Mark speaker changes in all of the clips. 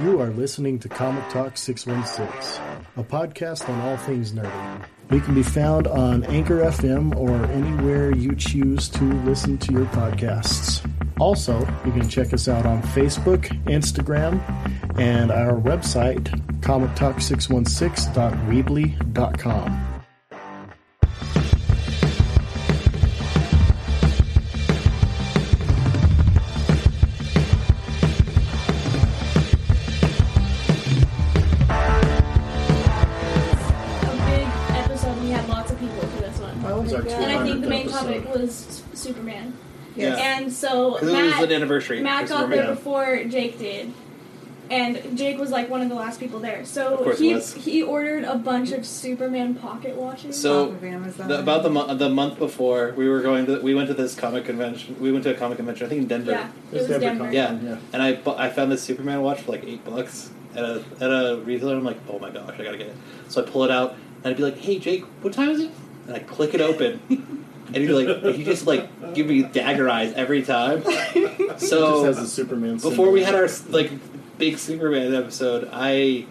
Speaker 1: You are listening to Comic Talk 616, a podcast on all things nerdy. We can be found on Anchor FM or anywhere you choose to listen to your podcasts. Also, you can check us out on Facebook, Instagram, and our website, comictalk616.weebly.com.
Speaker 2: a big episode and we had lots of people for this one.
Speaker 1: Oh, That one's our
Speaker 2: And I think the main
Speaker 1: 200th
Speaker 2: topic
Speaker 1: episode.
Speaker 2: was S- Superman.
Speaker 3: Yeah.
Speaker 2: And so
Speaker 3: Because it was an
Speaker 2: Matt,
Speaker 3: anniversary.
Speaker 2: Matt
Speaker 3: Christopher
Speaker 2: got there
Speaker 3: Reeve.
Speaker 2: before Jake did. And Jake was like one of the last people there.
Speaker 3: Of
Speaker 2: So
Speaker 3: course he
Speaker 2: he
Speaker 3: was.
Speaker 2: he ordered a bunch of Superman pocket watches.
Speaker 3: So,
Speaker 4: Off of Amazon.
Speaker 3: The, about the mo- the month before, we were going to we went to this comic convention. We went to a comic convention, I think in Denver.
Speaker 2: yeah, it
Speaker 1: It's
Speaker 2: was
Speaker 1: Denver
Speaker 2: Denver.
Speaker 1: Con.
Speaker 3: Yeah.
Speaker 1: Yeah.
Speaker 3: And I bu- I found this Superman watch for like eight bucks at a at a retailer. I'm like, oh my gosh, I gotta get it. So I pull it out and I'd be like, hey Jake, what time is it? And I click it open. And he'd be like, he just like give me dagger eyes every time. So
Speaker 1: it just has the Superman
Speaker 3: before we had
Speaker 1: symbol.
Speaker 3: our like big Superman episode, I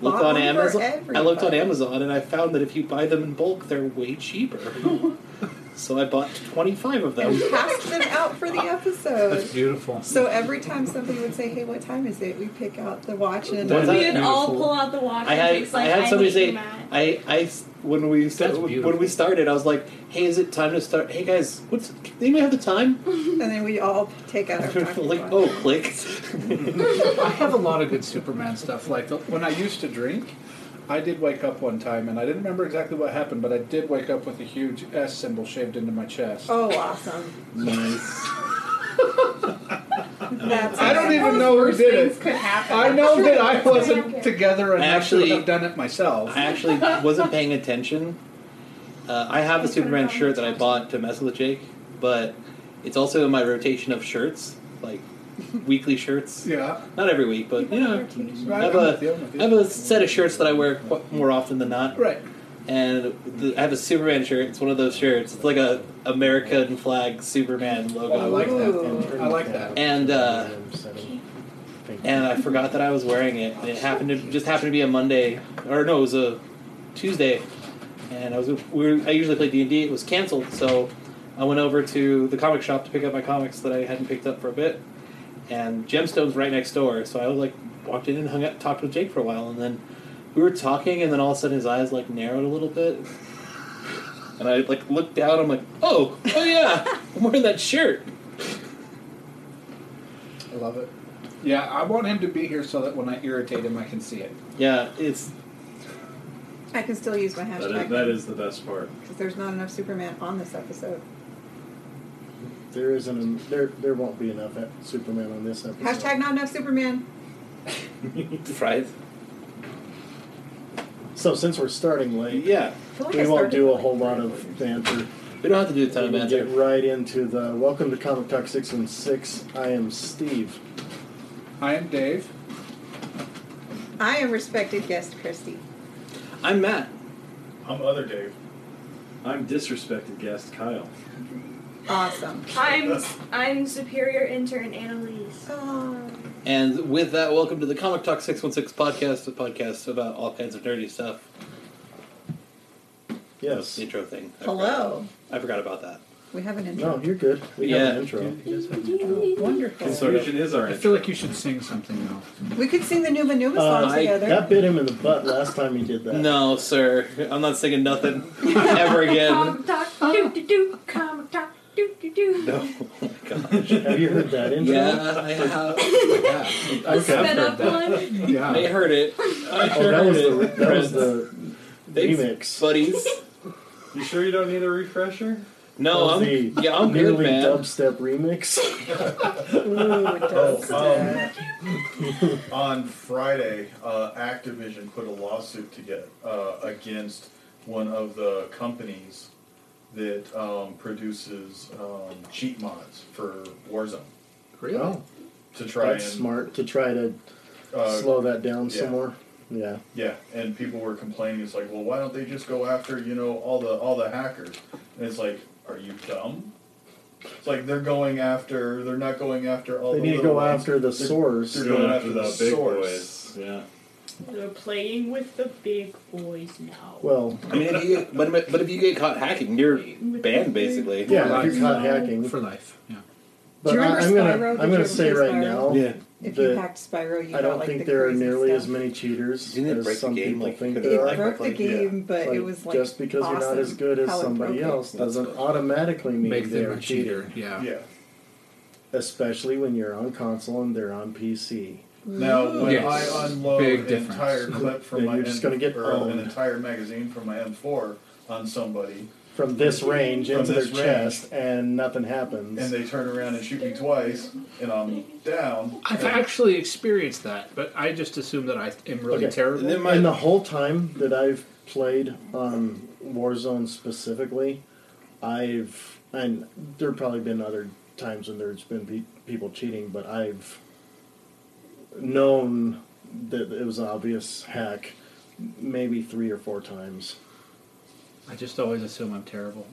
Speaker 3: looked
Speaker 4: Bought
Speaker 3: on
Speaker 4: one for
Speaker 3: Amazon. I looked on
Speaker 4: everybody.
Speaker 3: Amazon and I found that if you buy them in bulk, they're way cheaper. so I bought twenty five of them.
Speaker 4: and passed them out for the
Speaker 5: That's
Speaker 4: episode.
Speaker 5: beautiful.
Speaker 4: So every time somebody would say, "Hey, what time is it?" we pick out the watch and
Speaker 3: One time-
Speaker 2: We would all
Speaker 5: Beautiful.
Speaker 2: pull out the watches.
Speaker 3: I had
Speaker 2: it's like,
Speaker 3: I had somebody
Speaker 2: hate
Speaker 3: say uh,
Speaker 2: you, Matt.
Speaker 3: I I when we started, when we
Speaker 5: beautiful.
Speaker 3: started I was like hey is it time to start hey guys what's they may have the time
Speaker 4: and then we all take out our pocket
Speaker 3: like
Speaker 4: watch.
Speaker 3: oh click
Speaker 5: I have a lot of good Superman stuff. Like the, when I used to drink, I did wake up one time, and I didn't remember exactly what happened, but I did wake up with a huge S symbol shaved into my chest.
Speaker 4: Oh, awesome!
Speaker 1: Nice.
Speaker 4: That's
Speaker 5: I don't
Speaker 4: awesome.
Speaker 5: even know who did it.
Speaker 6: could happen.
Speaker 5: I know that I
Speaker 2: Okay.
Speaker 5: wasn't together enough
Speaker 3: Actually-
Speaker 5: to have done it myself.
Speaker 3: I actually wasn't paying attention uh, I have a Superman shirt that I bought to mess with Jake but it's also in my rotation of shirts like weekly shirts
Speaker 5: Yeah,
Speaker 3: not every week but you know I
Speaker 5: right.
Speaker 3: have
Speaker 5: I'm with you,
Speaker 3: a
Speaker 5: I'm with
Speaker 3: I have a
Speaker 5: you.
Speaker 3: set of shirts that I wear qu- more often than not
Speaker 5: Right.
Speaker 3: and the, I have a Superman shirt. It's one of those shirts. It's like a American flag Superman logo.
Speaker 5: Oh, I like that.
Speaker 4: Ooh.
Speaker 5: I like that.
Speaker 3: And, uh, and I forgot that I was wearing it. And it happened to just happened to be a Monday, or no, it was a Tuesday. And I was we were, I usually play D and D. It was canceled, so I went over to the comic shop to pick up my comics that I hadn't picked up for a bit. And Gemstone's right next door, so I was like walked in and hung out, talked with Jake for a while, and then we were talking, and then all of a sudden his eyes like narrowed a little bit. And I like looked down. I'm like, oh, oh yeah, I'm wearing that shirt.
Speaker 5: I love it. Yeah, I want him to be here so that when I irritate him, I can see it.
Speaker 3: Yeah, it's
Speaker 4: I can still use my
Speaker 7: That is,
Speaker 4: hashtag
Speaker 7: that is the best part.
Speaker 4: because there's not enough Superman on this episode.
Speaker 1: There isn't. an- there, there won't be enough Superman on this episode.
Speaker 4: Hashtag not enough Superman.
Speaker 3: fries.
Speaker 1: So since we're starting late,
Speaker 3: Yeah,
Speaker 4: I feel like
Speaker 1: we
Speaker 4: I
Speaker 1: won't
Speaker 4: started
Speaker 1: do a
Speaker 4: like
Speaker 1: whole lot
Speaker 4: three
Speaker 1: of
Speaker 4: quarters.
Speaker 1: banter.
Speaker 3: we don't have to do a ton
Speaker 1: We
Speaker 3: of
Speaker 1: can
Speaker 3: banter.
Speaker 1: get right into the welcome to Comic Talk Six One Six. I am Steve.
Speaker 5: I am Dave.
Speaker 4: I am respected guest Christy.
Speaker 3: I'm Matt.
Speaker 7: I'm other Dave. I'm disrespected guest Kyle.
Speaker 1: Oh.
Speaker 4: Awesome.
Speaker 3: Uh,
Speaker 2: I'm I'm superior intern Annalise.
Speaker 4: Oh,
Speaker 3: And with that, welcome to the Comic Talk 616 podcast, a podcast about all kinds of nerdy stuff.
Speaker 1: Yes.
Speaker 3: Intro thing. I
Speaker 4: hello.
Speaker 3: Forgot. I forgot about that.
Speaker 4: We have an intro.
Speaker 1: No, you're good. We have
Speaker 3: Yeah.
Speaker 1: an intro.
Speaker 4: Wonderful.
Speaker 7: Confusion is our
Speaker 5: I feel like you should sing something now.
Speaker 4: We could sing the Numa Numa
Speaker 1: Uh,
Speaker 4: song
Speaker 3: I-
Speaker 4: together.
Speaker 1: That bit him in the butt last time he did that.
Speaker 3: No, sir. I'm not singing nothing ever again.
Speaker 2: Comic talk
Speaker 1: Oh.
Speaker 2: doo doo doo. Comic talk doo doo doo.
Speaker 3: No. Oh my gosh.
Speaker 1: Have you heard that intro?
Speaker 3: Yeah, I have.
Speaker 5: Yeah.
Speaker 2: The
Speaker 5: I've
Speaker 2: sped
Speaker 5: heard
Speaker 2: up
Speaker 5: that.
Speaker 2: one.
Speaker 3: I
Speaker 5: Yeah.
Speaker 3: heard it.
Speaker 1: Oh,
Speaker 3: I sure
Speaker 1: that was
Speaker 3: heard
Speaker 1: the
Speaker 3: it.
Speaker 1: that was the
Speaker 3: Thanks,
Speaker 1: remix.
Speaker 3: buddies.
Speaker 7: You sure you don't need a refresher?
Speaker 1: That
Speaker 3: No,
Speaker 1: was
Speaker 3: I'm.
Speaker 1: the
Speaker 3: Yeah, I'm good,
Speaker 1: nearly
Speaker 3: man.
Speaker 1: dubstep remix. Oh,
Speaker 4: Ooh, it does.
Speaker 8: um, on Friday, uh, Activision put a lawsuit to get uh, against one of the companies that um, produces um, cheat mods for Warzone
Speaker 5: Really?
Speaker 8: to try
Speaker 1: That's
Speaker 8: and
Speaker 1: smart to try to
Speaker 8: uh,
Speaker 1: slow that down some
Speaker 8: yeah.
Speaker 1: more. Yeah.
Speaker 8: yeah. And people were complaining. It's like, well, why don't they just go after you know all the all the hackers? And it's like, are you dumb? It's like they're going after. They're not going after all.
Speaker 1: They
Speaker 8: the
Speaker 1: need to
Speaker 8: little
Speaker 1: go
Speaker 8: ones.
Speaker 1: after the
Speaker 8: They're-
Speaker 1: source.
Speaker 8: They're
Speaker 9: Going after
Speaker 8: the,
Speaker 9: the big
Speaker 8: source.
Speaker 9: boys. Yeah.
Speaker 2: We're playing with the big boys now.
Speaker 1: Well,
Speaker 3: I mean, if you get, but, but if you get caught hacking, you're banned basically.
Speaker 1: yeah, if
Speaker 5: life.
Speaker 1: you're caught hacking.
Speaker 5: for life. Yeah.
Speaker 1: But
Speaker 4: Do you
Speaker 1: I,
Speaker 4: remember
Speaker 1: am gonna,
Speaker 4: Spyro? Did
Speaker 1: I'm
Speaker 4: you
Speaker 1: gonna
Speaker 4: ever
Speaker 1: say
Speaker 4: play
Speaker 1: right now,
Speaker 4: Spyro?
Speaker 3: Yeah.
Speaker 4: If
Speaker 1: The-
Speaker 4: you hacked Spyro, you
Speaker 1: I don't
Speaker 4: got, like,
Speaker 1: think
Speaker 4: the
Speaker 1: there are
Speaker 4: crazy
Speaker 1: nearly
Speaker 4: stuff.
Speaker 1: as many cheaters
Speaker 3: Didn't it break
Speaker 1: as
Speaker 3: the
Speaker 1: some
Speaker 3: game,
Speaker 1: people
Speaker 3: like,
Speaker 1: think
Speaker 3: couldn't
Speaker 1: there
Speaker 4: It
Speaker 3: Like,
Speaker 1: are.
Speaker 4: broke the game, but
Speaker 1: Like,
Speaker 4: it was like
Speaker 1: just because you're not
Speaker 4: awesome
Speaker 1: as good as
Speaker 4: how it
Speaker 1: somebody
Speaker 4: broke it.
Speaker 1: else doesn't
Speaker 3: That's good.
Speaker 1: automatically mean
Speaker 5: Make
Speaker 1: they're
Speaker 5: them a cheater. Yeah.
Speaker 8: Yeah.
Speaker 1: especially when you're on console and they're on PC.
Speaker 8: Now, when
Speaker 5: Yes.
Speaker 8: I unload
Speaker 5: Big
Speaker 8: an
Speaker 5: difference.
Speaker 8: entire clip from
Speaker 1: Yeah,
Speaker 8: my
Speaker 1: you're just
Speaker 8: M-
Speaker 1: gonna get
Speaker 8: or an
Speaker 1: owned.
Speaker 8: entire magazine from my M4 on somebody,
Speaker 1: From this range
Speaker 8: From
Speaker 1: into
Speaker 8: this
Speaker 1: their
Speaker 8: range.
Speaker 1: chest, and nothing happens.
Speaker 8: and they turn around and shoot me twice, and I'm down.
Speaker 5: I've
Speaker 8: and-
Speaker 5: actually experienced that, but I just assume that I am really
Speaker 1: Okay.
Speaker 5: terrible.
Speaker 3: There
Speaker 1: and
Speaker 3: might,
Speaker 1: the whole time that I've played on Warzone specifically, I've and there have probably been other times when there's been pe- people cheating, but I've known that it was an obvious hack maybe three or four times.
Speaker 5: I just always assume I'm terrible.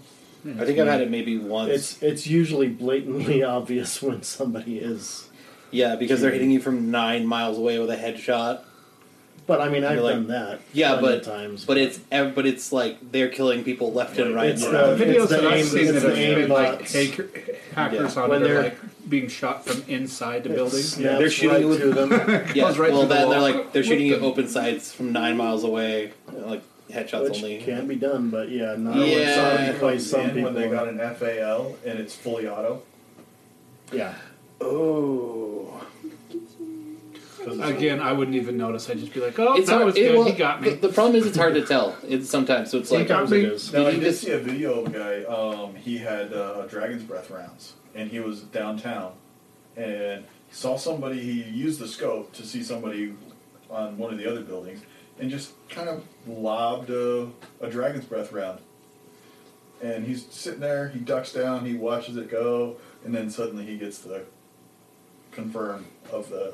Speaker 3: I think I've had it maybe once.
Speaker 1: It's it's usually blatantly obvious when somebody is.
Speaker 3: yeah, because they're hitting you from nine miles away with a headshot.
Speaker 1: But I mean, I've
Speaker 3: You're like-
Speaker 1: done that.
Speaker 3: Yeah,
Speaker 1: plenty of
Speaker 3: but
Speaker 1: times.
Speaker 3: but it's ev- but it's like they're killing people left and right.
Speaker 1: Uh, It's
Speaker 9: Yeah.
Speaker 5: The
Speaker 1: the,
Speaker 5: videos
Speaker 1: it's the
Speaker 5: that I've
Speaker 1: aim,
Speaker 5: seen that
Speaker 1: it's
Speaker 5: have
Speaker 1: the
Speaker 5: been
Speaker 1: aim
Speaker 5: like
Speaker 1: bots.
Speaker 5: hacker, hackers
Speaker 3: Yeah.
Speaker 5: on
Speaker 1: When
Speaker 5: it are
Speaker 1: they're-
Speaker 5: like being shot from inside the building.
Speaker 1: Yeah,
Speaker 3: They're shooting
Speaker 1: right
Speaker 3: you with-
Speaker 1: to them.
Speaker 3: Yeah,
Speaker 5: Goes right
Speaker 3: well,
Speaker 5: through the
Speaker 3: that, they're
Speaker 5: wall.
Speaker 3: like they're shooting at
Speaker 5: What the-
Speaker 3: open sights from nine miles away, like headshots
Speaker 1: Which
Speaker 3: only.
Speaker 1: can be done, but yeah, not
Speaker 3: Yeah.
Speaker 1: yeah.
Speaker 8: Somebody
Speaker 1: some
Speaker 8: comes
Speaker 1: place some
Speaker 8: in
Speaker 1: people.
Speaker 8: when they got an FAL and it's fully auto.
Speaker 1: yeah,
Speaker 3: Oh,
Speaker 8: 'cause it's-
Speaker 5: Again, I wouldn't even notice. I'd just be like, "Oh,
Speaker 3: it's
Speaker 5: that
Speaker 3: hard.
Speaker 5: was
Speaker 3: it-
Speaker 5: good.
Speaker 3: well,
Speaker 5: he got me."
Speaker 3: The, the problem is it's hard to tell. It's sometimes so it's like
Speaker 1: sometimes
Speaker 5: me.
Speaker 1: it is.
Speaker 8: Now,
Speaker 3: Did
Speaker 8: I
Speaker 3: you
Speaker 8: did
Speaker 3: just-
Speaker 8: see a video of a guy. Um, he had uh, Dragon's Breath rounds, and he was downtown, and saw somebody. He used the scope to see somebody on one of the other buildings, and just kind of lobbed a, a Dragon's Breath round. And he's sitting there. He ducks down. He watches it go, and then suddenly he gets the confirm of the.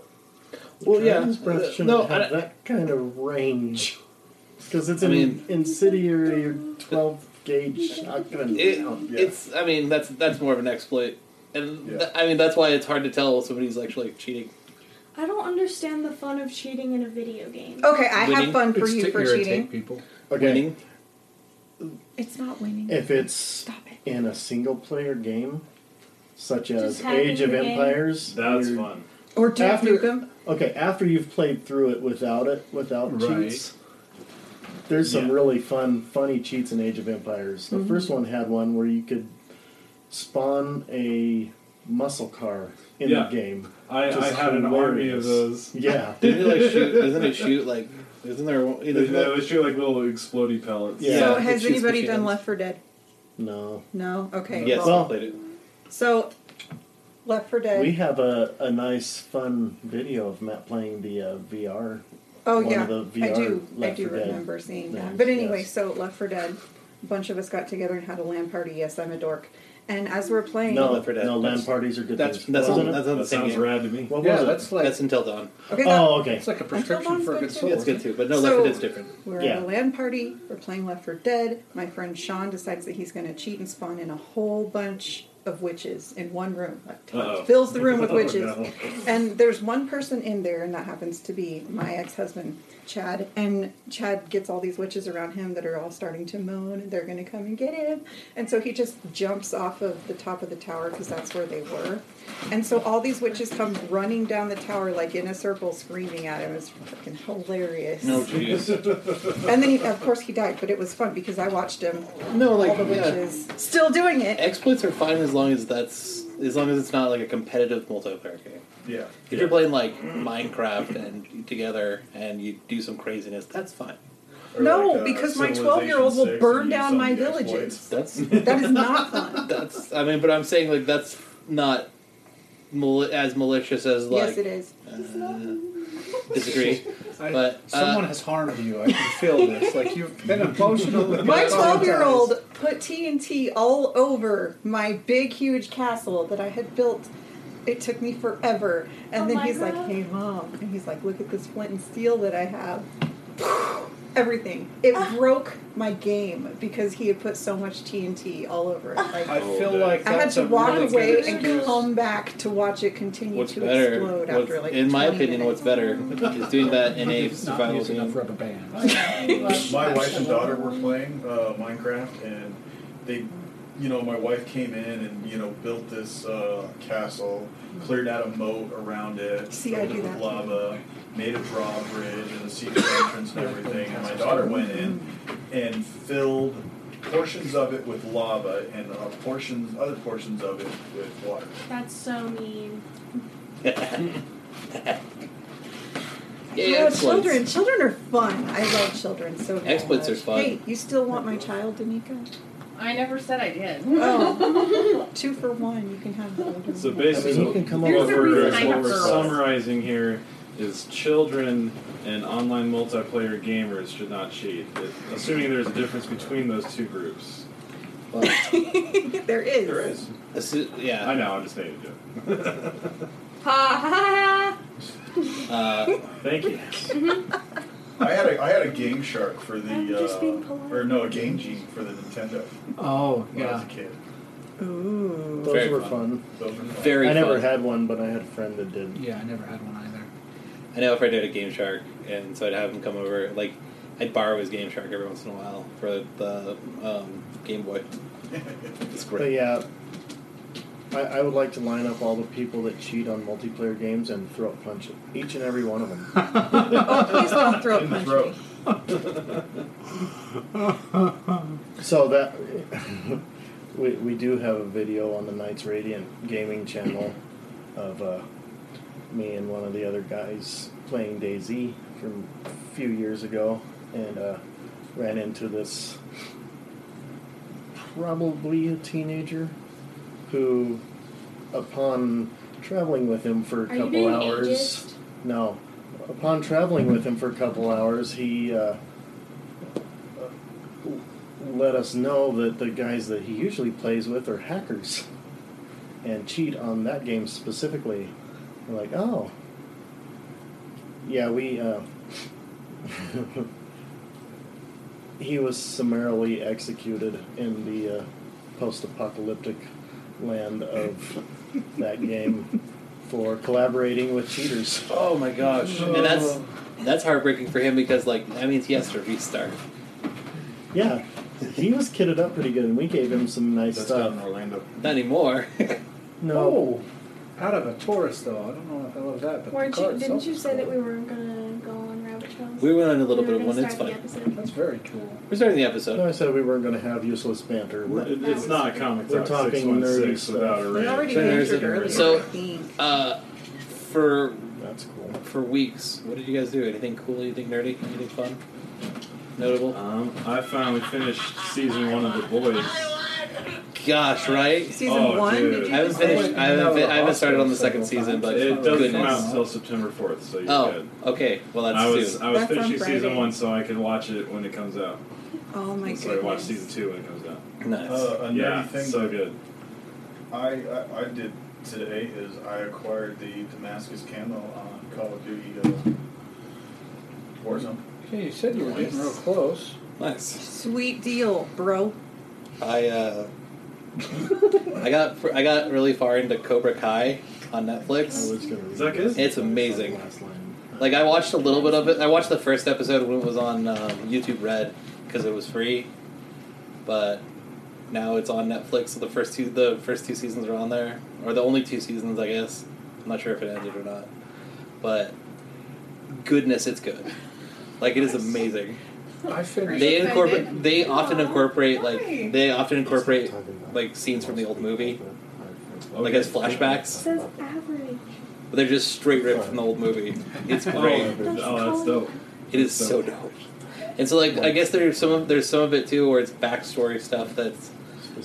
Speaker 3: well, yeah.
Speaker 1: Dragon's breath
Speaker 3: Uh,
Speaker 1: shouldn't
Speaker 3: no, I
Speaker 1: have
Speaker 3: don't-
Speaker 1: that kind of range because it's
Speaker 3: I
Speaker 1: an
Speaker 3: mean-
Speaker 1: incendiary twelve gauge shotgun.
Speaker 3: It,
Speaker 8: Yeah.
Speaker 3: It's. I mean, that's that's more of an exploit, and
Speaker 8: Yeah.
Speaker 3: th- I mean that's why it's hard to tell if somebody's actually cheating.
Speaker 2: I don't understand the fun of cheating in a video game.
Speaker 4: Okay, I
Speaker 3: Winning.
Speaker 4: have fun for
Speaker 5: It's
Speaker 4: you
Speaker 5: to
Speaker 4: for
Speaker 5: irritate
Speaker 4: cheating.
Speaker 5: people.
Speaker 1: okay,
Speaker 3: Winning.
Speaker 4: It's not winning.
Speaker 1: if it's
Speaker 4: Stop it.
Speaker 1: in a single player game, such as
Speaker 2: Just hacking
Speaker 1: Age of
Speaker 2: the game.
Speaker 1: Empires,
Speaker 9: That's
Speaker 1: you're-
Speaker 9: fun.
Speaker 4: Or Duke
Speaker 1: After-
Speaker 4: Nukem.
Speaker 1: Okay, after you've played through it without it, without
Speaker 5: Right.
Speaker 1: cheats, there's some
Speaker 8: Yeah.
Speaker 1: really fun, funny cheats in Age of Empires. The first one had one where you could spawn a muscle car in
Speaker 9: Yeah.
Speaker 1: the game.
Speaker 9: I, I
Speaker 1: Just
Speaker 9: had an army of
Speaker 1: hilarious.
Speaker 9: those.
Speaker 1: Yeah,
Speaker 3: Didn't it like shoot? Doesn't it shoot like? Isn't there? one-
Speaker 9: They,
Speaker 3: isn't
Speaker 9: they
Speaker 3: there
Speaker 9: would shoot like little explodey pellets.
Speaker 1: Yeah.
Speaker 4: so
Speaker 3: it
Speaker 4: has
Speaker 3: shoots
Speaker 4: anybody
Speaker 3: machine
Speaker 4: done
Speaker 3: guns.
Speaker 4: Left for Dead?
Speaker 1: no,
Speaker 4: No. Okay.
Speaker 3: Yes,
Speaker 1: Well-
Speaker 3: I played it.
Speaker 4: So Left for Dead.
Speaker 1: we have a, a nice, fun video of Matt playing the uh, VR.
Speaker 4: Oh
Speaker 1: one of
Speaker 4: yeah,
Speaker 1: the
Speaker 4: I do.
Speaker 1: VR
Speaker 4: I
Speaker 1: Left
Speaker 4: do
Speaker 1: 4 Dead
Speaker 4: remember seeing that.
Speaker 1: things,
Speaker 4: But anyway,
Speaker 1: yes.
Speaker 4: so Left for Dead, a bunch of us got together and had a LAN party. Yes, I'm a dork. And as we're playing,
Speaker 1: No,
Speaker 3: Left 4 Dead.
Speaker 1: no, land
Speaker 3: That's-
Speaker 1: parties are good
Speaker 3: That's
Speaker 1: things.
Speaker 3: that's
Speaker 1: Wasn't
Speaker 3: not,
Speaker 1: it?
Speaker 3: that's not the
Speaker 9: That
Speaker 3: same
Speaker 9: sounds
Speaker 3: game.
Speaker 9: rad to me.
Speaker 1: what
Speaker 5: Yeah,
Speaker 1: was
Speaker 5: that's
Speaker 1: it?
Speaker 5: like
Speaker 3: That's until dawn.
Speaker 4: okay,
Speaker 1: Oh,
Speaker 4: no,
Speaker 1: okay.
Speaker 5: it's like a
Speaker 4: Until
Speaker 5: prescription
Speaker 4: Dawn's
Speaker 5: for a good
Speaker 4: good
Speaker 5: soul.
Speaker 4: too.
Speaker 3: That's good too, but no,
Speaker 4: So-
Speaker 3: Left 4 Dead's different.
Speaker 4: we're
Speaker 1: Yeah.
Speaker 4: at a LAN party. We're playing Left for Dead. My friend Sean decides that he's going to cheat and spawn in a whole bunch of witches in one room. Like,
Speaker 9: Uh-oh. Oh,
Speaker 4: fills the room with witches.
Speaker 9: no.
Speaker 4: And there's one person in there, and that happens to be my ex-husband, Chad. And Chad gets all these witches around him that are all starting to moan, and they're going to come and get him. And so he just jumps off of the top of the tower because that's where they were. And so all these witches come running down the tower like in a circle, screaming at him. It's freaking hilarious.
Speaker 3: No, jeez.
Speaker 4: And then, he, of course, he died, but it was fun because I watched him.
Speaker 3: no,
Speaker 4: All
Speaker 3: like
Speaker 4: the
Speaker 3: yeah.
Speaker 4: witches still doing it.
Speaker 3: exploits are fine as long as that's as long as it's not like a competitive multiplayer game.
Speaker 8: Yeah.
Speaker 3: If you're playing like Minecraft and together and you do some craziness, that's fine.
Speaker 8: Or
Speaker 4: No,
Speaker 8: like, uh,
Speaker 4: because my
Speaker 8: Civilization
Speaker 4: 12-year-old will
Speaker 8: 6 and
Speaker 4: burn
Speaker 8: use
Speaker 4: down
Speaker 8: some
Speaker 4: my
Speaker 8: of the exploits.
Speaker 4: villages.
Speaker 3: That's
Speaker 4: That is not fun.
Speaker 3: that's I mean, but I'm saying like that's not mali- as malicious as like uh,
Speaker 4: yes, it is.
Speaker 3: disagree.
Speaker 5: I-
Speaker 3: But, uh,
Speaker 5: someone has harmed you. I can feel this. Like you've been emotionally.
Speaker 4: My
Speaker 5: traumatized.
Speaker 4: 12 year old put TNT all over my big, huge castle that I had built. It took me forever. And
Speaker 2: Oh
Speaker 4: then
Speaker 2: my
Speaker 4: he's
Speaker 2: God.
Speaker 4: like, hey, mom. And he's like, look at this flint and steel that I have. everything. It
Speaker 2: Ah.
Speaker 4: broke my game because he had put so much TNT all over it. Like,
Speaker 5: I
Speaker 10: Oh,
Speaker 5: feel
Speaker 10: that-
Speaker 5: like
Speaker 4: I had
Speaker 5: that's
Speaker 4: to
Speaker 5: a
Speaker 4: walk
Speaker 5: really
Speaker 4: away
Speaker 5: good
Speaker 4: and
Speaker 5: excuse.
Speaker 4: come back to watch it continue
Speaker 3: What's
Speaker 4: to
Speaker 3: better,
Speaker 4: explode
Speaker 3: what's-
Speaker 4: after like
Speaker 3: in my
Speaker 4: 20
Speaker 3: opinion,
Speaker 4: minutes.
Speaker 3: what's better is doing that in a
Speaker 5: It's not
Speaker 3: survival
Speaker 5: using
Speaker 3: game.
Speaker 5: enough rubber bands.
Speaker 8: my wife and daughter were playing uh, Minecraft, and they, you know, my wife came in and you know built this uh, castle, cleared out a moat around it,
Speaker 4: See, I
Speaker 8: filled
Speaker 4: do
Speaker 8: it
Speaker 4: that.
Speaker 8: with lava, made a drawbridge and a secret entrance and everything. And my daughter went in and filled portions of it with lava and uh, portions, other portions of it with water.
Speaker 2: That's so mean.
Speaker 3: Yeah,
Speaker 4: Oh,
Speaker 3: exploits.
Speaker 4: children, children are fun. I love children so much.
Speaker 3: Exploits are fun.
Speaker 4: Hey, you still want my child, Danica?
Speaker 11: I never said I did.
Speaker 4: Oh, two for one. You can have the older
Speaker 10: So
Speaker 4: one.
Speaker 10: basically,
Speaker 1: I mean, you can come up
Speaker 10: what
Speaker 11: There's a
Speaker 10: we're,
Speaker 11: reason I
Speaker 10: what
Speaker 11: have
Speaker 10: we're
Speaker 11: girls.
Speaker 10: summarizing here is children and online multiplayer gamers should not cheat, it, assuming there's a difference between those two groups.
Speaker 3: But,
Speaker 4: there is.
Speaker 3: assu-
Speaker 10: I
Speaker 3: yeah.
Speaker 10: know, I just hated it.
Speaker 2: Ha ha
Speaker 3: Uh,
Speaker 10: Thank you.
Speaker 8: I had a I had a Game Shark for the
Speaker 4: I'm just
Speaker 8: uh,
Speaker 4: being polite.
Speaker 8: or no a Game Genie for the Nintendo
Speaker 5: Oh
Speaker 8: when I was
Speaker 5: yeah.
Speaker 8: a kid.
Speaker 4: Ooh.
Speaker 1: Those
Speaker 3: Very
Speaker 1: were
Speaker 3: fun.
Speaker 1: fun.
Speaker 8: Those were fun.
Speaker 3: very
Speaker 1: I never
Speaker 3: fun.
Speaker 1: had one, but I had a friend that did.
Speaker 5: Yeah, I never had one either.
Speaker 3: I know if I did a Game Shark, and so I'd have him come over. Like, I'd borrow his Game Shark every once in a while for the um, Game Boy. It's
Speaker 1: But
Speaker 3: great.
Speaker 1: yeah, I, I would like to line up all the people that cheat on multiplayer games and throw a punch at each and every one of them.
Speaker 4: Oh, please don't throw a
Speaker 8: In the
Speaker 4: punch.
Speaker 8: throat.
Speaker 4: me.
Speaker 1: So that we, we do have a video on the Knights Radiant gaming channel of uh, me and one of the other guys playing Daisy from a few years ago, and uh, ran into this probably a teenager who, upon traveling with him for a
Speaker 2: ha. Are
Speaker 1: couple
Speaker 2: you being
Speaker 1: hours.
Speaker 2: ageist?
Speaker 1: No. Upon traveling with him for a couple hours, he uh, let us know that the guys that he usually plays with are hackers and cheat on that game specifically. We're like, oh. Yeah, we. Uh, he was summarily executed in the uh, post apocalyptic land of that game for collaborating with cheaters.
Speaker 3: Oh my gosh! And that's that's heartbreaking for him because like that means he has to restart.
Speaker 1: Yeah, he was kitted up pretty good, and we gave him some nice
Speaker 10: That's
Speaker 1: stuff.
Speaker 10: down in Orlando.
Speaker 3: Not anymore.
Speaker 1: No,
Speaker 5: Oh, out of a Taurus though. I don't know what the hell was that, but
Speaker 2: Weren't
Speaker 5: the car
Speaker 2: you, didn't
Speaker 5: itself
Speaker 2: you
Speaker 5: was
Speaker 2: say that
Speaker 5: Oh, cool.
Speaker 2: we were gonna go on rabbit trails?
Speaker 3: we went on a
Speaker 2: We
Speaker 3: little
Speaker 2: were
Speaker 3: bit of one.
Speaker 2: gonna
Speaker 3: It's
Speaker 2: start
Speaker 3: fun.
Speaker 2: the episode.
Speaker 5: That's very cool.
Speaker 3: We're starting the
Speaker 1: no,
Speaker 3: episode.
Speaker 1: I said we weren't going to have useless banter. We're-
Speaker 10: It- It's not a comic
Speaker 1: We're
Speaker 10: talk
Speaker 1: talking
Speaker 10: 616
Speaker 1: nerdy stuff.
Speaker 10: without a
Speaker 4: We
Speaker 10: rating.
Speaker 4: already
Speaker 3: So there's
Speaker 4: answered
Speaker 3: a-
Speaker 4: earlier.
Speaker 3: so-
Speaker 4: I think.
Speaker 3: Uh, for
Speaker 1: That's cool.
Speaker 3: for weeks, what did you guys do? Anything cool? Anything nerdy? Anything fun? Notable?
Speaker 10: Um, I finally finished season one of The Boys.
Speaker 3: Gosh, right?
Speaker 4: Season
Speaker 10: Oh,
Speaker 4: one.
Speaker 10: dude.
Speaker 4: Did you
Speaker 3: I haven't
Speaker 4: just say?
Speaker 3: finished. I haven't, fi- I haven't started on the second season, but
Speaker 10: It doesn't come
Speaker 3: goodness.
Speaker 10: out until September 4th, so you're
Speaker 3: Oh,
Speaker 10: good.
Speaker 3: okay. Well, that's
Speaker 10: I was
Speaker 3: soon.
Speaker 10: I was
Speaker 4: That's on
Speaker 10: finishing season
Speaker 4: Friday.
Speaker 10: one so I could watch it when it comes out.
Speaker 4: Oh my
Speaker 10: so I watched
Speaker 4: goodness.
Speaker 10: season two when it comes out.
Speaker 3: Nice.
Speaker 8: Uh, a nerdy
Speaker 10: yeah,
Speaker 8: thing
Speaker 10: so
Speaker 8: that
Speaker 10: good.
Speaker 8: I, I I did today is I acquired the Damascus camo on Call of Duty uh, Warzone.
Speaker 5: Yeah, you said you were getting real close.
Speaker 3: nice.
Speaker 4: Sweet deal, bro.
Speaker 3: I uh, I got I got really far into Cobra Kai on
Speaker 1: I
Speaker 3: Netflix.
Speaker 1: was gonna read
Speaker 10: that good?
Speaker 1: this.
Speaker 3: It's amazing.
Speaker 1: Last line.
Speaker 3: Like I watched a little bit of it. I watched the first episode when it was on um, YouTube Red because it was free, but now it's on Netflix. So the first two the first two seasons are on there, or the only two seasons, I guess. I'm not sure if it ended or not, but goodness, it's good. Like it is amazing.
Speaker 5: I finished.
Speaker 3: They
Speaker 11: Excited?
Speaker 3: incorporate. They often incorporate like
Speaker 11: Why?
Speaker 3: they often incorporate
Speaker 1: Talking about-
Speaker 3: like scenes from the old movie. like
Speaker 10: Okay.
Speaker 3: as flashbacks.
Speaker 2: It says average.
Speaker 3: But they're just straight ripped from the old movie. It's great.
Speaker 10: Oh, oh, that's dope.
Speaker 3: It is so dope. And so, like, I guess there's some of there's some of it too, where it's backstory stuff that's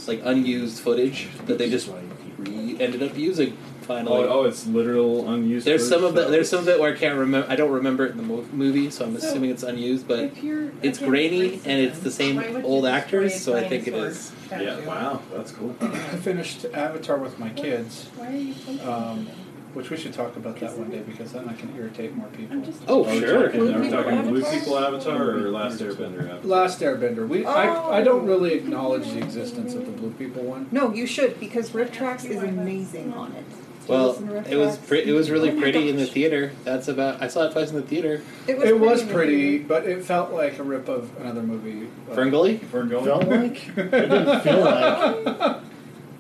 Speaker 3: like unused footage that they just re ended up using finally.
Speaker 10: Oh, oh, it's literal unused.
Speaker 3: There's some of
Speaker 10: footage,
Speaker 3: the,
Speaker 10: so
Speaker 3: there's some of it where I can't remember. I don't remember it in the mo- movie, so I'm assuming it's unused. But
Speaker 11: If you're
Speaker 3: it's
Speaker 11: against
Speaker 3: grainy
Speaker 11: racism,
Speaker 3: and it's the same
Speaker 11: why would you
Speaker 3: old
Speaker 11: destroy
Speaker 3: actors,
Speaker 11: a
Speaker 3: so I think it
Speaker 11: dinosaur?
Speaker 3: is.
Speaker 11: Statue.
Speaker 10: Yeah, wow, that's cool.
Speaker 5: I finished Avatar with my kids.
Speaker 11: Why are you thinking
Speaker 5: Um,
Speaker 11: of
Speaker 5: Which we should talk about that one day because then I can irritate more people.
Speaker 11: I'm just.
Speaker 3: Oh,
Speaker 10: Are we
Speaker 3: sure.
Speaker 10: talking- Are we
Speaker 4: Blue
Speaker 10: talking
Speaker 4: People
Speaker 10: Blue
Speaker 4: Avatar?
Speaker 10: People Avatar or Last Airbender Avatar?
Speaker 5: Last Airbender. We I, I don't really acknowledge the existence of the blue people one.
Speaker 4: No, you should because Rift Tracks is amazing on it.
Speaker 5: Uh,
Speaker 4: Did you
Speaker 3: Well,
Speaker 4: listen to Rift
Speaker 3: it was
Speaker 4: Tracks?
Speaker 3: pre- it was really
Speaker 4: Oh my
Speaker 3: pretty in the
Speaker 4: gosh.
Speaker 3: theater. That's about I saw it twice in the theater.
Speaker 4: It was
Speaker 5: It was
Speaker 4: pretty.
Speaker 5: pretty, but it felt like a rip of another movie. But-
Speaker 3: Ferngully?
Speaker 12: Felt like it didn't feel like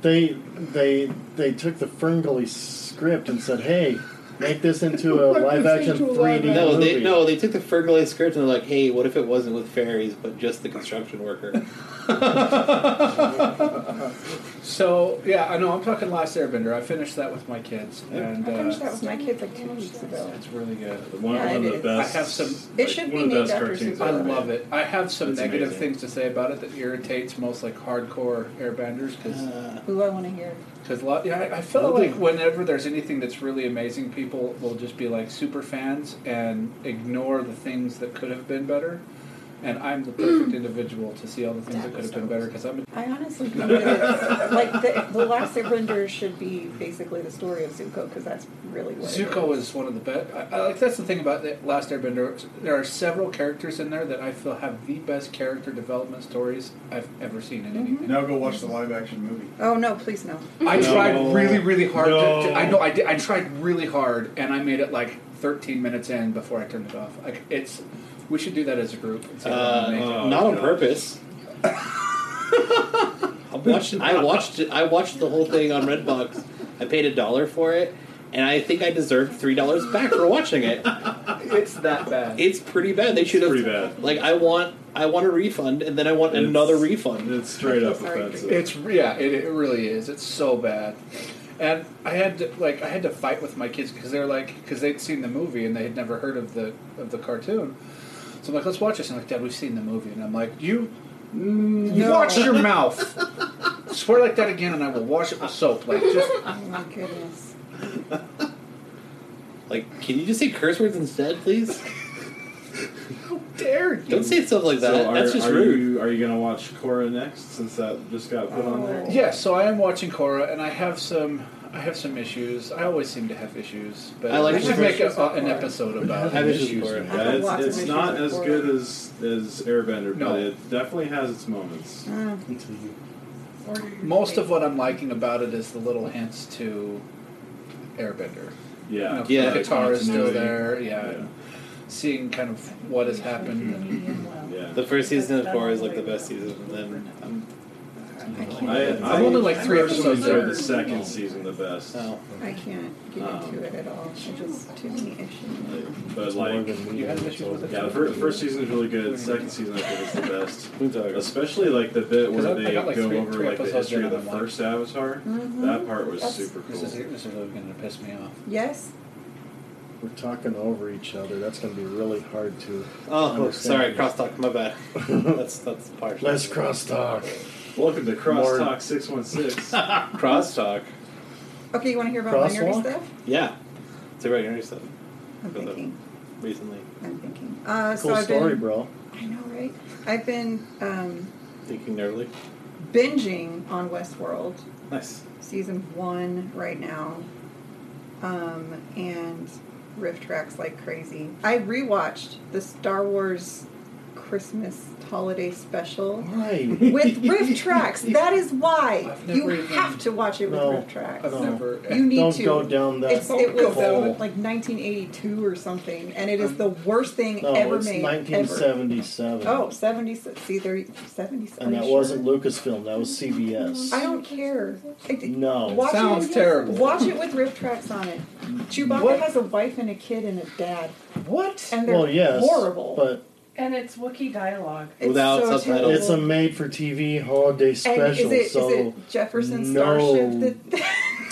Speaker 12: they they they took the Ferngully script and said, "Hey, make this into a
Speaker 5: Make this
Speaker 12: live action
Speaker 5: into a
Speaker 12: 3D
Speaker 5: live
Speaker 3: No,
Speaker 12: movie."
Speaker 3: they no, they took the Ferngully script and they're like, hey, what if it wasn't with fairies but just the construction worker?
Speaker 5: So yeah, I know. I'm talking Last Airbender. I finished that with my kids, and
Speaker 4: I finished that
Speaker 5: uh,
Speaker 4: with my kids like two weeks ago.
Speaker 5: it's really good.
Speaker 10: One,
Speaker 4: Yeah,
Speaker 10: one of
Speaker 4: it
Speaker 10: the
Speaker 4: is.
Speaker 10: best.
Speaker 5: I have some-
Speaker 4: It should
Speaker 10: one
Speaker 4: be
Speaker 10: of the
Speaker 4: named
Speaker 10: best
Speaker 4: after
Speaker 10: cartoons
Speaker 4: Susan.
Speaker 5: I
Speaker 10: ever made.
Speaker 5: love it. I have some
Speaker 10: It's
Speaker 5: negative
Speaker 10: amazing.
Speaker 5: things to say about it that irritates most like hardcore airbenders because
Speaker 3: Uh,
Speaker 4: Ooh, I want to hear.
Speaker 5: because lot yeah I, I feel
Speaker 12: Well,
Speaker 5: like
Speaker 12: they-
Speaker 5: whenever there's anything that's really amazing, people will just be like super fans and ignore the things that could have been better. And I'm the perfect individual to see all the things that could have been better because I'm a
Speaker 4: I honestly think that it's, like the, the Last Airbender should be basically the story of Zuko because that's really what it
Speaker 5: Zuko is one of the best. I, I like that's the thing about the Last Airbender. There are several characters in there that I feel have the best character development stories I've ever seen in anything.
Speaker 8: Now go watch the live action movie.
Speaker 4: Oh no, please no.
Speaker 5: I
Speaker 10: No.
Speaker 5: tried really, really hard. To, to- I
Speaker 10: No.
Speaker 5: know I did. I tried really hard, and I made it like 13 minutes in before I turned it off. Like it's, we should do that as a group. and see how
Speaker 3: Uh,
Speaker 5: we make it.
Speaker 10: Oh,
Speaker 3: not on
Speaker 10: gosh.
Speaker 3: purpose. I watched. I watched. it- I watched the whole thing on Redbox. I paid a dollar for it, and I think I deserved three dollars back for watching it.
Speaker 5: it's that bad.
Speaker 3: It's pretty bad. They should have.
Speaker 10: pretty bad.
Speaker 3: Like I want. I want a refund, and then I want
Speaker 10: It's-
Speaker 3: another refund.
Speaker 10: It's straight up
Speaker 4: Sorry.
Speaker 10: offensive.
Speaker 5: It's yeah, it, it really is. It's so bad. And I had to like I had to fight with my kids because they're like because they'd seen the movie and they had never heard of the of the cartoon. So I'm like, let's watch this. And I'm like, Dad, we've seen the movie. And I'm like, you, mm,
Speaker 4: No.
Speaker 5: watch your mouth. Swear like that again, and I will wash it with soap. Like just
Speaker 4: Oh my goodness.
Speaker 3: Like, can you just say curse words instead, please?
Speaker 5: dare you.
Speaker 3: Don't say stuff like that.
Speaker 10: So are,
Speaker 3: That's just
Speaker 10: are
Speaker 3: rude.
Speaker 10: You, are you gonna watch Korra next since that just got put
Speaker 4: Oh,
Speaker 10: on there?
Speaker 5: Yeah, so I am watching Korra, and I have some I have some issues. I always seem to have issues, but
Speaker 3: I like
Speaker 5: we should
Speaker 3: the
Speaker 5: make a,
Speaker 4: first-
Speaker 5: an episode about
Speaker 3: I have
Speaker 5: it.
Speaker 3: issues with Korra.
Speaker 4: I
Speaker 10: Yeah,
Speaker 4: have
Speaker 10: it's,
Speaker 4: lots of
Speaker 10: it's
Speaker 4: issues
Speaker 10: not
Speaker 4: with
Speaker 10: as
Speaker 4: Korra.
Speaker 10: good as as Airbender,
Speaker 5: No.
Speaker 10: but it definitely has its moments.
Speaker 4: Uh,
Speaker 5: Most of what I'm liking about it is the little hints to Airbender. You
Speaker 10: Yeah,
Speaker 5: know,
Speaker 3: Yeah.
Speaker 5: the guitar is still
Speaker 10: Continuity.
Speaker 5: there. Yeah,
Speaker 10: Yeah.
Speaker 5: seeing kind of what has happened.
Speaker 10: yeah.
Speaker 3: the first season of Horror is like the best season, and then I'm,
Speaker 4: I can't.
Speaker 10: I,
Speaker 4: I,
Speaker 10: I
Speaker 5: I'm only like three
Speaker 10: personally
Speaker 5: episodes
Speaker 10: enjoyed
Speaker 5: in.
Speaker 10: the second season the best,
Speaker 3: oh,
Speaker 4: can't get into it at all. I just too many issues.
Speaker 10: but like
Speaker 5: You had issues with it.
Speaker 10: yeah, the first, first season is really good. Second season I think is the best.
Speaker 3: Moonsaga.
Speaker 10: Especially like the bit
Speaker 5: 'Cause I-
Speaker 10: where
Speaker 5: I
Speaker 10: they
Speaker 5: got, like,
Speaker 10: go
Speaker 5: three-
Speaker 10: over
Speaker 5: three
Speaker 10: like the
Speaker 5: episodes
Speaker 10: history of
Speaker 5: in
Speaker 10: the
Speaker 5: on one.
Speaker 10: first Avatar.
Speaker 4: Mhm.
Speaker 10: That part was
Speaker 4: That's-
Speaker 10: super
Speaker 5: This
Speaker 10: cool.
Speaker 5: is this is really going to piss me off.
Speaker 4: Yes.
Speaker 12: We're talking over each other. That's going to be really hard to.
Speaker 3: Oh, sorry,
Speaker 12: understand.
Speaker 3: crosstalk. My bad. That's that's partial.
Speaker 12: Less crosstalk.
Speaker 10: Welcome to
Speaker 12: More-
Speaker 10: Crosstalk Six One Six.
Speaker 3: crosstalk.
Speaker 4: Okay, you want to hear about my nerdy
Speaker 12: Crosswalk?
Speaker 4: stuff?
Speaker 3: Yeah, it's a very interesting stuff
Speaker 4: I'm
Speaker 3: Go ahead.
Speaker 4: thinking.
Speaker 3: recently.
Speaker 4: I'm thinking. Uh,
Speaker 12: Cool
Speaker 4: so I've
Speaker 12: story,
Speaker 4: been,
Speaker 12: bro.
Speaker 4: I know, right? I've been um,
Speaker 3: Thinking nerdily.
Speaker 4: binging on Westworld
Speaker 3: Nice.
Speaker 4: season one right now, um, and Rift Tracks like crazy. I rewatched the Star Wars Christmas holiday special
Speaker 12: Why?
Speaker 4: with Rift Tracks. That is why
Speaker 5: I've never
Speaker 4: you
Speaker 5: even-
Speaker 4: have to watch it with
Speaker 12: No,
Speaker 4: Rift Tracks.
Speaker 5: I've
Speaker 12: No.
Speaker 5: never.
Speaker 4: You need
Speaker 12: Don't
Speaker 4: to.
Speaker 12: go down that.
Speaker 4: It's, it was uh,
Speaker 12: hole.
Speaker 4: like 1982 or something, and it is the worst thing
Speaker 12: no,
Speaker 4: ever
Speaker 12: it's
Speaker 4: made. ever.
Speaker 12: 1977.
Speaker 4: Oh, 76. See, there, 76.
Speaker 12: and
Speaker 4: Are
Speaker 12: that
Speaker 4: you sure?
Speaker 12: wasn't Lucasfilm. That was CBS.
Speaker 4: I don't care. I d-
Speaker 12: No.
Speaker 4: Watch
Speaker 5: Sounds
Speaker 4: it,
Speaker 5: terrible.
Speaker 4: Watch it with riff tracks on it. Chewbacca
Speaker 5: What?
Speaker 4: has a wife and a kid and a dad,
Speaker 5: What?
Speaker 4: and they're
Speaker 12: Well, yes,
Speaker 4: horrible.
Speaker 12: but
Speaker 11: And it's Wookiee dialogue.
Speaker 4: it's
Speaker 3: Without
Speaker 4: so
Speaker 3: subtitles.
Speaker 4: terrible.
Speaker 12: it's a made-for-TV holiday special.
Speaker 4: and is it, is
Speaker 12: so
Speaker 4: it Jefferson
Speaker 12: no.
Speaker 4: Starship? That,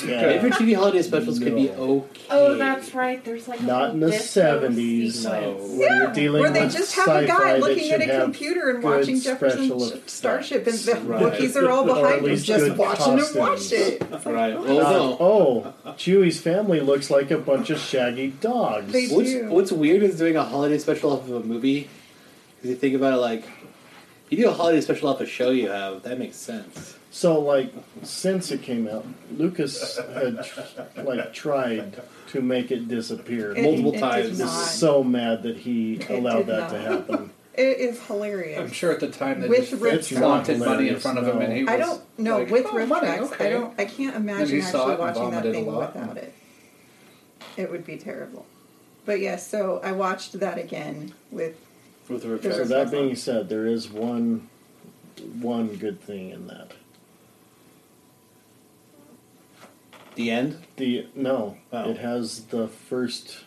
Speaker 12: yeah.
Speaker 3: If your TV holiday specials could be
Speaker 12: No.
Speaker 3: okay.
Speaker 11: Oh, that's right. There's like a
Speaker 12: Not
Speaker 11: whole
Speaker 12: in the
Speaker 11: disco
Speaker 12: 70s.
Speaker 11: sequence.
Speaker 3: No.
Speaker 12: when you're
Speaker 4: Yeah,
Speaker 12: dealing
Speaker 4: where they
Speaker 12: with
Speaker 4: just have a
Speaker 12: sci-fi
Speaker 4: guy
Speaker 12: that
Speaker 4: looking
Speaker 12: should
Speaker 4: at a
Speaker 12: have
Speaker 4: computer and
Speaker 12: good
Speaker 4: watching Jefferson
Speaker 12: special
Speaker 4: Sh-
Speaker 12: effects.
Speaker 4: Starship, and the
Speaker 3: Right.
Speaker 4: Wookiees are all
Speaker 12: Or at
Speaker 4: behind him,
Speaker 12: least
Speaker 4: just
Speaker 12: good
Speaker 4: watching him
Speaker 12: costumes.
Speaker 4: watch it. It's like,
Speaker 3: Right.
Speaker 4: what?
Speaker 3: Well,
Speaker 12: Not,
Speaker 3: no.
Speaker 12: Oh, Chewie's family looks like a bunch of shaggy dogs.
Speaker 4: They-
Speaker 3: What's
Speaker 4: do.
Speaker 3: What's weird is doing a holiday special off of a movie. Because you think about it, like, if you do a holiday special off a show you have, that makes sense.
Speaker 1: So, like, since it came out, Lucas had tr- like tried to make it disappear.
Speaker 4: It-
Speaker 3: Multiple
Speaker 4: it did
Speaker 3: times.
Speaker 1: He was
Speaker 4: not.
Speaker 1: so mad that he
Speaker 4: It
Speaker 1: allowed
Speaker 4: did
Speaker 1: that to
Speaker 4: not.
Speaker 1: happen.
Speaker 4: It is
Speaker 5: I'm
Speaker 4: hilarious.
Speaker 5: sure at the time they
Speaker 4: With
Speaker 5: just
Speaker 4: It's
Speaker 1: not
Speaker 5: flaunted money in
Speaker 1: hilarious,
Speaker 5: front of him, and
Speaker 1: no.
Speaker 5: he was
Speaker 4: I don't know
Speaker 5: like,
Speaker 4: with
Speaker 5: oh,
Speaker 4: riff
Speaker 5: money,
Speaker 4: tracks,
Speaker 5: okay.
Speaker 4: I don't. I can't imagine
Speaker 5: he saw
Speaker 4: actually
Speaker 5: it and
Speaker 4: watching that
Speaker 5: vomited a
Speaker 4: thing
Speaker 5: lot.
Speaker 4: without it. It would be terrible. But yes, so I watched that again with
Speaker 3: With the
Speaker 1: So
Speaker 4: Sure.
Speaker 1: that being said, there is one one good thing in that.
Speaker 3: the end.
Speaker 1: The no,
Speaker 3: Oh.
Speaker 1: it has the first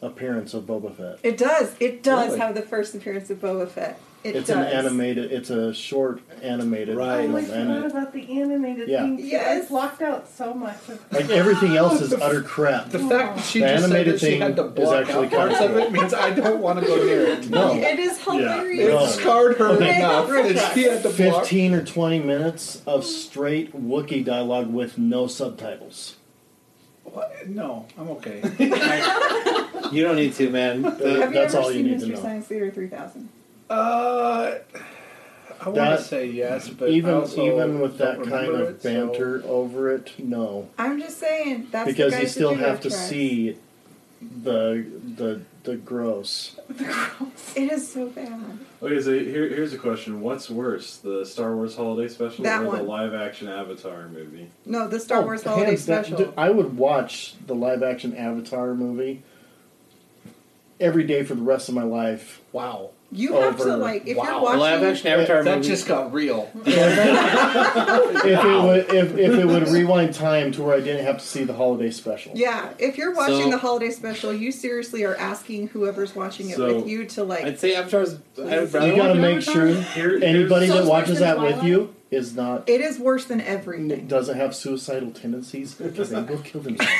Speaker 1: appearance of Boba Fett.
Speaker 4: It does. It does
Speaker 5: Really?
Speaker 4: have the first appearance of Boba Fett. It
Speaker 1: it's
Speaker 4: does.
Speaker 1: an animated. It's a short animated
Speaker 3: Right.
Speaker 5: Oh
Speaker 1: film,
Speaker 11: I
Speaker 1: and
Speaker 11: forgot
Speaker 1: it,
Speaker 11: about the animated
Speaker 1: Yeah.
Speaker 11: thing. too.
Speaker 4: Yes.
Speaker 11: I blocked out so much of
Speaker 1: like everything else is utter crap.
Speaker 5: The fact that she
Speaker 1: The
Speaker 5: just said
Speaker 1: animated
Speaker 5: that she
Speaker 1: thing
Speaker 5: had to
Speaker 1: is
Speaker 5: block
Speaker 1: actually
Speaker 5: out parts
Speaker 1: kinda
Speaker 5: of it means I don't want to go near it.
Speaker 1: No.
Speaker 4: It is hilarious.
Speaker 5: It
Speaker 1: No.
Speaker 5: scarred her
Speaker 1: Okay.
Speaker 5: enough that she had to block.
Speaker 1: 15 or 20 minutes of straight Wookiee dialogue with no subtitles.
Speaker 5: What? No, I'm okay.
Speaker 3: You don't need to, man. The-
Speaker 4: Have
Speaker 1: That's
Speaker 4: you ever
Speaker 1: all you
Speaker 4: seen
Speaker 1: need
Speaker 4: Mystery
Speaker 1: to know.
Speaker 4: Science Theater 3000?
Speaker 5: Uh, I want
Speaker 1: That-
Speaker 5: to say yes, but I
Speaker 1: Even
Speaker 5: also
Speaker 1: even with
Speaker 5: don't
Speaker 1: that kind
Speaker 5: remember
Speaker 1: of
Speaker 5: it, so-
Speaker 1: banter over it, no.
Speaker 4: I'm just saying that's
Speaker 1: because
Speaker 4: the
Speaker 1: you
Speaker 4: guys
Speaker 1: still
Speaker 4: that
Speaker 1: have to
Speaker 4: tried.
Speaker 1: see the the the gross.
Speaker 11: the girls.
Speaker 4: It is so bad.
Speaker 10: Okay, so here, here's a question: What's worse, the Star Wars Holiday Special
Speaker 4: That
Speaker 10: or the
Speaker 4: one.
Speaker 10: live-action Avatar movie?
Speaker 4: No, the Star Wars Holiday
Speaker 1: Oh, Hands down,
Speaker 4: Special.
Speaker 1: dude, I would watch the live action Avatar movie every day for the rest of my life.
Speaker 5: Wow.
Speaker 4: you have to
Speaker 1: over-
Speaker 4: like if
Speaker 5: wow.
Speaker 4: you're
Speaker 3: the
Speaker 4: watching.
Speaker 3: live action Avatar
Speaker 5: That
Speaker 3: movie.
Speaker 5: just got real.
Speaker 1: If it would if, if it would rewind time to where I didn't have to see the holiday special.
Speaker 4: Yeah, if you're watching
Speaker 3: So-
Speaker 4: the holiday special, you seriously are asking whoever's watching it
Speaker 10: So,
Speaker 4: with you to like.
Speaker 3: I'd say Avatar's. I would rather
Speaker 1: You gotta
Speaker 3: watch
Speaker 1: make sure
Speaker 10: Here,
Speaker 1: anybody
Speaker 10: here's-
Speaker 1: that
Speaker 2: So
Speaker 1: watches
Speaker 2: Switch
Speaker 1: that
Speaker 2: and
Speaker 1: with
Speaker 2: Twilight?
Speaker 1: you is not
Speaker 4: it is worse than everything.
Speaker 1: doesn't have suicidal tendencies because they will kill themselves.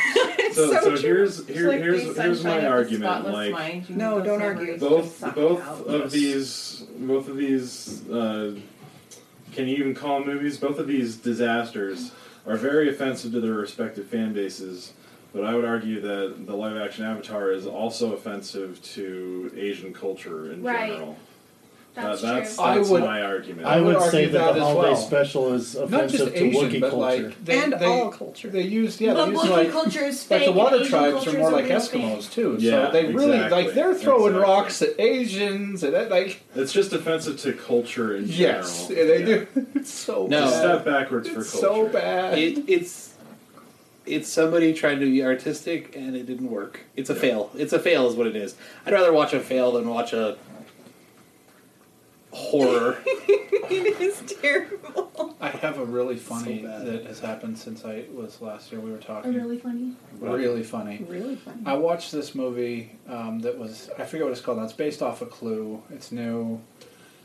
Speaker 10: so,
Speaker 4: so
Speaker 10: so
Speaker 4: true.
Speaker 10: here's
Speaker 11: It's
Speaker 10: here,
Speaker 11: like
Speaker 10: here's
Speaker 11: the
Speaker 10: here's
Speaker 11: sunshine of
Speaker 10: my
Speaker 11: the
Speaker 10: argument.
Speaker 11: spotless
Speaker 10: Like
Speaker 11: mind. You
Speaker 4: No,
Speaker 11: need those
Speaker 4: don't
Speaker 11: memories
Speaker 4: argue.
Speaker 11: to
Speaker 10: both
Speaker 11: suck out.
Speaker 10: both of
Speaker 1: Yes.
Speaker 10: these both of these uh, can you even call 'em movies both of these disasters are very offensive to their respective fan bases but i would argue that the live action avatar is also offensive to asian culture in
Speaker 2: Right.
Speaker 10: general
Speaker 2: That's,
Speaker 10: Uh, that's,
Speaker 5: true. I
Speaker 10: that's
Speaker 5: would-
Speaker 10: my argument
Speaker 1: I would
Speaker 5: would
Speaker 1: say that
Speaker 5: argue that
Speaker 1: the
Speaker 5: as
Speaker 1: holiday
Speaker 5: well.
Speaker 1: special is
Speaker 5: Not just
Speaker 1: offensive to
Speaker 5: Asian,
Speaker 1: Wookiee
Speaker 5: but
Speaker 1: culture.
Speaker 5: like they,
Speaker 4: and
Speaker 5: they,
Speaker 4: all culture.
Speaker 5: they use yeah
Speaker 2: but
Speaker 5: they use
Speaker 2: Wookiee
Speaker 5: like
Speaker 2: culture is fake.
Speaker 5: like the water
Speaker 2: and Asian
Speaker 5: tribes
Speaker 2: culture
Speaker 5: are
Speaker 2: is
Speaker 5: more
Speaker 2: a
Speaker 5: like
Speaker 2: real
Speaker 5: Eskimos
Speaker 2: Thing.
Speaker 5: too.
Speaker 10: Yeah,
Speaker 5: so they really
Speaker 10: exactly,
Speaker 5: like they're throwing
Speaker 10: exactly.
Speaker 5: rocks at Asians and that like
Speaker 10: it's just offensive to culture in
Speaker 5: yes
Speaker 10: general
Speaker 5: they
Speaker 10: Yeah.
Speaker 5: do. It's so
Speaker 3: No.
Speaker 10: It's a
Speaker 5: bad.
Speaker 10: step backwards for
Speaker 5: It's so
Speaker 10: culture
Speaker 5: bad.
Speaker 3: It, it's it's somebody trying to be artistic and it didn't work. It's a fail. It's a fail is what it is. I'd rather watch a fail than watch a horror.
Speaker 4: it is terrible.
Speaker 5: I have a really funny
Speaker 3: So bad.
Speaker 5: that has happened since I was last year. We were
Speaker 2: Are
Speaker 5: talking
Speaker 2: really funny.
Speaker 5: really funny.
Speaker 4: Really funny.
Speaker 5: I watched this movie um, that was I forget what it's called. Now. It's based off a Clue. It's new.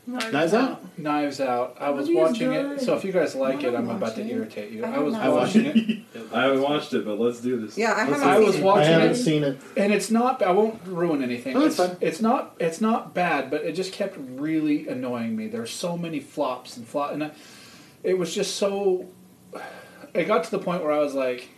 Speaker 3: Knives Out.
Speaker 5: Knives Out. I was
Speaker 2: Movie is
Speaker 5: watching it.
Speaker 2: good.
Speaker 5: So if you guys like
Speaker 4: I
Speaker 5: it, I'm
Speaker 4: watch
Speaker 5: about
Speaker 4: it.
Speaker 5: to irritate you.
Speaker 4: I
Speaker 5: I,
Speaker 4: don't
Speaker 5: was
Speaker 4: know.
Speaker 5: watching it,
Speaker 10: i haven't watched it but let's do this
Speaker 4: yeah, I haven't.
Speaker 5: I
Speaker 4: seen
Speaker 5: was
Speaker 4: it.
Speaker 1: I
Speaker 5: watching
Speaker 1: haven't
Speaker 5: it.
Speaker 1: seen it.
Speaker 5: and it's not. I won't ruin anything.
Speaker 3: No,
Speaker 5: it's,
Speaker 3: that's fine.
Speaker 5: it's not. It's not bad, but it just kept really annoying me. There's so many flops and flop, and I, it was just so. It got to the point where I was like,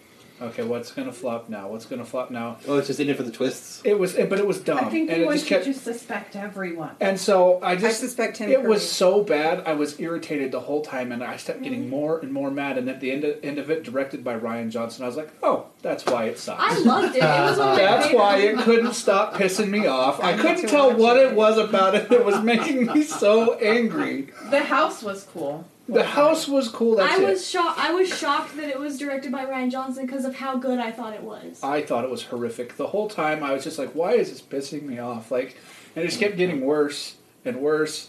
Speaker 5: "Okay, what's gonna flop now? What's gonna flop now?"
Speaker 3: Oh, it's just in it for the twists.
Speaker 5: It was, but it was dumb,
Speaker 11: I think
Speaker 5: Um, and
Speaker 11: they
Speaker 5: it
Speaker 11: want
Speaker 5: just
Speaker 11: you
Speaker 5: kept.
Speaker 11: to suspect everyone.
Speaker 5: And so I
Speaker 4: I
Speaker 5: just
Speaker 4: suspect him.
Speaker 5: it was
Speaker 4: Curry. Mm.
Speaker 5: so bad. I was irritated the whole time, and I kept getting more and more mad. And at the end of, end of it, directed by Ryan Johnson, I was like, "Oh, that's why it
Speaker 2: I
Speaker 5: sucks.
Speaker 2: loved it. It was one of my
Speaker 5: Uh, That's
Speaker 2: favorite-
Speaker 5: why it couldn't stop pissing me off. I
Speaker 4: I need
Speaker 5: couldn't
Speaker 4: to
Speaker 5: tell
Speaker 4: watch
Speaker 5: what
Speaker 4: it.
Speaker 5: it was about it that was making me so angry.
Speaker 11: The house was cool.
Speaker 5: The house was cool. That's
Speaker 2: I
Speaker 5: it.
Speaker 2: was shocked. I was shocked that it was directed by Ryan Johnson because of how good I thought it was.
Speaker 5: I thought it was horrific the whole time. I was just like, "Why is this pissing me off?" Like, and it just kept getting worse and worse.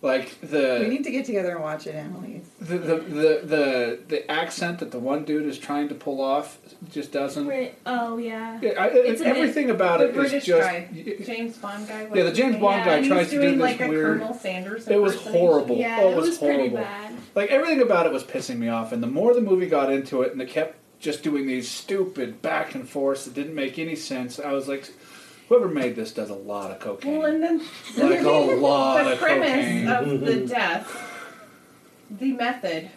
Speaker 5: Like the
Speaker 4: We need to get together and watch it, Annalise.
Speaker 5: the, the, the, the, the accent that the one dude is trying to pull off just doesn't. Yeah,
Speaker 2: Brit- Oh yeah.
Speaker 5: I, I-
Speaker 11: It's a bit-
Speaker 5: everything about
Speaker 11: the
Speaker 5: it is
Speaker 11: British
Speaker 5: just.
Speaker 11: guy, James Bond guy.
Speaker 5: Yeah, the James Bond
Speaker 11: yeah,
Speaker 5: guy
Speaker 11: he's
Speaker 5: tries to do
Speaker 11: doing
Speaker 5: this
Speaker 11: like a
Speaker 5: weird-
Speaker 11: Colonel Sanders.
Speaker 5: It was
Speaker 11: impersonation.
Speaker 5: horrible.
Speaker 2: Yeah,
Speaker 5: oh,
Speaker 2: it was pretty
Speaker 5: horrible.
Speaker 2: bad.
Speaker 5: Like everything about it was pissing me off, and the more the movie got into it, and they kept just doing these stupid back and forths that didn't make any sense. I was like, whoever made this does a lot of cocaine.
Speaker 11: Well, and then
Speaker 5: like a lot
Speaker 11: the
Speaker 5: of
Speaker 11: premise
Speaker 5: cocaine.
Speaker 11: of the death, the method,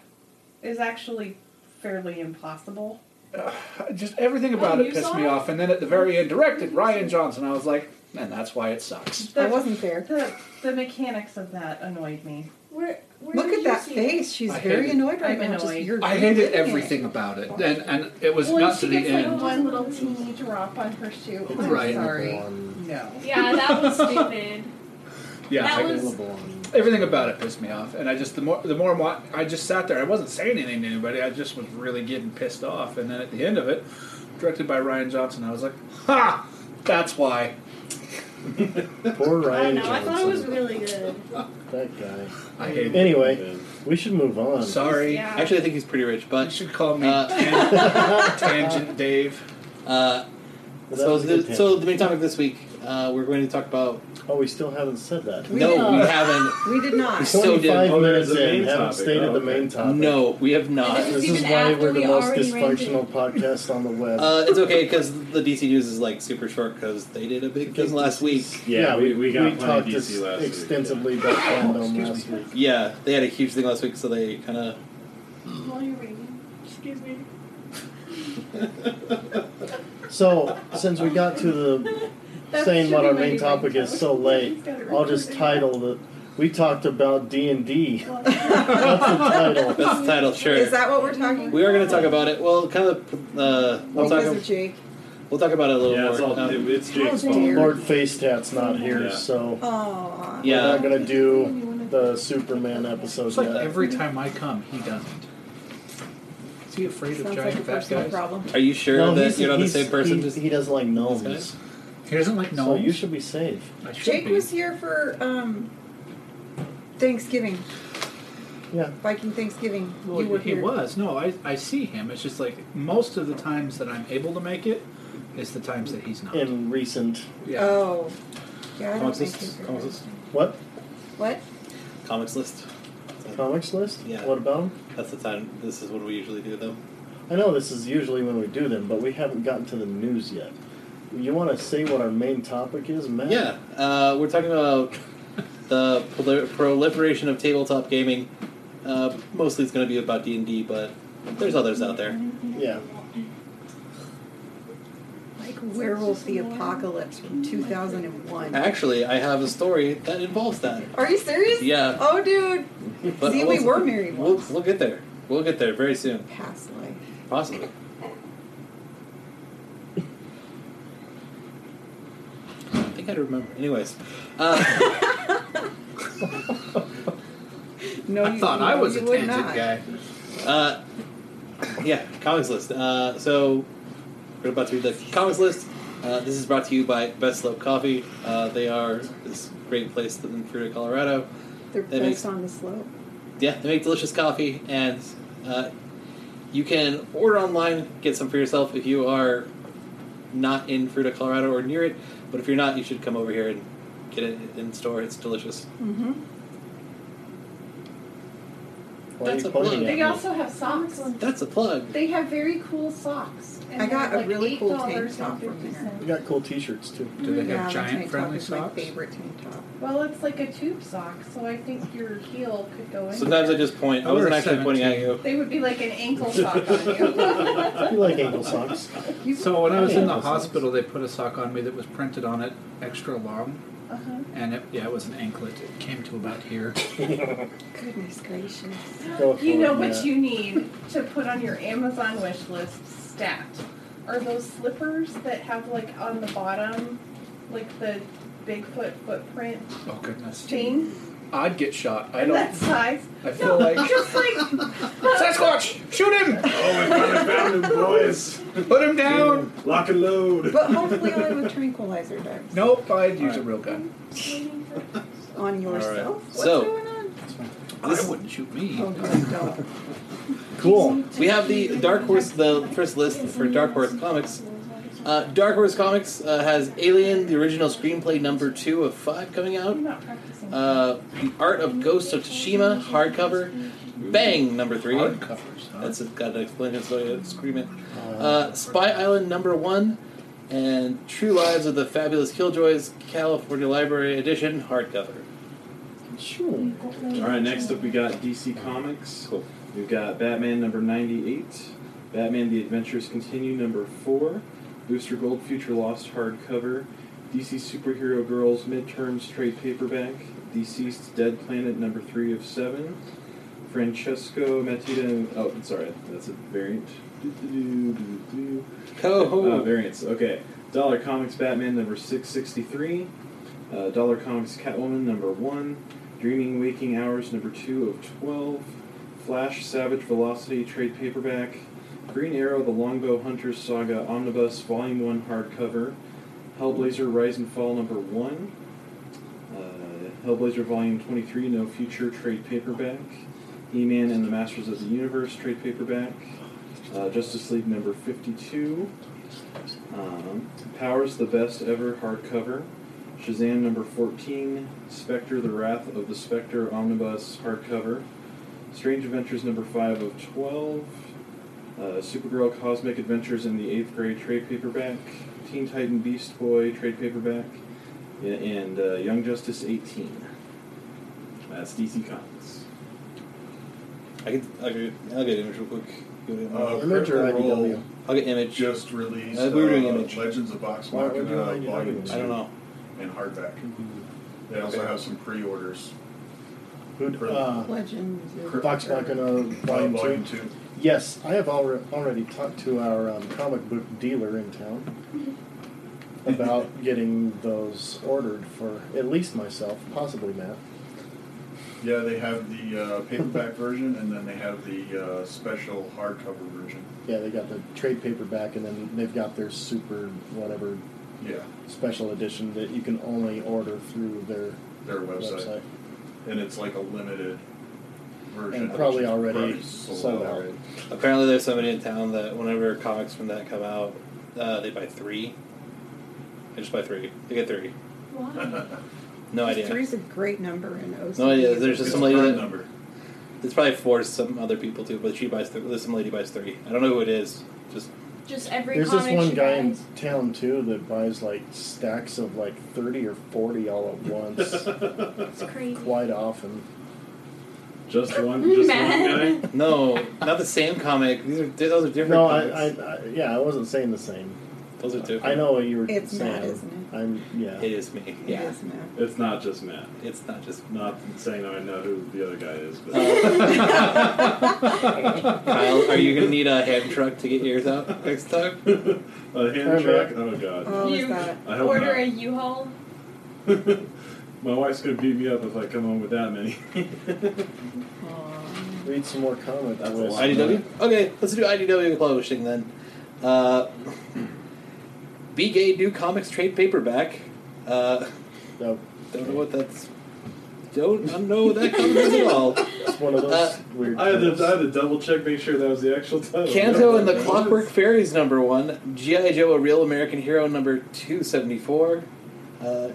Speaker 11: is actually fairly impossible.
Speaker 5: Uh, just everything about
Speaker 2: Oh,
Speaker 5: it
Speaker 2: you
Speaker 5: pissed
Speaker 2: saw
Speaker 5: me
Speaker 2: it?
Speaker 5: off, and then at the very end, directed Ryan Johnson. I was like, and that's why it sucks.
Speaker 4: I
Speaker 11: The,
Speaker 4: wasn't there.
Speaker 11: the, the mechanics of that annoyed me.
Speaker 2: Where Where
Speaker 4: Look
Speaker 2: did
Speaker 4: at
Speaker 2: you
Speaker 4: that
Speaker 2: see
Speaker 4: face. She's
Speaker 5: I
Speaker 4: very
Speaker 5: hated-
Speaker 4: annoyed right
Speaker 11: I'm
Speaker 4: now. Just,
Speaker 11: annoyed.
Speaker 4: you're
Speaker 5: I
Speaker 4: really
Speaker 5: hated
Speaker 4: getting it.
Speaker 5: everything about it, and and it was
Speaker 11: Well,
Speaker 5: not
Speaker 11: she
Speaker 5: to the
Speaker 11: gets like
Speaker 5: end.
Speaker 11: one little teeny drop on her shoe. I'm
Speaker 5: Right.
Speaker 11: sorry.
Speaker 5: No.
Speaker 2: It? Yeah, that was stupid.
Speaker 5: Yeah.
Speaker 2: That
Speaker 5: I-
Speaker 2: was-
Speaker 5: Everything about it pissed me off, and I just the more the more I'm wa- I just sat there. I wasn't saying anything to anybody. I just was really getting pissed off. And then at the end of it, directed by Ryan Johnson, I was like, "Ha! That's why."
Speaker 12: Poor
Speaker 2: I don't
Speaker 12: Ryan
Speaker 2: know. I thought it was
Speaker 12: Johnson.
Speaker 2: really good.
Speaker 12: That guy.
Speaker 5: I hate it.
Speaker 12: Anyway, we should move on.
Speaker 5: Sorry.
Speaker 2: Yeah.
Speaker 3: Actually, I think he's pretty rich,
Speaker 5: You
Speaker 3: but
Speaker 5: should call me
Speaker 3: Uh,
Speaker 5: Tan- Tangent Dave.
Speaker 3: uh,
Speaker 12: Well, that
Speaker 3: so
Speaker 12: was a good
Speaker 3: the, so the main topic this week uh, we're going to talk about.
Speaker 12: Oh, we still haven't said that.
Speaker 4: We
Speaker 3: no,
Speaker 4: did
Speaker 3: we
Speaker 4: not.
Speaker 3: haven't.
Speaker 4: We did not.
Speaker 3: So did-
Speaker 12: 25
Speaker 10: Oh, there's
Speaker 12: minutes
Speaker 10: the
Speaker 12: in,
Speaker 10: main
Speaker 12: haven't
Speaker 10: topic.
Speaker 12: stated
Speaker 10: Oh,
Speaker 12: the
Speaker 10: okay.
Speaker 12: main topic.
Speaker 3: No, we have not.
Speaker 2: This
Speaker 12: This is
Speaker 2: Even
Speaker 12: why
Speaker 2: after
Speaker 12: we're the
Speaker 2: we
Speaker 12: most
Speaker 2: already
Speaker 12: dysfunctional podcast on the web.
Speaker 3: Uh, it's okay because the DC news is like super short because they did a big thing last week.
Speaker 10: Yeah, we, we got
Speaker 12: we
Speaker 10: plenty of
Speaker 12: talked
Speaker 10: DC
Speaker 12: ex-
Speaker 10: last week, Oh,
Speaker 12: extensively about fandom last week.
Speaker 3: Yeah, they had a huge thing last week, so they kind of
Speaker 2: While you're waiting. Excuse me.
Speaker 12: So, since we got to the saying what our main topic is so late, I'll just title it. We talked about D and D. That's the title.
Speaker 3: that's the title. Sure,
Speaker 4: Is that what we're talking
Speaker 3: we are going to talk about it. Well, kind of. Uh, we'll
Speaker 4: Because
Speaker 3: talk.
Speaker 4: of Jake.
Speaker 3: We'll talk about it a little
Speaker 10: Yeah,
Speaker 3: more.
Speaker 10: it's, all,
Speaker 3: Um,
Speaker 10: it- it's Jake's
Speaker 4: How
Speaker 10: fault.
Speaker 4: dare-
Speaker 12: Lord Facetat's not here,
Speaker 10: Yeah.
Speaker 12: so
Speaker 4: Aw.
Speaker 12: we're
Speaker 3: yeah,
Speaker 12: not gonna do the Superman episode
Speaker 5: It's like
Speaker 12: yet.
Speaker 5: every time I come, he doesn't. Is he afraid of
Speaker 4: Sounds like a
Speaker 5: giant fat
Speaker 4: personal
Speaker 5: guys?
Speaker 4: problem.
Speaker 3: Are you sure
Speaker 12: no,
Speaker 3: that
Speaker 12: he's-
Speaker 3: you're not the
Speaker 12: he's-
Speaker 3: same person?
Speaker 12: He,
Speaker 3: Just
Speaker 12: he doesn't like
Speaker 3: This
Speaker 12: gnomes,
Speaker 5: He doesn't like
Speaker 12: so
Speaker 5: no.
Speaker 12: you should be safe.
Speaker 5: I should
Speaker 4: Jake
Speaker 5: be.
Speaker 4: was here for um, Thanksgiving,
Speaker 12: Yeah,
Speaker 4: Viking Thanksgiving.
Speaker 5: Well,
Speaker 4: you were
Speaker 5: he
Speaker 4: here.
Speaker 5: was. No, I, I see him. It's just like most of the times that I'm able to make it is the times that he's not.
Speaker 12: in recent
Speaker 5: yeah.
Speaker 4: Oh. Yeah, I don't
Speaker 3: comics
Speaker 4: think
Speaker 3: list.
Speaker 4: you
Speaker 3: Comics list.
Speaker 12: what
Speaker 4: What?
Speaker 3: Comics list.
Speaker 12: comics list?
Speaker 3: Yeah.
Speaker 12: What about 'em?
Speaker 3: That's the time. This is what we usually do, though.
Speaker 12: I know this is usually when we do them, but we haven't gotten to the news yet. You want to say what our main topic is, Matt?
Speaker 3: Yeah, uh, we're talking about the proli- proliferation of tabletop gaming. Uh, mostly, it's going to be about D and D, but there's others out there.
Speaker 12: Yeah.
Speaker 4: Like Werewolf the Apocalypse from 2001.
Speaker 3: Actually, I have a story that involves that.
Speaker 4: Are you serious?
Speaker 3: Yeah,
Speaker 4: Oh, dude.
Speaker 3: but
Speaker 4: See, we
Speaker 3: we'll-
Speaker 4: were married
Speaker 3: We'll,
Speaker 4: once.
Speaker 3: we'll get there. We'll get there very soon,
Speaker 4: Past life.
Speaker 3: possibly. I think I remember. Anyways, uh,
Speaker 4: No,
Speaker 5: I
Speaker 4: you,
Speaker 5: thought I
Speaker 4: no,
Speaker 5: was a
Speaker 4: you would
Speaker 5: tangent
Speaker 4: not.
Speaker 5: guy.
Speaker 3: uh, yeah, comics list. Uh, so we're about to read the comics list. Uh, this is brought to you by Best Slope Coffee. Uh, they are this great place in Fruta, Colorado.
Speaker 4: They're
Speaker 3: That
Speaker 4: best
Speaker 3: makes-
Speaker 4: on the slope.
Speaker 3: Yeah, they make delicious coffee, and uh, you can order online, get some for yourself if you are not in Fruta, Colorado, or near it. But if you're not, you should come over here and get it in store. It's delicious.
Speaker 4: Mm-hmm.
Speaker 12: Why
Speaker 3: That's
Speaker 12: are
Speaker 3: a
Speaker 12: you pointing
Speaker 3: plug.
Speaker 12: at
Speaker 11: They
Speaker 12: me?
Speaker 11: also have socks.
Speaker 3: That's a plug.
Speaker 11: They have very cool socks. And
Speaker 4: I got
Speaker 11: they're
Speaker 4: a
Speaker 11: like
Speaker 4: really cool tank
Speaker 11: $8.50.
Speaker 4: top from there.
Speaker 12: We got cool T-shirts too.
Speaker 5: Do they
Speaker 4: yeah,
Speaker 5: have
Speaker 4: the
Speaker 5: giant
Speaker 4: tank top
Speaker 5: friendly
Speaker 4: is my
Speaker 5: socks?
Speaker 4: favorite tank top.
Speaker 11: Well, it's like a tube sock, so I think your heel could go in.
Speaker 3: Sometimes I just point. I
Speaker 5: We're
Speaker 3: wasn't actually
Speaker 5: 17.
Speaker 3: pointing at you.
Speaker 11: They would be like an ankle sock on you.
Speaker 12: You like ankle socks?
Speaker 5: So when I was in
Speaker 12: Yeah.
Speaker 5: the hospital, they put a sock on me that was printed on it extra long,
Speaker 11: uh-huh.
Speaker 5: and it, yeah, it was an anklet. It came to about here.
Speaker 4: Goodness gracious.
Speaker 12: Go for
Speaker 11: You know
Speaker 12: it,
Speaker 11: what
Speaker 12: Matt.
Speaker 11: you need to put on your Amazon wish list stacked are those slippers that have like on the bottom, like the Bigfoot footprint
Speaker 5: Oh goodness!
Speaker 11: thing
Speaker 5: I'd get shot. I
Speaker 11: that
Speaker 5: don't.
Speaker 11: size.
Speaker 5: I feel like
Speaker 11: Just like
Speaker 5: Sasquatch. Shoot him!
Speaker 10: Oh, we finally found him, boys.
Speaker 5: Put him down.
Speaker 10: Lock and load.
Speaker 4: But hopefully only with tranquilizer darts.
Speaker 5: Nope, I'd use a real gun.
Speaker 4: On yourself? What's
Speaker 3: So-
Speaker 4: going on?
Speaker 5: I wouldn't shoot me.
Speaker 4: Oh, God, don't.
Speaker 12: Cool.
Speaker 3: We have the Dark Horse, the first list for Dark Horse Comics. Uh, Dark Horse Comics uh, has Alien, the original screenplay number two of five coming out.
Speaker 11: I'm not practicing.
Speaker 3: Uh, the Art of Ghost of Tsushima, hardcover. Bang, number three.
Speaker 5: Hardcovers, huh?
Speaker 3: That's got an explanation, so you scream it. Uh, Spy Island, number one. And True Lives of the Fabulous Killjoys, California Library Edition, hardcover.
Speaker 12: Sure.
Speaker 10: All right, next up we got DC Comics.
Speaker 3: Cool.
Speaker 10: We've got Batman number 98, Batman the Adventures Continue number 4, Booster Gold Future Lost hardcover, DC Superhero Girls Midterm Straight Paperback, Deceased Dead Planet number 3 of 7, Francesco Matita. Oh, sorry, that's a variant. Do-do-do-do-do. Uh,
Speaker 3: Oh,
Speaker 10: variants, okay. Dollar Comics Batman number 663, uh, Dollar Comics Catwoman number 1, Dreaming Waking Hours number 2 of 12, Flash Savage Velocity trade paperback, Green Arrow The Longbow Hunters Saga Omnibus Volume 1 hardcover, Hellblazer Rise and Fall number 1, uh, Hellblazer Volume 23 No Future trade paperback, He Man and the Masters of the Universe trade paperback, uh, Justice League number 52. Um, Powers the Best Ever hardcover. Shazam number 14. Spectre the Wrath of the Spectre omnibus hardcover. Strange Adventures number 5 of 12. Uh, Supergirl Cosmic Adventures in the 8th Grade trade paperback. Teen Titan Beast Boy trade paperback. Yeah, and uh, Young Justice 18. That's DC Comics.
Speaker 3: I can, I'll, get, I'll get image real quick. Give it an
Speaker 8: Uh,
Speaker 3: image.
Speaker 12: Image or
Speaker 8: Critical
Speaker 12: IDW?
Speaker 8: Role
Speaker 3: I'll get image.
Speaker 8: Just released
Speaker 3: Uh, we were doing
Speaker 8: uh,
Speaker 3: Image.
Speaker 8: Legends of Vox
Speaker 12: Why would you
Speaker 8: Machina
Speaker 12: IDW?
Speaker 8: Volume
Speaker 3: I don't
Speaker 8: 2
Speaker 3: know.
Speaker 8: in hardback. They also
Speaker 3: Okay.
Speaker 8: have some pre-orders.
Speaker 12: Who'd, uh,
Speaker 4: Legends.
Speaker 8: Cr-
Speaker 12: Vox Machina
Speaker 8: Uh,
Speaker 12: Volume
Speaker 8: volume
Speaker 12: 2?
Speaker 8: two.
Speaker 12: Yes, I have alre- already talked to our um, comic book dealer in town about getting those ordered for at least myself, possibly Matt.
Speaker 8: Yeah, they have the uh, paperback version, and then they have the uh, special hardcover version.
Speaker 12: Yeah, they got the trade paperback, and then they've got their super whatever
Speaker 8: Yeah,
Speaker 12: special edition that you can only order through their
Speaker 8: their website,
Speaker 12: website.
Speaker 8: and it's like a limited version.
Speaker 12: And probably
Speaker 8: which is
Speaker 12: already
Speaker 8: probably
Speaker 12: sold out.
Speaker 8: already.
Speaker 3: Apparently, there's somebody in town that whenever comics from that come out, uh, they buy three. They just buy three. They get three.
Speaker 2: Why?
Speaker 3: No idea.
Speaker 4: Three's a great number in OC.
Speaker 3: No idea. There's just
Speaker 8: It's
Speaker 3: some
Speaker 8: a
Speaker 3: lady
Speaker 8: prime
Speaker 3: that.
Speaker 8: number.
Speaker 3: It's probably four to some other people too, but she buys. Th- there's some lady buys three. I don't know who it is. Just
Speaker 2: Just every
Speaker 12: There's this
Speaker 2: comic
Speaker 12: one
Speaker 2: she
Speaker 12: guy in
Speaker 2: buys.
Speaker 12: town too that buys like stacks of like thirty or forty all at once,
Speaker 2: It's crazy.
Speaker 12: quite often.
Speaker 10: Just one, just one
Speaker 2: Mad.
Speaker 10: guy?
Speaker 3: no, not the same comic. These are those are different.
Speaker 12: No,
Speaker 3: comics.
Speaker 12: I, I, I, yeah, I wasn't saying the same.
Speaker 3: those are different.
Speaker 12: I know what you were
Speaker 4: It's
Speaker 12: saying.
Speaker 4: Matt, isn't it?
Speaker 12: I'm yeah.
Speaker 3: It is me.
Speaker 4: It
Speaker 3: Yeah,
Speaker 4: is now.
Speaker 10: It's not just Matt.
Speaker 3: it's not just
Speaker 10: Not saying that I know who the other guy is, but.
Speaker 3: Kyle. Are you gonna need a hand truck to get yours out next time?
Speaker 10: a hand
Speaker 12: Hey,
Speaker 10: truck?
Speaker 12: Matt.
Speaker 10: Oh god.
Speaker 4: Oh,
Speaker 2: You-
Speaker 4: is that?
Speaker 10: I hope
Speaker 2: Order
Speaker 10: not.
Speaker 2: a U-Haul.
Speaker 10: My wife's gonna beat me up if I come home with that many.
Speaker 4: Aw.
Speaker 12: Read some more comics.
Speaker 10: That's a
Speaker 12: Wes.
Speaker 10: lot.
Speaker 3: IDW? Okay, let's do IDW publishing then. Uh, Be Gay Do Comics Trade Paperback. Uh,
Speaker 12: No,
Speaker 3: don't know what that's. Don't, I don't know what that comes is at all.
Speaker 12: it's one of those
Speaker 3: Uh,
Speaker 12: weird.
Speaker 10: I had, to,
Speaker 12: things.
Speaker 10: I had to double check, make sure that was the actual title.
Speaker 3: Kanto and the Clockwork Fairies, number one. G.I. Joe, a Real American Hero, number 274. Uh,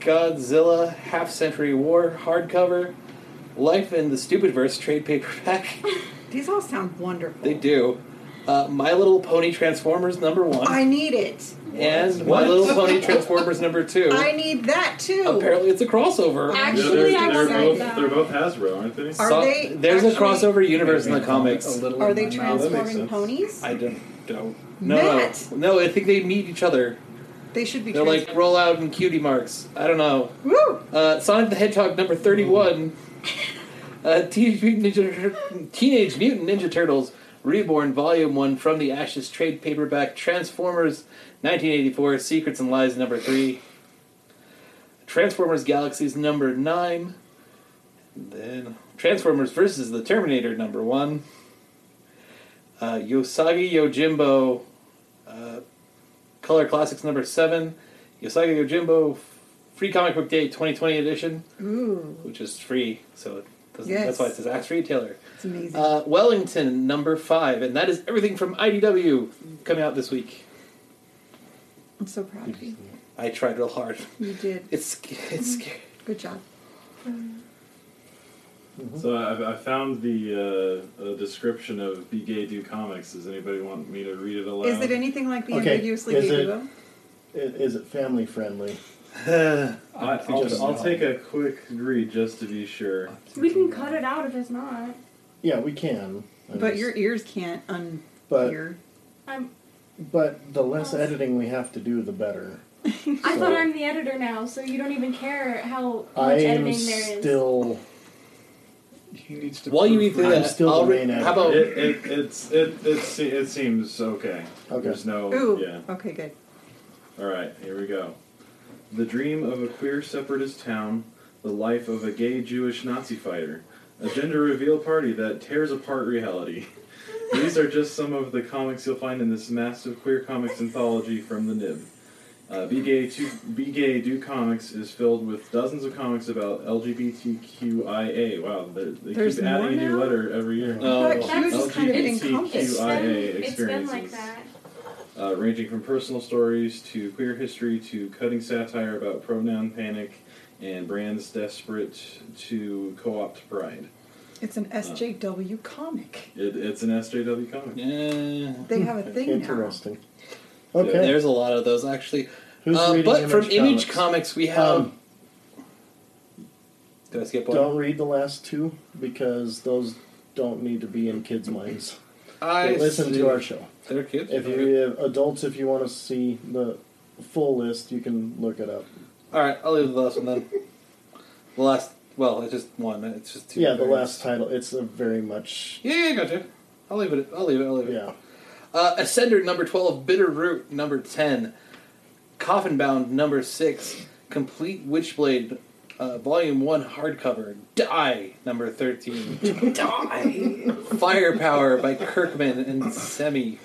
Speaker 3: Godzilla, Half Century War, hardcover. Life in the Stupid Verse, trade paperback.
Speaker 4: These all sound wonderful.
Speaker 3: they do. Uh, My Little Pony Transformers, number one.
Speaker 4: I need it.
Speaker 3: And
Speaker 10: What?
Speaker 3: My Little Pony Transformers number two.
Speaker 4: I need that too.
Speaker 3: Apparently, it's a crossover.
Speaker 10: Yeah,
Speaker 2: Actually,
Speaker 10: they're,
Speaker 2: I
Speaker 10: they're
Speaker 2: want
Speaker 10: both,
Speaker 2: that.
Speaker 10: They're both Hasbro, aren't they?
Speaker 4: Are
Speaker 3: So-
Speaker 4: they
Speaker 3: There's a
Speaker 4: actually-
Speaker 3: crossover universe in the
Speaker 5: A
Speaker 3: comics.
Speaker 5: little
Speaker 4: Are
Speaker 5: in
Speaker 4: they
Speaker 5: my mouth.
Speaker 10: that makes
Speaker 4: transforming
Speaker 10: sense.
Speaker 4: ponies?
Speaker 3: I don't don't. No,
Speaker 4: Matt!
Speaker 3: no, no. I think they meet each other.
Speaker 4: They should be.
Speaker 3: They're like roll out and cutie marks. I don't know.
Speaker 4: Woo!
Speaker 3: Uh, Sonic the Hedgehog number thirty-one. Uh, Teenage, Mutant Ninja, Teenage Mutant Ninja Turtles Reborn Volume One from the Ashes trade paperback Transformers 1984 Secrets and Lies number three. Transformers Galaxies number nine. Then Transformers versus the Terminator number one. Uh, Yosagi Yojimbo uh, Color Classics number seven. Yosagi Yojimbo Free Comic Book Day 2020 edition,
Speaker 4: Ooh,
Speaker 3: which is free, so it doesn't,
Speaker 4: Yes.
Speaker 3: that's why it says Axe Retailer.
Speaker 4: it's amazing.
Speaker 3: Uh, Wellington number five, and that is everything from IDW coming out this week.
Speaker 4: I'm so proud of you.
Speaker 3: I tried real hard.
Speaker 4: You did.
Speaker 3: It's sc- it's scary.
Speaker 4: Good job.
Speaker 10: So I, I found the uh, uh, description of Be Gay Do Comics. Does anybody want me to read it aloud?
Speaker 4: Is it anything like the
Speaker 12: Okay,
Speaker 4: ambiguously
Speaker 12: is
Speaker 4: gay
Speaker 12: it-
Speaker 4: duo?
Speaker 12: I- Is it family friendly?
Speaker 10: I,
Speaker 5: I think
Speaker 10: I'll,
Speaker 5: so.
Speaker 10: I'll take a quick read just to be sure.
Speaker 2: We can cut it out if it's not.
Speaker 12: Yeah, we can. I
Speaker 4: But
Speaker 12: just-
Speaker 4: your ears can't unhear.
Speaker 12: but
Speaker 2: I'm
Speaker 12: but the less
Speaker 2: Oh.
Speaker 12: editing we have to do, the better.
Speaker 2: I
Speaker 1: So-
Speaker 2: thought I'm the editor now, so you don't even care how much
Speaker 1: I am
Speaker 2: editing there is.
Speaker 1: still.
Speaker 5: He needs to.
Speaker 3: While you
Speaker 5: prove-
Speaker 3: eat through
Speaker 1: I'm
Speaker 3: that,
Speaker 1: still
Speaker 3: I'll
Speaker 1: the
Speaker 3: re-
Speaker 1: main
Speaker 3: how about
Speaker 10: It, it, it's, it, it, se- it seems okay.
Speaker 1: Okay.
Speaker 10: There's no.
Speaker 4: Ooh.
Speaker 10: Yeah.
Speaker 4: Okay, good.
Speaker 10: All right, here we go. The dream of a queer separatist town, the life of a gay Jewish Nazi fighter, a gender reveal party that tears apart reality. These are just some of the comics you'll find in this massive queer comics anthology from the Nib. Uh, Be Gay to Be Gay Do Comics is filled with dozens of comics about LGBTQIA. Wow, they're- they
Speaker 4: There's
Speaker 10: keep adding a
Speaker 4: more
Speaker 10: new
Speaker 4: now?
Speaker 10: letter every year.
Speaker 3: Oh.
Speaker 4: I thought Q just kind of
Speaker 2: It's
Speaker 4: encompassed.
Speaker 10: LGBTQ.
Speaker 2: been,
Speaker 10: QIA
Speaker 2: it's been like
Speaker 10: experiences.
Speaker 2: that.
Speaker 10: uh, ranging from personal stories to queer history to cutting satire about pronoun panic and brands desperate to co-opt pride.
Speaker 4: It's an SJW comic.
Speaker 10: It, it's an SJW comic.
Speaker 3: yeah,
Speaker 4: They have a thing
Speaker 1: Interesting. Okay.
Speaker 3: there's a lot of those actually.
Speaker 1: Who's
Speaker 3: Uh,
Speaker 1: reading
Speaker 3: but
Speaker 1: Image
Speaker 3: from Image
Speaker 1: Comics?
Speaker 3: Comics, we have.
Speaker 1: Um,
Speaker 3: did I skip one?
Speaker 1: Don't read the last two because those don't need to be in kids' minds.
Speaker 5: I
Speaker 1: They listen
Speaker 5: see.
Speaker 1: to our show.
Speaker 3: They're kids.
Speaker 1: If you adults, if you want to see the full list, you can look it up.
Speaker 3: All right, I'll leave the last one then. The last, well, it's just one. It's just two.
Speaker 1: Yeah, the
Speaker 3: variants.
Speaker 1: last title. It's a very much.
Speaker 3: Yeah, yeah, gotcha. I'll leave it. I'll leave it. I'll leave it.
Speaker 1: Yeah.
Speaker 3: Uh, Ascender number 12, Bitter Root number 10, Coffinbound number 6, Complete Witchblade uh, volume 1 hardcover, Die number 13, Die, Firepower by Kirkman and Semi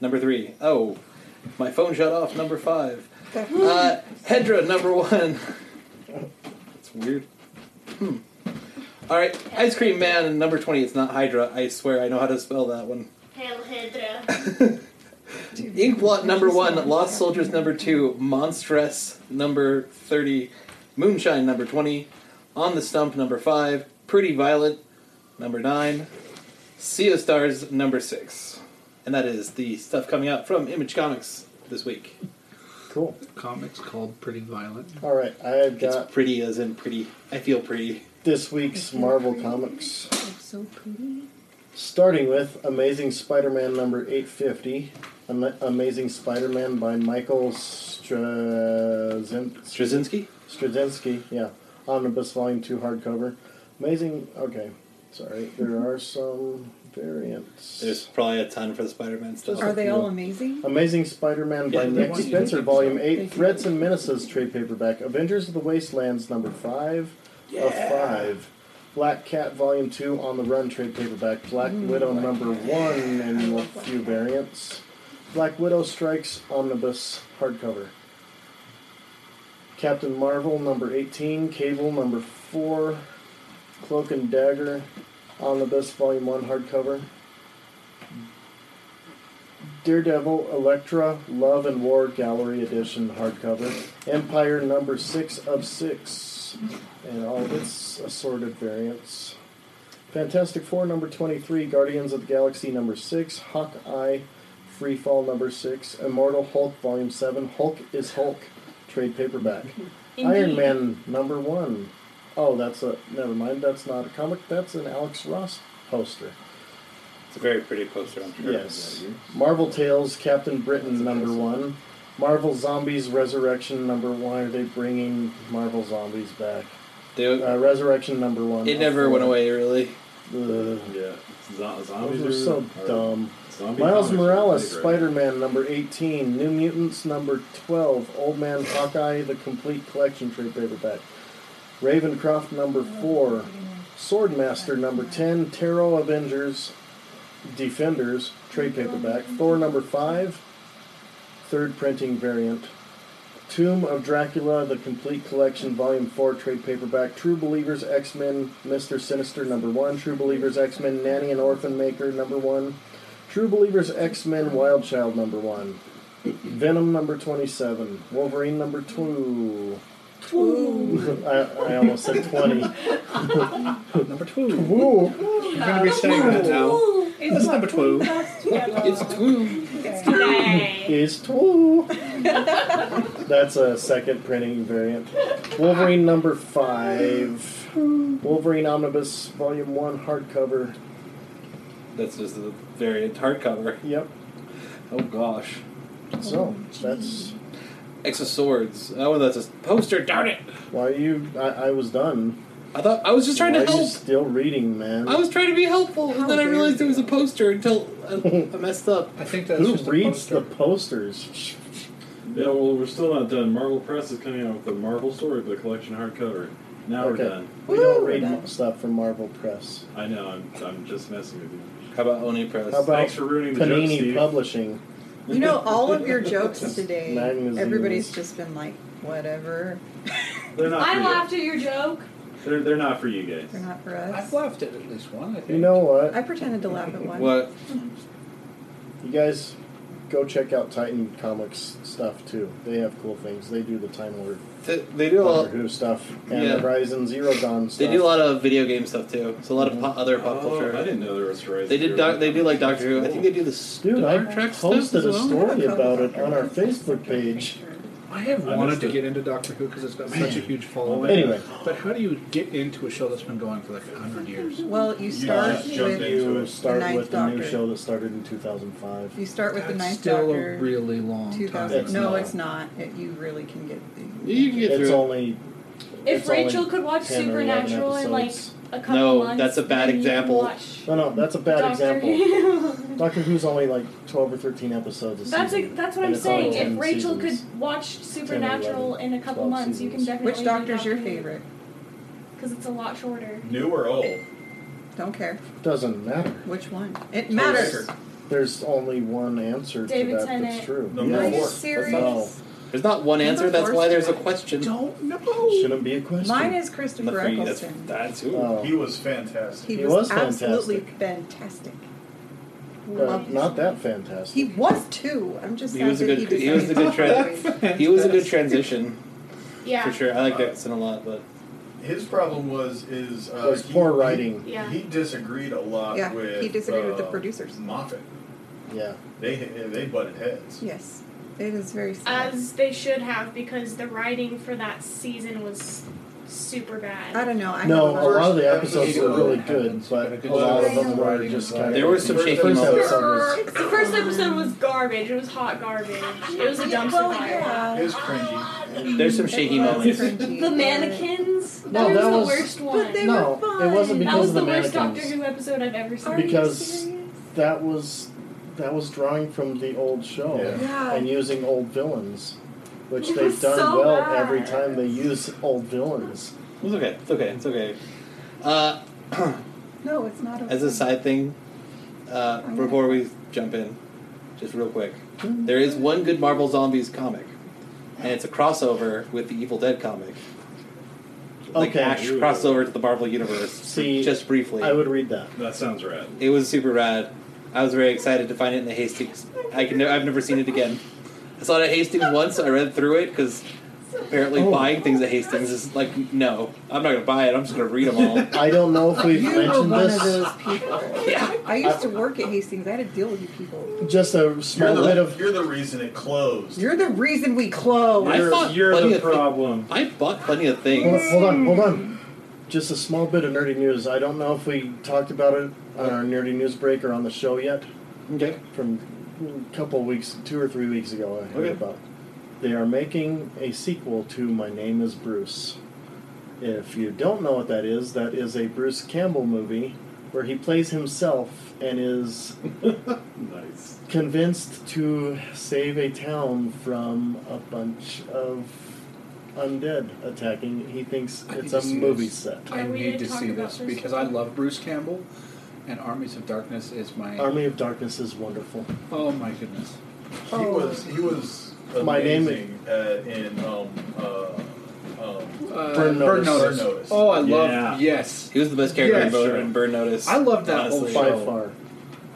Speaker 3: number 3, Oh, My Phone Shut Off number 5,
Speaker 4: now.
Speaker 3: uh, Hedra number 1. It's weird. Hmm. All right, Ice Cream Man number 20. It's not Hydra. I swear I know how to spell that one.
Speaker 13: Hail Hedra.
Speaker 3: Inkblot number one, Lost Soldiers number two, Monstress number thirty, Moonshine number twenty, On the Stump number five, Pretty Violet number nine, Sea of Stars number six, and that is the stuff coming out from Image Comics this week.
Speaker 1: Cool.
Speaker 5: Comics called Pretty Violent.
Speaker 1: All right. I've got
Speaker 3: It's pretty as in pretty. I feel pretty.
Speaker 1: this week's Marvel Comics.
Speaker 4: so pretty.
Speaker 1: Starting with Amazing Spider Man number 850, Ama- Amazing Spider Man by Michael Straczyn-
Speaker 3: Straczynski?
Speaker 1: Straczynski, yeah. Omnibus Volume 2 hardcover. Amazing, okay, sorry. There are some variants.
Speaker 3: There's probably a ton for the Spider-Man stuff.
Speaker 4: Are they all amazing?
Speaker 1: Amazing Spider-Man by
Speaker 3: Yeah, they
Speaker 1: Nick
Speaker 5: want you to
Speaker 1: Spencer,
Speaker 5: think
Speaker 1: Volume
Speaker 5: so.
Speaker 1: 8, Threats and Menaces, trade paperback. Avengers of the Wastelands, number 5 of 5. Black Cat, Volume 2, On the Run, trade paperback. Black Widow, number 1, and a few variants. Black Widow Strikes, Omnibus, hardcover. Captain Marvel, number 18. Cable, number 4. Cloak and Dagger, Omnibus, Volume 1, hardcover. Daredevil, Elektra, Love and War Gallery Edition hardcover, Empire number six of six, and all of its assorted variants. Fantastic Four number 23, Guardians of the Galaxy number six, Hawkeye, Freefall number six, Immortal Hulk volume seven, Hulk is Hulk, trade paperback. Iron
Speaker 2: Indeed.
Speaker 1: Man number one. Oh, that's a, never mind, that's not a comic, that's an Alex Ross poster.
Speaker 3: It's a very pretty poster, I'm sure.
Speaker 1: Yes. Marvel Tales Captain Britain number one. Marvel Zombies Resurrection number one. Are they bringing Marvel Zombies back?
Speaker 3: They,
Speaker 1: Uh, Resurrection number one.
Speaker 3: it never went away, really.
Speaker 1: Ugh,
Speaker 10: Yeah. Zo-
Speaker 1: those
Speaker 10: zombies
Speaker 1: are so dumb.
Speaker 10: Zombie
Speaker 1: Miles
Speaker 10: comics are
Speaker 1: Morales,
Speaker 10: pretty great.
Speaker 1: Spider Man number 18, New Mutants number 12, Old Man Hawkeye, the complete collection trade paperback, Ravencroft number 4, Swordmaster number 10, Tarot Avengers, Defenders trade paperback, Thor number 5, third printing variant, Tomb of Dracula, the complete collection, volume 4 trade paperback, True Believers X Men, Mr. Sinister number 1, True Believers X Men, Nanny and Orphan Maker number 1. True Believers X Men Wild Child number one, Venom number 27, Wolverine number two. I, I almost said 20.
Speaker 5: Number two.
Speaker 1: Woo!
Speaker 5: You're gonna be saying that now.
Speaker 11: It's
Speaker 5: number two.
Speaker 3: It's two.
Speaker 13: Today.
Speaker 1: Is two. That's a second printing variant. Wolverine number five, Wolverine Omnibus Volume 1 hardcover.
Speaker 3: That's just a variant hardcover.
Speaker 1: Yep.
Speaker 3: Oh gosh.
Speaker 1: So, that's
Speaker 3: Axe of Swords. Oh, that's a poster. Darn it!
Speaker 1: Why you? I, I was done.
Speaker 3: I thought I was just trying
Speaker 1: Why
Speaker 3: to
Speaker 1: Are you
Speaker 3: help.
Speaker 1: still reading, man?
Speaker 3: I was trying to be helpful,
Speaker 4: How
Speaker 3: and then I
Speaker 4: dare
Speaker 3: realized
Speaker 4: you.
Speaker 3: there was a poster until I, I messed up.
Speaker 5: I think that's
Speaker 1: Who
Speaker 5: just
Speaker 1: reads the
Speaker 5: a
Speaker 1: posters?
Speaker 10: Yeah, well, we're still not done. Marvel Press is coming out with the Marvel Storybook Collection hardcover. Now
Speaker 1: Okay.
Speaker 10: we're done.
Speaker 1: We
Speaker 4: Woo,
Speaker 1: don't
Speaker 4: we're
Speaker 1: read
Speaker 4: done.
Speaker 1: mo- stuff from Marvel Press.
Speaker 10: I know. I'm, I'm just messing with you.
Speaker 3: How about Oni Press?
Speaker 1: How about
Speaker 10: Thanks for ruining the joke,
Speaker 1: Panini
Speaker 10: Steve.
Speaker 1: Publishing?
Speaker 4: You know, all of your jokes today,
Speaker 1: Magazines.
Speaker 4: everybody's just been like, whatever.
Speaker 10: They're not.
Speaker 2: I
Speaker 10: for
Speaker 2: laughed at your joke.
Speaker 10: You. They're, they're not for you guys.
Speaker 4: They're not for
Speaker 5: I've
Speaker 4: us.
Speaker 5: laughed at at least one. I think.
Speaker 1: You know what?
Speaker 4: I pretended to laugh at one.
Speaker 3: what?
Speaker 1: You guys go check out Titan Comics stuff too. They have cool things. They do the Time Lord
Speaker 3: They, they do a lot.
Speaker 1: Doctor Who stuff and
Speaker 3: yeah.
Speaker 1: the Horizon Zero Dawn stuff.
Speaker 3: They do a lot of video game stuff Mm-hmm. too. So a lot of po- other pop
Speaker 10: Oh,
Speaker 3: culture.
Speaker 10: I didn't know there was Horizon
Speaker 3: They did.
Speaker 10: Zero.
Speaker 3: Doc, they do like Doctor Who. I think they do the
Speaker 1: Dude,
Speaker 3: Star
Speaker 1: I
Speaker 3: Trek stuff
Speaker 1: posted
Speaker 3: as
Speaker 1: a
Speaker 3: well.
Speaker 1: story about it on our Facebook page.
Speaker 5: I have
Speaker 10: I
Speaker 5: wanted
Speaker 10: missed
Speaker 5: to
Speaker 10: it.
Speaker 5: get into Doctor Who because it's got such a huge following.
Speaker 1: Anyway,
Speaker 5: But how do you get into a show that's been going for like a hundred years?
Speaker 4: Well, you
Speaker 8: You
Speaker 4: start
Speaker 8: just jumped
Speaker 4: with
Speaker 8: in. Into
Speaker 1: you
Speaker 8: it.
Speaker 1: start
Speaker 4: The
Speaker 1: with
Speaker 4: Ninth
Speaker 1: the new
Speaker 4: Doctor.
Speaker 1: show that started in 2005.
Speaker 4: you start with the
Speaker 5: That's
Speaker 4: ninth
Speaker 5: still
Speaker 4: doctor.
Speaker 5: a really long time.
Speaker 4: 2000.
Speaker 1: It's
Speaker 4: no,
Speaker 1: not.
Speaker 4: it's not. It, you really can get.
Speaker 3: You can get
Speaker 1: It's
Speaker 3: through. it.
Speaker 1: only
Speaker 2: If
Speaker 1: It's
Speaker 2: Rachel
Speaker 1: only
Speaker 2: could watch
Speaker 1: 10 or 11
Speaker 2: Supernatural in like
Speaker 1: episodes.
Speaker 2: a couple
Speaker 3: No,
Speaker 2: months,
Speaker 3: that's a bad
Speaker 2: then you can
Speaker 3: example.
Speaker 2: watch
Speaker 1: no, no. That's a bad
Speaker 2: Doctor
Speaker 1: example.
Speaker 2: Who.
Speaker 1: Doctor Who's only like 12 or 13 episodes a
Speaker 2: that's a,
Speaker 1: season.
Speaker 2: that's what
Speaker 1: And
Speaker 2: I'm
Speaker 1: it's only
Speaker 2: saying.
Speaker 1: 10
Speaker 2: If Rachel
Speaker 1: seasons.
Speaker 2: could watch Supernatural
Speaker 1: 11,
Speaker 2: in a couple
Speaker 1: 12
Speaker 2: months, you can
Speaker 1: seasons.
Speaker 2: definitely.
Speaker 4: Which doctor's your favorite?
Speaker 2: Because it's a lot shorter.
Speaker 8: New or old?
Speaker 4: Don't care.
Speaker 1: Doesn't matter.
Speaker 4: Which one? It
Speaker 3: Oh,
Speaker 4: matters.
Speaker 1: There's only one answer
Speaker 2: David
Speaker 1: to that
Speaker 2: Tennant.
Speaker 1: that's true.
Speaker 8: Number
Speaker 4: Are
Speaker 1: Yes.
Speaker 4: you
Speaker 8: four.
Speaker 1: No,
Speaker 4: serious?
Speaker 3: There's not one answer. That's why there's a question.
Speaker 5: Don't know.
Speaker 1: shouldn't be a question.
Speaker 4: Mine is
Speaker 3: And the
Speaker 4: Christopher
Speaker 3: free- That's
Speaker 4: Eccleston.
Speaker 3: that's who.
Speaker 1: Oh.
Speaker 8: He was fantastic.
Speaker 4: He,
Speaker 1: He
Speaker 4: was,
Speaker 1: was
Speaker 4: absolutely fantastic.
Speaker 1: Uh,
Speaker 4: Loved
Speaker 1: not
Speaker 4: him.
Speaker 1: that fantastic.
Speaker 4: He was too. I'm just.
Speaker 3: He
Speaker 4: sad
Speaker 3: was a
Speaker 4: that
Speaker 3: good- he
Speaker 4: decided
Speaker 3: was a good
Speaker 4: to
Speaker 3: trend.
Speaker 4: go away.
Speaker 3: He was a good transition
Speaker 14: Yeah.
Speaker 3: for sure. I like Dickinson a lot, but
Speaker 8: His problem was is uh,
Speaker 1: was
Speaker 8: he-
Speaker 1: poor writing.
Speaker 14: Yeah.
Speaker 8: He disagreed a lot
Speaker 4: Yeah,
Speaker 8: with
Speaker 4: he disagreed with the
Speaker 8: uh,
Speaker 4: producers.
Speaker 8: Moffat.
Speaker 1: Yeah.
Speaker 8: They they butted heads.
Speaker 4: Yes, it is very sad.
Speaker 14: As they should have, because the writing for that season was super bad.
Speaker 4: I don't know. I
Speaker 1: no,
Speaker 4: have
Speaker 1: a lot of the
Speaker 8: first
Speaker 1: episodes were
Speaker 8: episode
Speaker 1: really good,
Speaker 5: happens,
Speaker 1: but
Speaker 5: but a
Speaker 1: a
Speaker 5: good
Speaker 1: lot of
Speaker 4: story
Speaker 1: them were
Speaker 5: writing
Speaker 1: just
Speaker 5: is
Speaker 1: kind of.
Speaker 5: writing.
Speaker 3: there were some
Speaker 8: First
Speaker 3: shaky
Speaker 1: First
Speaker 3: moments.
Speaker 1: episode was
Speaker 2: The first episode was garbage. It was hot garbage. It was a dumpster
Speaker 4: well,
Speaker 2: fire.
Speaker 4: yeah.
Speaker 8: It's cringy.
Speaker 3: There's some shaky
Speaker 4: Mm-hmm. It was
Speaker 3: moments.
Speaker 4: cringy,
Speaker 2: The
Speaker 4: but-
Speaker 2: mannequins.
Speaker 1: No,
Speaker 2: that,
Speaker 1: that
Speaker 2: was,
Speaker 1: was-
Speaker 2: the worst one.
Speaker 4: But they
Speaker 1: No,
Speaker 4: were fun.
Speaker 1: it wasn't
Speaker 2: that
Speaker 1: because
Speaker 2: was
Speaker 1: of
Speaker 2: the,
Speaker 1: the
Speaker 2: worst Doctor
Speaker 1: mannequins.
Speaker 2: Who episode I've ever seen.
Speaker 4: Are you
Speaker 1: Because
Speaker 4: serious?
Speaker 1: that was that was drawing from the old show
Speaker 8: Yeah.
Speaker 4: Yeah.
Speaker 1: and using old villains, which
Speaker 2: It
Speaker 1: they've
Speaker 2: was
Speaker 1: done
Speaker 2: so
Speaker 1: well
Speaker 2: bad.
Speaker 1: every time they use old villains.
Speaker 3: It's okay. It's okay. It's okay. Uh,
Speaker 4: No, it's not.
Speaker 3: as a side thing, uh, before we jump in, just real quick,
Speaker 4: Mm-hmm.
Speaker 3: there is one good Marvel Zombies comic, and it's a crossover with the Evil Dead comic. Like
Speaker 1: Okay.
Speaker 3: Ash crossover to the Marvel universe.
Speaker 1: See,
Speaker 3: just briefly.
Speaker 1: I would read that.
Speaker 10: That sounds rad.
Speaker 3: It was super rad. I was very excited to find it in the Hastings. I can. Ne- I've never seen it again. I saw it at Hastings once. I read through it because apparently
Speaker 1: Oh.
Speaker 3: buying things at Hastings is like no. I'm not gonna buy it. I'm just gonna read them all.
Speaker 1: I don't know if we've
Speaker 4: You were
Speaker 1: mentioned
Speaker 4: one of
Speaker 1: this.
Speaker 4: those people.
Speaker 3: yeah.
Speaker 4: I used to work at Hastings. I had to deal with you people.
Speaker 1: Just a
Speaker 8: You're
Speaker 1: small bit
Speaker 8: the,
Speaker 1: of
Speaker 8: you're the reason it closed.
Speaker 4: You're the reason we closed.
Speaker 3: I
Speaker 10: You're,
Speaker 3: thought
Speaker 10: you're
Speaker 3: plenty
Speaker 10: the
Speaker 3: of thi-
Speaker 10: problem.
Speaker 3: I bought plenty of
Speaker 1: Hold
Speaker 3: things.
Speaker 1: on, hold on, hold on.
Speaker 3: Hmm.
Speaker 1: Just a small bit of nerdy news. I don't know if we talked about it on our nerdy news break or on the show yet.
Speaker 3: Okay.
Speaker 1: From a couple weeks, two or three weeks ago, I heard
Speaker 3: Okay.
Speaker 1: about. They are making a sequel to My Name Is Bruce. If you don't know what that is, that is a Bruce Campbell movie where he plays himself and is
Speaker 10: Nice.
Speaker 1: convinced to save a town from a bunch of undead attacking. He thinks
Speaker 5: I
Speaker 1: it's
Speaker 5: need
Speaker 1: a
Speaker 5: to see
Speaker 1: movie
Speaker 5: this.
Speaker 1: set.
Speaker 5: I
Speaker 2: Yeah, we
Speaker 5: need
Speaker 2: did
Speaker 5: to
Speaker 2: talk
Speaker 5: see
Speaker 2: about
Speaker 5: this
Speaker 2: this
Speaker 5: because I
Speaker 2: one.
Speaker 5: love Bruce Campbell, and Armies of Darkness is my.
Speaker 1: Army of Darkness is wonderful.
Speaker 5: Oh my goodness!
Speaker 8: He was he was amazing
Speaker 1: Oh. My name
Speaker 8: at, in um uh um
Speaker 5: Uh,
Speaker 1: Burn Notice.
Speaker 8: Burn Notice.
Speaker 5: Oh, I
Speaker 10: Yeah.
Speaker 5: love. Yes,
Speaker 3: He was the best character in
Speaker 5: Yes.
Speaker 3: Burn, in Burn Notice.
Speaker 5: I love that
Speaker 3: honestly.
Speaker 5: whole
Speaker 1: By
Speaker 5: show.
Speaker 1: far.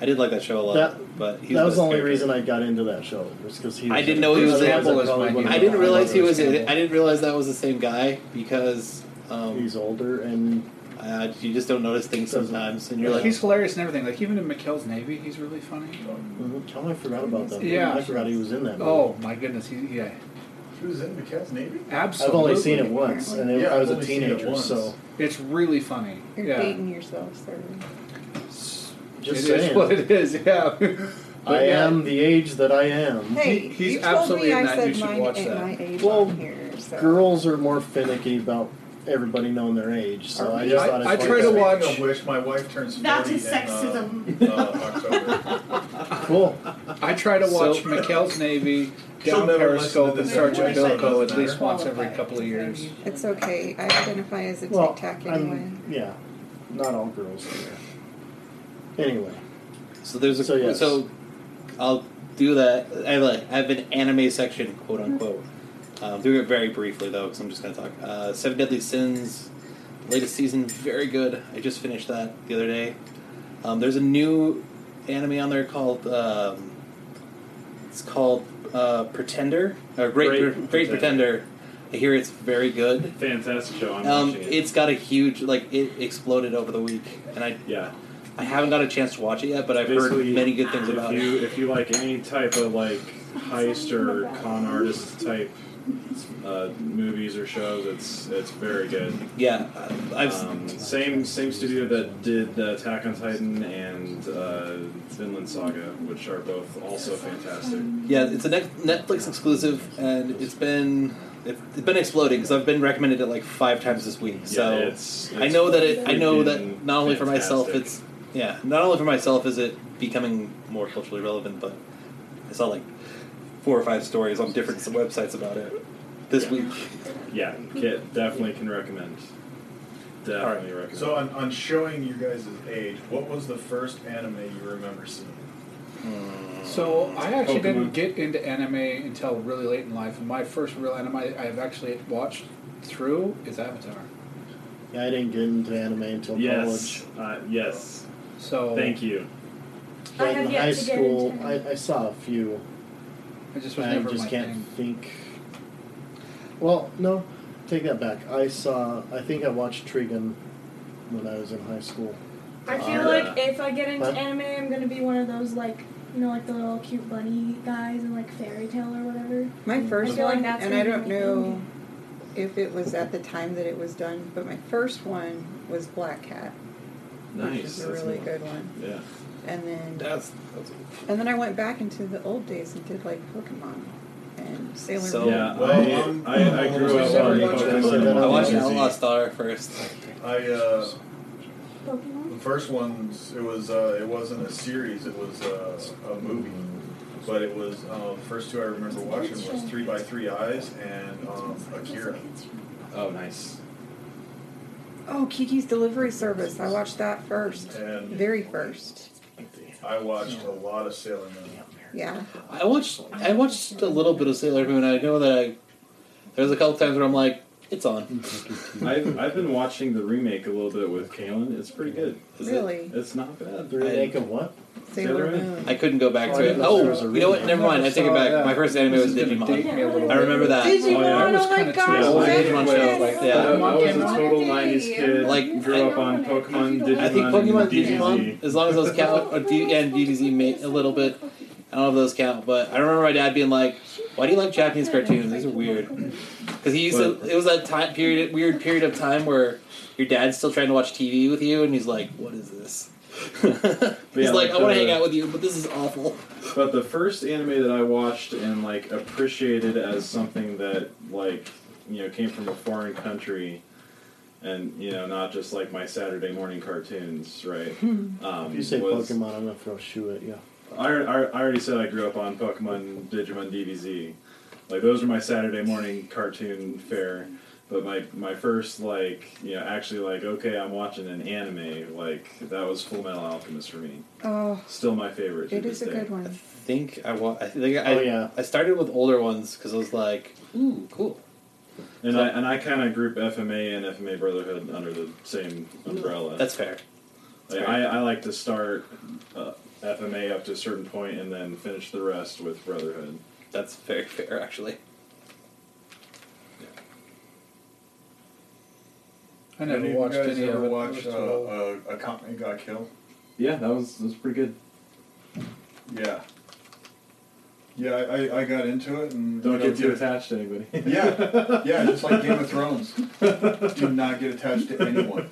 Speaker 3: I did like that show a lot.
Speaker 1: That-
Speaker 3: but he
Speaker 1: that was
Speaker 3: was
Speaker 1: the
Speaker 3: the best
Speaker 1: only
Speaker 3: character.
Speaker 1: reason I got into that show, was because he.
Speaker 3: I
Speaker 1: Was
Speaker 3: didn't know he was in-
Speaker 1: Otherwise,
Speaker 5: Campbell is
Speaker 1: probably
Speaker 5: my
Speaker 1: wouldn't
Speaker 5: hero.
Speaker 3: I
Speaker 1: have
Speaker 3: didn't
Speaker 1: known
Speaker 3: realize he
Speaker 1: about
Speaker 3: was.
Speaker 1: Bruce
Speaker 3: I
Speaker 1: Campbell.
Speaker 3: didn't realize that was the same guy because. Um,
Speaker 1: He's older and
Speaker 3: uh, you just don't notice things
Speaker 1: Doesn't-
Speaker 3: sometimes, and you're like,
Speaker 5: he's hilarious and everything. Like even in McKell's Navy, he's really funny.
Speaker 8: um,
Speaker 1: how mm-hmm, I forgot about that.
Speaker 5: Yeah.
Speaker 1: I forgot he was in that. Movie.
Speaker 5: Oh my goodness, he, yeah,
Speaker 8: he was in McCall's Navy.
Speaker 1: I've
Speaker 5: absolutely.
Speaker 1: only seen it once, and it,
Speaker 8: Yeah,
Speaker 1: I was
Speaker 8: I've
Speaker 1: a
Speaker 8: only seen it
Speaker 1: teenager,
Speaker 8: once.
Speaker 1: so
Speaker 5: It's really funny.
Speaker 4: You're
Speaker 5: yeah,
Speaker 4: dating yourself, sir.
Speaker 1: just
Speaker 5: It is
Speaker 1: saying. um,
Speaker 5: what it is. Yeah, uh,
Speaker 1: I
Speaker 5: yeah.
Speaker 1: am the age that I am.
Speaker 4: Hey,
Speaker 5: He- he's
Speaker 4: you told
Speaker 5: absolutely
Speaker 4: me
Speaker 5: in
Speaker 4: I
Speaker 5: that. You
Speaker 4: said
Speaker 5: should
Speaker 4: mine
Speaker 5: watch
Speaker 4: at
Speaker 5: that.
Speaker 4: my age
Speaker 1: Well,
Speaker 4: on here. So.
Speaker 1: Girls are more finicky about everybody knowing their age, so I just
Speaker 8: I,
Speaker 1: thought
Speaker 5: I
Speaker 1: I'd
Speaker 5: try to
Speaker 1: point that out.
Speaker 5: watch-
Speaker 8: Speaking of which, my wife turns 40
Speaker 14: That is
Speaker 8: in, uh,
Speaker 14: sexism.
Speaker 8: Uh, October.
Speaker 1: Cool.
Speaker 5: I try to watch
Speaker 10: So-
Speaker 5: McKell's Navy,
Speaker 8: She'll
Speaker 5: Down
Speaker 8: never
Speaker 5: Periscope,
Speaker 8: listen
Speaker 5: and
Speaker 8: to
Speaker 11: this
Speaker 5: Sergeant
Speaker 11: anyway, so it
Speaker 5: Bilko at
Speaker 8: doesn't
Speaker 5: least
Speaker 11: matter.
Speaker 5: once every
Speaker 11: Qualified.
Speaker 5: couple of years.
Speaker 4: It's okay. I identify as a
Speaker 1: Well,
Speaker 4: tic tac
Speaker 1: I'm-
Speaker 4: anyway.
Speaker 1: yeah, not all girls are there. Anyway,
Speaker 3: So there's a
Speaker 1: So,
Speaker 3: so,
Speaker 1: yes.
Speaker 3: I'll do that. I have, like, I have an anime section, quote unquote. Um, doing it very briefly though, because I'm just gonna talk. Uh, Seven Deadly Sins, latest season, very good. I just finished that the other day. Um, there's a new anime on there called um, it's called uh, Pretender or Great
Speaker 10: Great
Speaker 3: Great, Pretender. I hear it's very good.
Speaker 10: Fantastic show. I'm
Speaker 3: Um,
Speaker 10: watching it.
Speaker 3: it's got a huge like it exploded over the week, and I
Speaker 10: yeah.
Speaker 3: I haven't got a chance to watch it yet, but I've
Speaker 10: Basically,
Speaker 3: heard many good things
Speaker 10: If
Speaker 3: about it.
Speaker 10: you if you like any type of like heist or con artist type uh, movies or shows, it's it's very good.
Speaker 3: Yeah, I've
Speaker 10: Um, same same studio that did uh, Attack on Titan and uh, Finland Saga, which are both also fantastic.
Speaker 3: yeah, it's a Net- Netflix exclusive, and it's been it's been exploding because I've been recommended it like five times this week. So
Speaker 10: yeah, it's,
Speaker 3: I know that it. I know
Speaker 10: freaking
Speaker 3: that not only for myself, it's
Speaker 10: fantastic.
Speaker 3: yeah, not only for myself is it becoming more culturally relevant, but I saw like four or five stories on different websites about it this
Speaker 10: Yeah.
Speaker 3: week.
Speaker 10: yeah, ca- definitely can recommend. Definitely recommend.
Speaker 8: So
Speaker 1: uh,
Speaker 8: on, on showing you guys' age, what was the first anime you remember seeing?
Speaker 5: So I actually didn't
Speaker 10: Pokemon.
Speaker 5: get into anime until really late in life, and my first real anime I've actually watched through is Avatar.
Speaker 1: yeah, I didn't get into anime until
Speaker 10: yes, uh, yes.
Speaker 5: So
Speaker 10: Thank you.
Speaker 1: college.
Speaker 2: I
Speaker 1: Like
Speaker 2: have
Speaker 1: in
Speaker 2: yet
Speaker 1: high
Speaker 2: to get
Speaker 1: school,
Speaker 2: into anime.
Speaker 1: I, I saw a few.
Speaker 5: I just was
Speaker 1: I
Speaker 5: never
Speaker 1: just
Speaker 5: my
Speaker 1: can't
Speaker 5: thing.
Speaker 1: think. Well, no, take that back. I saw. I think I watched Trigun when I was in high school.
Speaker 2: I feel
Speaker 10: Uh,
Speaker 2: like if I get into
Speaker 1: Huh?
Speaker 2: anime, I'm gonna be one of those like, you know, like the little cute bunny guys in like fairy tale or whatever.
Speaker 4: My first
Speaker 2: I feel like
Speaker 4: one,
Speaker 2: that's
Speaker 4: and
Speaker 2: gonna
Speaker 4: I
Speaker 2: be
Speaker 4: don't
Speaker 2: my
Speaker 4: know
Speaker 2: thing.
Speaker 4: if it was at the time that it was done, but my first one was Black Cat, which
Speaker 10: Nice.
Speaker 4: is a
Speaker 10: that's
Speaker 4: really
Speaker 10: cool.
Speaker 4: good one.
Speaker 10: Yeah.
Speaker 4: And then,
Speaker 3: That's, that's
Speaker 4: and then I went back into the old days and did like Pokemon and Sailor
Speaker 3: So-
Speaker 4: Moon.
Speaker 10: Yeah,
Speaker 1: Oh,
Speaker 8: Well, um,
Speaker 10: I, I, I grew up on
Speaker 8: Everybody watch
Speaker 1: that.
Speaker 10: Pokemon.
Speaker 3: I watched
Speaker 1: Easy.
Speaker 3: Outlaw Star first.
Speaker 8: I uh,
Speaker 2: Pokemon.
Speaker 8: the first ones it was uh, it wasn't a series, it was uh, a movie. But it was um, the first two I remember watching was Three by Three Eyes and um, Akira.
Speaker 10: Oh, nice.
Speaker 4: Oh, Kiki's Delivery Service. I watched that first,
Speaker 8: And-
Speaker 4: very first.
Speaker 8: I watched a lot of Sailor Moon.
Speaker 4: Yeah,
Speaker 3: I watched I watched a little bit of Sailor Moon. I know that I there's a couple times where I'm like, it's on.
Speaker 10: I've, I've been watching the remake a little bit with Kalen. It's pretty good.
Speaker 3: Is it-
Speaker 4: really.
Speaker 10: It's not bad.
Speaker 1: The remake of what?
Speaker 4: Sailor
Speaker 10: Sailor Moon.
Speaker 4: Moon.
Speaker 3: I couldn't go back
Speaker 1: Oh, I
Speaker 3: to it.
Speaker 1: didn't know there was a
Speaker 3: Oh, you know what?
Speaker 1: remake.
Speaker 3: Never mind. I take it back. My first anime
Speaker 5: This
Speaker 3: was
Speaker 5: is gonna date
Speaker 3: Digimon.
Speaker 5: me a little
Speaker 3: I remember
Speaker 5: bit.
Speaker 3: that.
Speaker 2: Digimon,
Speaker 10: Oh, yeah.
Speaker 2: oh,
Speaker 10: I
Speaker 5: was
Speaker 2: my
Speaker 5: kinda
Speaker 2: gosh,
Speaker 5: too old.
Speaker 2: that
Speaker 3: Digimon show,
Speaker 2: is
Speaker 3: like, yeah.
Speaker 2: so
Speaker 10: I was a
Speaker 2: cool.
Speaker 10: total
Speaker 11: Hey.
Speaker 10: 90s kid.
Speaker 3: Like-
Speaker 10: grew up on Pokemon, Digimon,
Speaker 3: I think Pokemon,
Speaker 10: and DBZ.
Speaker 3: Digimon, as long as those count, or D- and DBZ made a little bit. I don't know if those count, but I remember my dad being like, "Why do you like Japanese cartoons? These are weird." Because he used to. It was that time period, weird period of time where your dad's still trying to watch TV with you, and he's like, "What is this?" he's
Speaker 10: yeah,
Speaker 3: like,
Speaker 10: like
Speaker 3: "I want to
Speaker 10: the-
Speaker 3: hang out with you, but this is awful."
Speaker 10: But the first anime that I watched and like appreciated as something that like you know came from a foreign country, and you know not just like my Saturday morning cartoons, right? Um,
Speaker 1: If you say
Speaker 10: was-
Speaker 1: Pokemon, I'm gonna throw a shoe at you.
Speaker 10: I, I, I already said I grew up on Pokemon, Digimon, DBZ. Like those were my Saturday morning cartoon fare. But my my first like you know actually like okay I'm watching an anime like that was Full Metal Alchemist for me.
Speaker 4: Oh,
Speaker 10: Still my favorite. to
Speaker 4: it is
Speaker 10: this
Speaker 4: a
Speaker 10: day.
Speaker 4: good
Speaker 3: I
Speaker 4: one.
Speaker 3: think I wa- I think I,
Speaker 1: Oh, yeah.
Speaker 3: I started with older ones because I was like, "Ooh, cool."
Speaker 10: And I and I kind of group FMA and FMA Brotherhood under the same umbrella.
Speaker 3: That's fair.
Speaker 10: like, I, I like to start uh, FMA up to a certain point and then finish the rest with Brotherhood.
Speaker 3: That's very fair, actually.
Speaker 5: I never
Speaker 8: Have you
Speaker 5: watched
Speaker 8: guys
Speaker 5: any
Speaker 8: ever
Speaker 5: of it.
Speaker 8: watched
Speaker 5: It was
Speaker 8: uh,
Speaker 5: too old.
Speaker 8: uh, a company got killed?
Speaker 10: Yeah, that was that was pretty good.
Speaker 8: Yeah. Yeah, I, I, I got into it and
Speaker 10: Don't
Speaker 8: you know,
Speaker 10: get too attached to anybody.
Speaker 8: Yeah, yeah, just like Game of Thrones. Do not get attached to anyone.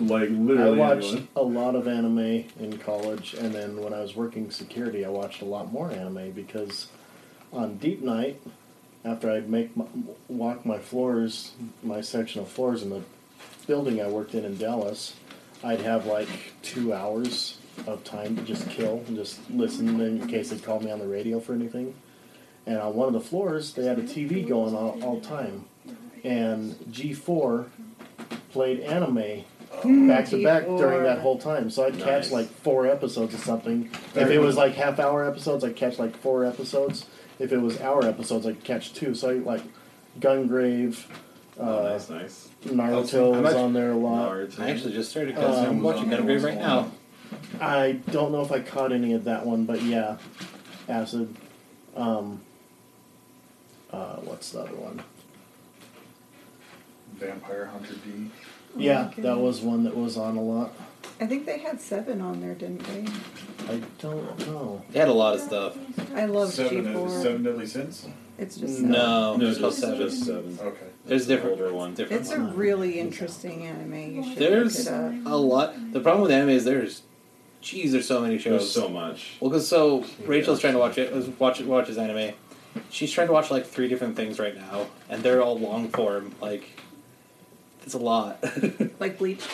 Speaker 10: like
Speaker 1: I
Speaker 10: literally
Speaker 1: watched
Speaker 10: anyone.
Speaker 1: a lot of anime in college, and then when I was working security, I watched a lot more anime because on deep night, after I'd make my, walk my floors, my section of floors in the building I worked in in Dallas, I'd have like two hours of time to just kill and just listen in case they called me on the radio for anything. And on one of the floors, they had a TV going all, all the time, and G4 played anime
Speaker 4: Hmm,
Speaker 1: back to back during that whole time. So I'd catch
Speaker 10: Nice.
Speaker 1: like four episodes of something. If it was like half hour episodes, I'd catch like four episodes. If it was hour episodes, I'd catch two. So I like Gungrave, uh,
Speaker 10: Oh, that's nice.
Speaker 1: Naruto
Speaker 5: I'm
Speaker 1: was
Speaker 5: act-
Speaker 1: on there a lot.
Speaker 10: Naruto.
Speaker 3: I actually just started because
Speaker 10: Uh,
Speaker 1: Um,
Speaker 3: I'm watching Metal Grave right now.
Speaker 1: I don't know if I caught any of that one, but yeah, Acid. Um, uh, what's the other one?
Speaker 10: Oh,
Speaker 8: Vampire Hunter D.
Speaker 1: Yeah,
Speaker 4: Okay.
Speaker 1: that was one that was on a lot.
Speaker 4: I think they had seven on there, didn't they?
Speaker 1: I don't know.
Speaker 3: They had a lot of stuff.
Speaker 4: I love
Speaker 8: Seven,
Speaker 4: G4.
Speaker 8: seven Deadly Sins?
Speaker 4: It's just seven.
Speaker 3: No,
Speaker 10: no,
Speaker 3: it's called
Speaker 10: just,
Speaker 3: Seven.
Speaker 10: just seven.
Speaker 8: Okay.
Speaker 3: There's different
Speaker 10: Older one.
Speaker 3: Different
Speaker 4: It's a really interesting anime. You should
Speaker 3: There's
Speaker 4: look it up.
Speaker 3: a lot. The problem with anime is there's, geez, there's so many
Speaker 10: There's
Speaker 3: shows.
Speaker 10: so much.
Speaker 3: well, because so Rachel's trying to watch it, is- watch it, watches anime. She's trying to watch like three different things right now, and they're all long form. Like, it's a lot.
Speaker 4: like Bleach.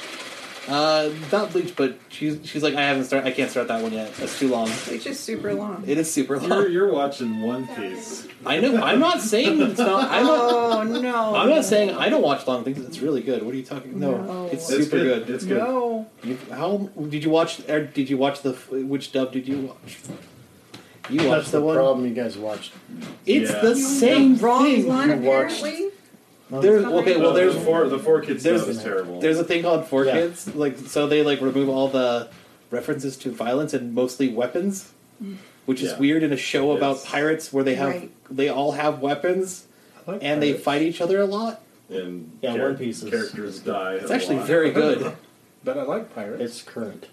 Speaker 3: uh, not Bleach, but she's she's like, I haven't start, I can't start that one yet. That's too long.
Speaker 4: Bleach is super long.
Speaker 3: It is super long.
Speaker 10: You're, you're watching One Piece.
Speaker 3: I know. I'm not saying it's not. I'm not.
Speaker 4: oh no!
Speaker 3: I'm not saying I don't watch long things. It's really good. What are you talking? No,
Speaker 4: No.
Speaker 3: it's
Speaker 10: It's
Speaker 3: super
Speaker 10: good.
Speaker 3: good.
Speaker 10: It's good.
Speaker 4: no.
Speaker 3: You, how did you watch? Or did you watch the which dub did you watch? You watched
Speaker 1: That's
Speaker 3: the,
Speaker 1: the,
Speaker 3: one.
Speaker 1: problem you guys watched.
Speaker 3: It's
Speaker 10: Yeah.
Speaker 3: the same
Speaker 4: Wrong
Speaker 3: thing.
Speaker 4: one.
Speaker 1: You watched-
Speaker 4: Apparently,
Speaker 3: There's okay.
Speaker 10: No,
Speaker 3: Well, there's
Speaker 10: the four. The four kids.
Speaker 3: there's-
Speaker 10: stuff is terrible.
Speaker 3: there's a thing called four
Speaker 1: Yeah.
Speaker 3: kids. Like so, they like remove all the references to violence and mostly weapons, which is
Speaker 10: Yeah.
Speaker 3: weird in a show about
Speaker 10: Yes.
Speaker 3: pirates where they have
Speaker 4: Right.
Speaker 3: they all have weapons
Speaker 1: like
Speaker 3: and they fight each other a lot.
Speaker 10: and
Speaker 1: Yeah,
Speaker 10: char-
Speaker 1: One Piece is-
Speaker 10: characters die.
Speaker 3: It's
Speaker 10: a
Speaker 3: actually
Speaker 10: lot.
Speaker 3: very good.
Speaker 5: But I like pirates.
Speaker 1: It's current.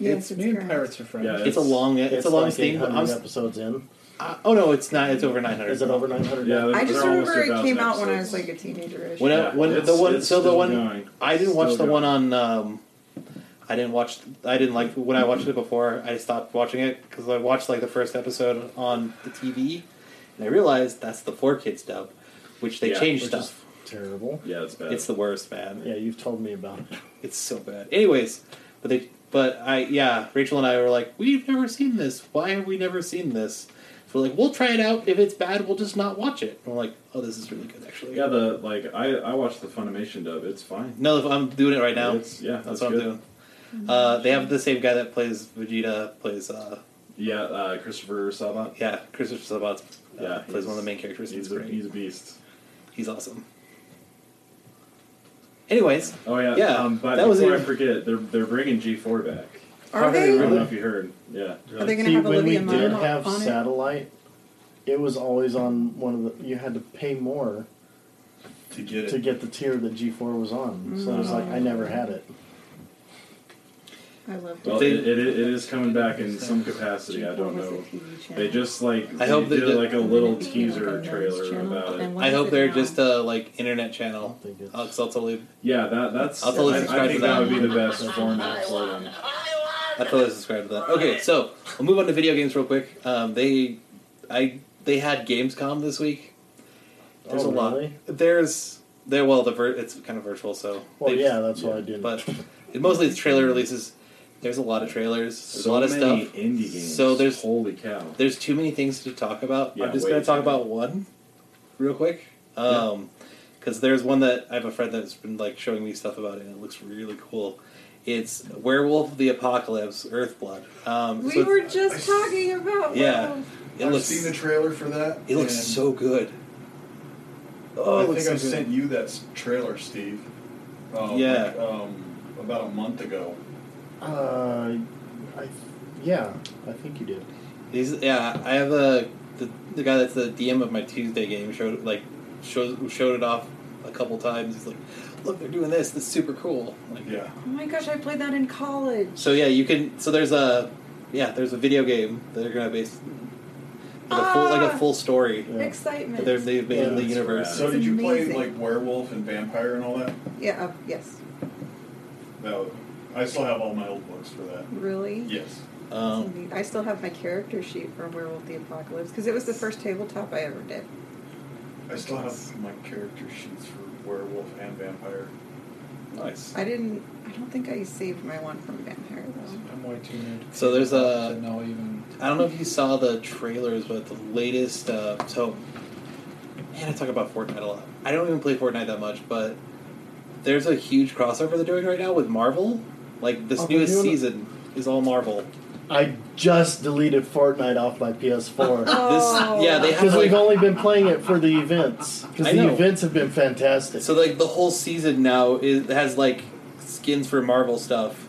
Speaker 4: yes, it's
Speaker 5: me and
Speaker 4: correct.
Speaker 5: pirates are friends.
Speaker 10: Yeah,
Speaker 3: It's a long. It's, a long
Speaker 1: like
Speaker 3: thing. but
Speaker 1: 800
Speaker 3: I'm,
Speaker 1: episodes in.
Speaker 3: uh, oh no, it's not. It's over nine hundred.
Speaker 1: Is it over 900?
Speaker 10: Yeah,
Speaker 4: I
Speaker 10: they're-
Speaker 4: just
Speaker 10: they're almost
Speaker 4: remember it
Speaker 10: 2,000
Speaker 4: came out when I was
Speaker 10: episodes.
Speaker 4: like a teenager.
Speaker 3: When, I,
Speaker 10: Yeah,
Speaker 3: when
Speaker 10: it's-
Speaker 3: the one,
Speaker 10: it's
Speaker 3: so the
Speaker 10: still
Speaker 3: one,
Speaker 10: going.
Speaker 3: I didn't watch the
Speaker 10: Still
Speaker 3: one
Speaker 10: going.
Speaker 3: on. Um, I didn't watch. I didn't like when I watched it before. I stopped watching it because I watched like the first episode on the TV, and I realized that's the four kids dub, which they
Speaker 10: Yeah,
Speaker 3: changed
Speaker 1: Which is
Speaker 3: stuff.
Speaker 1: terrible.
Speaker 10: Yeah, it's bad.
Speaker 3: It's the worst, man.
Speaker 1: Yeah, you've told me about it.
Speaker 3: It's so bad. Anyways, but they, but I, yeah, Rachel and I were like, we've never seen this. Why have we never seen this? So we're like, we'll try it out. If it's bad, we'll just not watch it. And we're like, oh, this is really good, actually.
Speaker 10: yeah, the like I I watched the Funimation dub. It's fine.
Speaker 3: No, I'm doing it right now.
Speaker 10: It's- yeah,
Speaker 3: that's,
Speaker 10: that's
Speaker 3: what
Speaker 10: good.
Speaker 3: I'm doing. Uh, they have the same guy that plays Vegeta, plays uh,
Speaker 10: Yeah, uh, Christopher Sabat.
Speaker 3: yeah, Christopher Sabat. Uh,
Speaker 10: Yeah,
Speaker 3: plays
Speaker 10: he's-
Speaker 3: one of the main characters. He's,
Speaker 10: He's a,
Speaker 3: great.
Speaker 10: he's a beast.
Speaker 3: He's awesome. Anyways,
Speaker 10: Oh yeah.
Speaker 3: Yeah,
Speaker 10: Um, but
Speaker 3: that was
Speaker 10: before
Speaker 3: it.
Speaker 10: I forget, they're they're bringing G four back.
Speaker 4: Are
Speaker 10: I
Speaker 4: they?
Speaker 10: don't know if you heard. Yeah.
Speaker 4: Are they going to
Speaker 1: See,
Speaker 4: have
Speaker 1: when we
Speaker 4: Olivia
Speaker 1: did
Speaker 4: Munn
Speaker 1: have
Speaker 4: on it?
Speaker 1: satellite, it was always on one of the. You had to pay more
Speaker 8: To get it.
Speaker 1: to get the tier that G4 was on. So it was like I never had it.
Speaker 4: I loved it.
Speaker 10: Well,
Speaker 3: They-
Speaker 10: it, it, it is coming back in some capacity. I don't know. They just like
Speaker 3: I hope
Speaker 10: they
Speaker 3: they
Speaker 10: did
Speaker 3: do-
Speaker 10: like a little
Speaker 4: And then
Speaker 10: teaser
Speaker 4: Netflix
Speaker 10: trailer
Speaker 4: channel,
Speaker 10: about
Speaker 4: and
Speaker 10: it.
Speaker 4: what
Speaker 3: I
Speaker 4: is
Speaker 3: hope
Speaker 4: it
Speaker 3: they're
Speaker 4: now?
Speaker 3: just a like internet
Speaker 1: I
Speaker 3: channel.
Speaker 1: don't think it's.
Speaker 3: I'll, I'll totally,
Speaker 10: Yeah, that that's
Speaker 3: I'll totally
Speaker 10: I, I
Speaker 3: subscribe
Speaker 10: think
Speaker 3: to
Speaker 10: that
Speaker 3: that.
Speaker 10: would be the best format for them.
Speaker 3: I totally subscribe to that. Okay, so we'll move on to video games real quick. Um, they, I, they had Gamescom this week. There's
Speaker 1: Oh,
Speaker 3: a lot.
Speaker 1: really?
Speaker 3: There's there. Well, the vir- it's kind of virtual, so
Speaker 1: Well,
Speaker 3: they-
Speaker 1: yeah, that's why I didn't.
Speaker 3: but it, mostly it's trailer releases. There's a lot of trailers. There's
Speaker 10: So
Speaker 3: a lot of
Speaker 10: many
Speaker 3: stuff.
Speaker 10: indie games.
Speaker 3: So there's-
Speaker 10: holy cow.
Speaker 3: There's too many things to talk about.
Speaker 10: Yeah,
Speaker 3: I'm just
Speaker 10: way
Speaker 3: going to
Speaker 10: too
Speaker 3: talk
Speaker 10: many.
Speaker 3: about one real quick. Um, because there's one that I have a friend that's been like showing me stuff about it, and it looks really cool. It's Werewolf of the Apocalypse, Earthblood. Um, so
Speaker 4: We
Speaker 3: it's-
Speaker 4: were just talking about.
Speaker 3: Yeah.
Speaker 4: Wow.
Speaker 3: It
Speaker 8: I've
Speaker 3: looks
Speaker 8: seen the trailer for that.
Speaker 3: it looks
Speaker 8: and
Speaker 3: so good. Oh, it
Speaker 8: I think
Speaker 3: looks
Speaker 8: I
Speaker 3: so good.
Speaker 8: sent you that s- trailer, Steve. Um,
Speaker 3: Yeah.
Speaker 8: like, um, about a month ago.
Speaker 1: uh, I, yeah, I think you did.
Speaker 3: These, yeah, I have a the, the guy that's the DM of my Tuesday game showed like showed showed it off a couple times. He's like, "Look, they're doing this. This is super cool." Like,
Speaker 8: Yeah.
Speaker 4: Oh my gosh, I played that in college.
Speaker 3: So yeah, you can. So there's a yeah, there's a video game that they're gonna base like a full like
Speaker 4: Ah!
Speaker 3: a full story.
Speaker 1: Yeah.
Speaker 4: Excitement.
Speaker 3: That they're they've made in the
Speaker 1: Yeah.
Speaker 3: universe.
Speaker 8: So did you play
Speaker 4: amazing.
Speaker 8: like werewolf and vampire and all that?
Speaker 4: yeah. Uh, yes.
Speaker 8: Valid. I still have all my old books for that.
Speaker 4: Really?
Speaker 8: Yes.
Speaker 4: That's
Speaker 3: Um,
Speaker 4: neat. I still have my character sheet for Werewolf the Apocalypse because it was the first tabletop I ever did.
Speaker 8: I still have my character sheets for werewolf and vampire.
Speaker 5: Nice.
Speaker 4: I didn't. I don't think I saved my one from Vampire though.
Speaker 5: I'm way too new.
Speaker 3: So there's a-
Speaker 5: to know even.
Speaker 3: I don't know if you saw the trailers, but the latest. Uh, so, man, I talk about Fortnite a lot. I don't even play Fortnite that much, but there's a huge crossover they're doing right now with Marvel. Like this
Speaker 1: Oh, they're
Speaker 3: newest
Speaker 1: doing-
Speaker 3: season is all Marvel.
Speaker 1: I just deleted Fortnite off my PS4
Speaker 4: Oh.
Speaker 3: This, yeah, they have
Speaker 1: because
Speaker 3: like,
Speaker 1: we've only been playing it for the events. Because
Speaker 3: I
Speaker 1: the
Speaker 3: know.
Speaker 1: events have been fantastic.
Speaker 3: so like the whole season now is has like skins for Marvel stuff,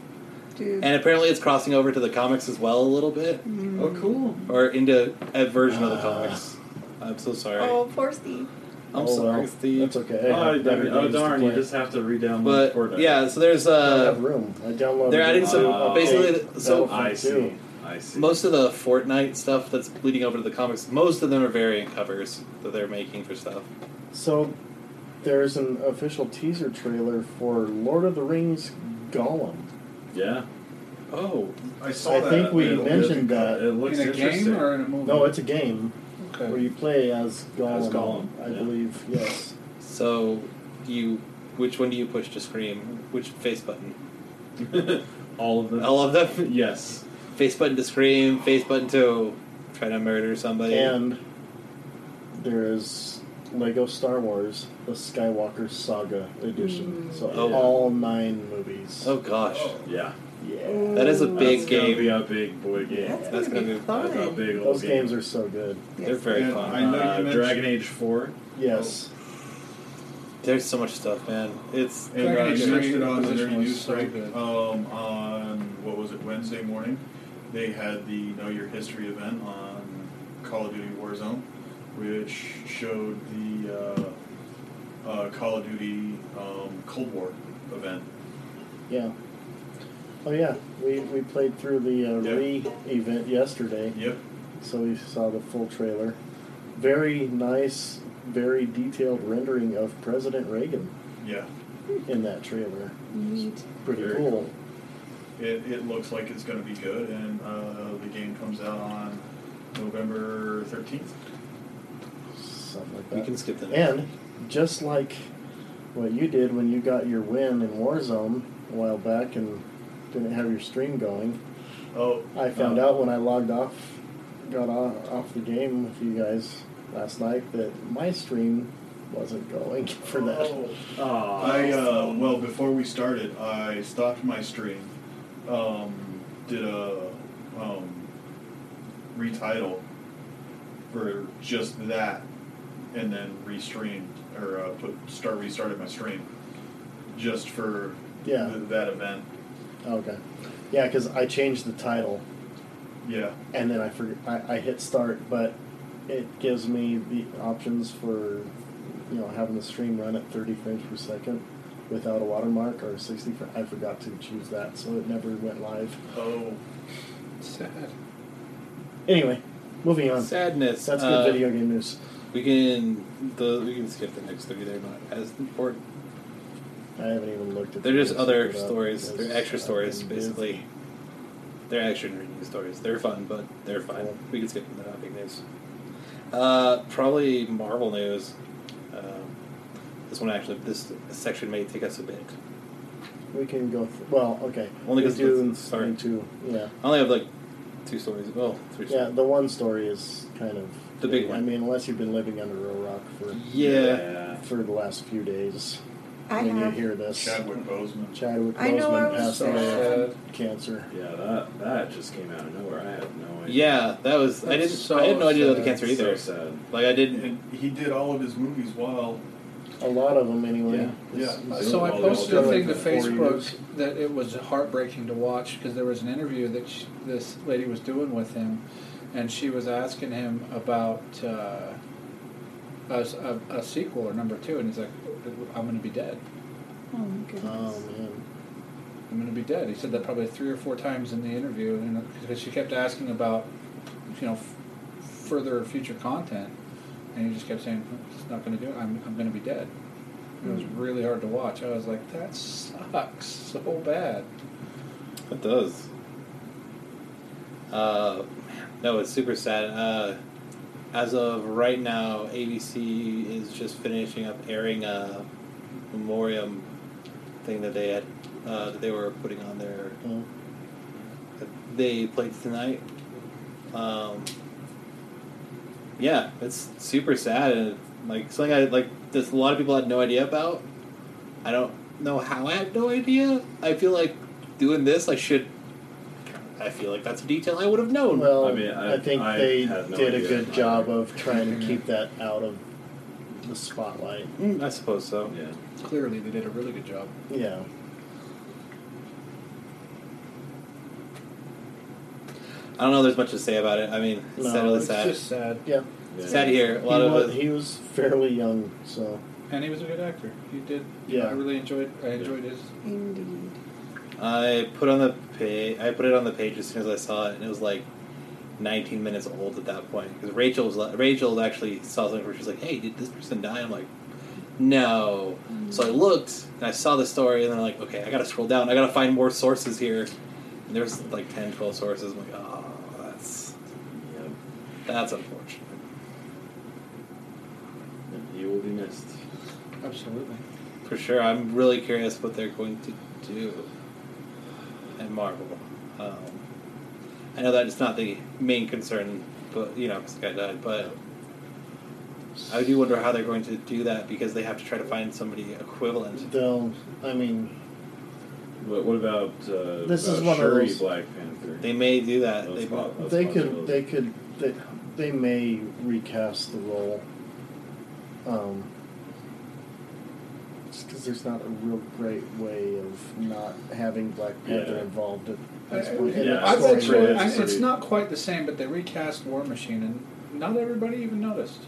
Speaker 4: Dude.
Speaker 3: and apparently it's crossing over to the comics as well a little bit,
Speaker 4: Hmm.
Speaker 10: Oh, cool.
Speaker 3: or into a version of the
Speaker 1: Ah.
Speaker 3: comics. I'm so sorry.
Speaker 4: oh, poor Steve.
Speaker 3: I'm
Speaker 1: Oh,
Speaker 3: sorry,
Speaker 1: well,
Speaker 3: Steve.
Speaker 1: That's okay. I
Speaker 10: oh,
Speaker 1: have better
Speaker 10: oh,
Speaker 1: games to
Speaker 10: darn! You
Speaker 1: play.
Speaker 10: just have to redownload
Speaker 3: but
Speaker 10: Fortnite.
Speaker 3: yeah, so there's
Speaker 1: I don't have
Speaker 3: uh,
Speaker 1: room. I downloaded.
Speaker 3: they're adding
Speaker 1: it.
Speaker 3: some
Speaker 10: Uh,
Speaker 3: basically so
Speaker 10: I see. I see.
Speaker 3: Most of the Fortnite stuff that's bleeding over to the comics, most of them are variant covers that they're making for stuff.
Speaker 1: So there's an official teaser trailer for Lord of the Rings Gollum.
Speaker 10: yeah,
Speaker 3: Oh,
Speaker 8: I saw
Speaker 1: I
Speaker 8: that.
Speaker 1: think we
Speaker 8: It'll-
Speaker 1: mentioned uh,
Speaker 10: it
Speaker 1: that.
Speaker 10: looks
Speaker 5: in a
Speaker 10: interesting.
Speaker 5: game or in a movie?
Speaker 1: No, it's a game
Speaker 5: okay.
Speaker 1: where you play as Gollum.
Speaker 10: Mm-hmm. As Gollum,
Speaker 1: I
Speaker 10: yeah.
Speaker 1: believe. Yes.
Speaker 3: so you, which one do you push to scream? Which face button?
Speaker 10: All of them.
Speaker 3: All of them.
Speaker 10: yes.
Speaker 3: face button to scream. Face button to try to murder somebody.
Speaker 1: And there's Lego Star Wars: The Skywalker Saga edition. So
Speaker 10: Oh.
Speaker 1: all nine movies.
Speaker 3: oh gosh,
Speaker 10: Yeah.
Speaker 1: Yeah.
Speaker 3: that is a
Speaker 4: Ooh.
Speaker 3: big
Speaker 10: That's
Speaker 3: game.
Speaker 10: gonna be a big boy game.
Speaker 4: That's,
Speaker 3: that's
Speaker 4: gonna,
Speaker 3: gonna
Speaker 4: be
Speaker 3: be-
Speaker 4: fun.
Speaker 10: That's a big old
Speaker 1: Those
Speaker 10: game.
Speaker 1: games are so good.
Speaker 3: They're
Speaker 4: Yes.
Speaker 3: very
Speaker 8: And
Speaker 3: fun.
Speaker 8: I know you
Speaker 10: Uh,
Speaker 8: mentioned-
Speaker 10: Dragon Age Four.
Speaker 1: Yes.
Speaker 3: There's so much stuff, man. It's
Speaker 8: And
Speaker 5: Dragon
Speaker 8: uh,
Speaker 5: Age
Speaker 8: you mentioned on the
Speaker 5: position
Speaker 8: Nerdy
Speaker 5: was
Speaker 8: News
Speaker 5: so
Speaker 8: site
Speaker 5: good.
Speaker 8: um, on what was it Wednesday morning? They had the Know Your History event on Call of Duty Warzone, which showed the uh, uh, Call of Duty um, Cold War event.
Speaker 1: Yeah. Oh yeah, we, we played through the uh,
Speaker 8: Yeah.
Speaker 1: re event yesterday,
Speaker 8: Yep.
Speaker 1: so we saw the full trailer. Very nice, very detailed rendering of President Reagan
Speaker 8: Yeah.
Speaker 1: in that trailer.
Speaker 4: Neat.
Speaker 1: Pretty
Speaker 10: Very
Speaker 1: cool.
Speaker 10: cool.
Speaker 8: It, it looks like it's going to be good, and uh, the game comes out on November thirteenth.
Speaker 1: Something like that.
Speaker 3: you can skip that.
Speaker 1: And just like what you did when you got your win in Warzone a while back and didn't have your stream going,
Speaker 8: Oh,
Speaker 1: I found
Speaker 8: uh,
Speaker 1: out when I logged off, got off, off the game with you guys last night that my stream wasn't going for that.
Speaker 8: oh.
Speaker 10: Aw.
Speaker 8: I uh, well before we started, I stopped my stream, um, did a um, retitle for just that, and then restreamed or uh, put start restarted my stream just for
Speaker 1: Yeah.
Speaker 8: th- that event.
Speaker 1: Okay. Yeah, because I changed the title
Speaker 8: Yeah,
Speaker 1: and then I forget I, I hit start, but it gives me the options for you know having the stream run at 30 frames per second without a watermark or 60. Fr- I forgot to choose that, so it never went live.
Speaker 8: oh,
Speaker 5: sad.
Speaker 1: Anyway, moving on.
Speaker 3: Sadness.
Speaker 1: That's good
Speaker 3: Uh,
Speaker 1: video game news.
Speaker 3: We can the we can skip the next three. They're not as important.
Speaker 1: I haven't even looked at.
Speaker 3: They're
Speaker 1: the
Speaker 3: just
Speaker 1: list
Speaker 3: other
Speaker 1: of it up
Speaker 3: stories.
Speaker 1: uh, because
Speaker 3: They're extra
Speaker 1: I've
Speaker 3: stories,
Speaker 1: been
Speaker 3: basically.
Speaker 1: busy.
Speaker 3: They're extra nerdy stories. They're fun, but they're fine.
Speaker 1: Cool.
Speaker 3: We can skip them. They're not big news. Uh, probably Marvel news. Um, this one actually, this section may take us a bit.
Speaker 1: We can go. Th- well, okay.
Speaker 3: Only 'cause
Speaker 1: we do
Speaker 3: it's- sorry.
Speaker 1: need to- Yeah,
Speaker 3: I only have like two stories. Well, three.
Speaker 1: yeah.
Speaker 3: Stories.
Speaker 1: The one story is kind of
Speaker 3: The big
Speaker 1: I
Speaker 3: one.
Speaker 1: mean, unless you've been living under a rock for
Speaker 3: Yeah.
Speaker 1: for the last few days,
Speaker 4: I
Speaker 1: when
Speaker 4: have.
Speaker 1: you hear this,
Speaker 8: Chadwick Boseman.
Speaker 1: Chadwick
Speaker 4: I know I
Speaker 1: Boseman
Speaker 4: was
Speaker 1: passed
Speaker 4: sad.
Speaker 1: away
Speaker 5: Sad.
Speaker 1: of cancer.
Speaker 10: Yeah, that that just came out of nowhere. I had no idea.
Speaker 3: Yeah, that was. I
Speaker 5: That's
Speaker 3: didn't.
Speaker 5: so
Speaker 3: I had no idea about the
Speaker 5: sad.
Speaker 3: cancer either.
Speaker 10: So sad.
Speaker 3: Like I didn't.
Speaker 8: And he did all of his movies while
Speaker 1: A lot of them, anyway.
Speaker 8: Yeah, yeah.
Speaker 1: This-
Speaker 5: So I
Speaker 10: Well,
Speaker 5: posted a
Speaker 10: they'll do it
Speaker 5: thing to
Speaker 10: in four
Speaker 5: Facebook
Speaker 10: years.
Speaker 5: that it was heartbreaking to watch because there was an interview that sh this lady was doing with him, and she was asking him about uh, a, s- a- a sequel or number two, and he's like, "I'm going to be dead.
Speaker 4: Oh my goodness.
Speaker 1: Oh
Speaker 10: Um,
Speaker 1: man.
Speaker 5: I'm going to be dead." He said that probably three or four times in the interview, and because she kept asking about, you know, f- further future content, and he just kept saying, "It's not going to do it. I'm, I'm going to be dead." It was
Speaker 10: Hmm.
Speaker 5: really hard to watch. I was like, that sucks so bad.
Speaker 3: It does. Uh, no, it's super sad. Uh, as of right now, ABC is just finishing up airing a memoriam thing that they had uh, that they were putting on their
Speaker 1: Oh.
Speaker 3: that they played tonight. Um, yeah, it's super sad and like something I like. There's a lot of people had no idea about. I don't know how I had no idea. I feel like doing this. I should. I feel like that's a detail I would have known.
Speaker 1: Well, I,
Speaker 10: I mean, I-
Speaker 1: think
Speaker 10: I
Speaker 1: they
Speaker 10: had no
Speaker 1: did a
Speaker 10: idea.
Speaker 1: good job of trying to keep that out of the spotlight.
Speaker 3: Mm, I suppose so.
Speaker 10: Yeah.
Speaker 5: Clearly, they did a really good job.
Speaker 1: Yeah.
Speaker 3: I don't know. There's much to say about it. I mean, it's
Speaker 1: No,
Speaker 3: sadly
Speaker 5: It's
Speaker 3: sad.
Speaker 5: just sad.
Speaker 1: Yeah.
Speaker 10: Yeah.
Speaker 3: Sad here. A lot
Speaker 1: he,
Speaker 3: of
Speaker 1: wa-
Speaker 3: us.
Speaker 1: he was fairly young, so
Speaker 5: And he was a good actor. He did.
Speaker 1: Yeah.
Speaker 5: I really enjoyed. I enjoyed his.
Speaker 4: Indeed.
Speaker 3: I put on the page. I put it on the page as soon as I saw it, and it was like 19 minutes old at that point. Because Rachel was like, Rachel actually saw something where she's like, "Hey, did this person die?" I'm like, "No." So I looked and I saw the story, and then I'm like, "Okay, I gotta scroll down. I gotta find more sources here." And there's like 10, 12 sources. I'm like, "Oh, that's that's unfortunate."
Speaker 10: You will be missed.
Speaker 5: Absolutely.
Speaker 3: For sure, I'm really curious what they're going to do at Marvel. Um, I know that it's not the main concern, but you know, 'cause the guy died. But I do wonder how they're going to do that because they have to try to find somebody equivalent.
Speaker 1: they'll. I mean,
Speaker 10: What, what about uh,
Speaker 1: This
Speaker 10: about
Speaker 1: is one of
Speaker 10: Shuri
Speaker 1: those-
Speaker 10: Black Panther?
Speaker 3: They may do that.
Speaker 10: That's
Speaker 3: They may.
Speaker 10: possible.
Speaker 1: they could. They could. They, they may recast the role. Um. Just because there's not a real great way of not having Black Panther
Speaker 10: Yeah.
Speaker 1: involved at
Speaker 5: I-
Speaker 1: this point. in
Speaker 10: yeah,
Speaker 1: the
Speaker 10: I
Speaker 5: I've
Speaker 10: thought
Speaker 1: story.
Speaker 5: read
Speaker 10: it's
Speaker 5: through it.
Speaker 10: really-
Speaker 5: I-
Speaker 10: it's
Speaker 5: It's
Speaker 10: pretty-
Speaker 5: not quite the same, but they recast War Machine, and not everybody even noticed.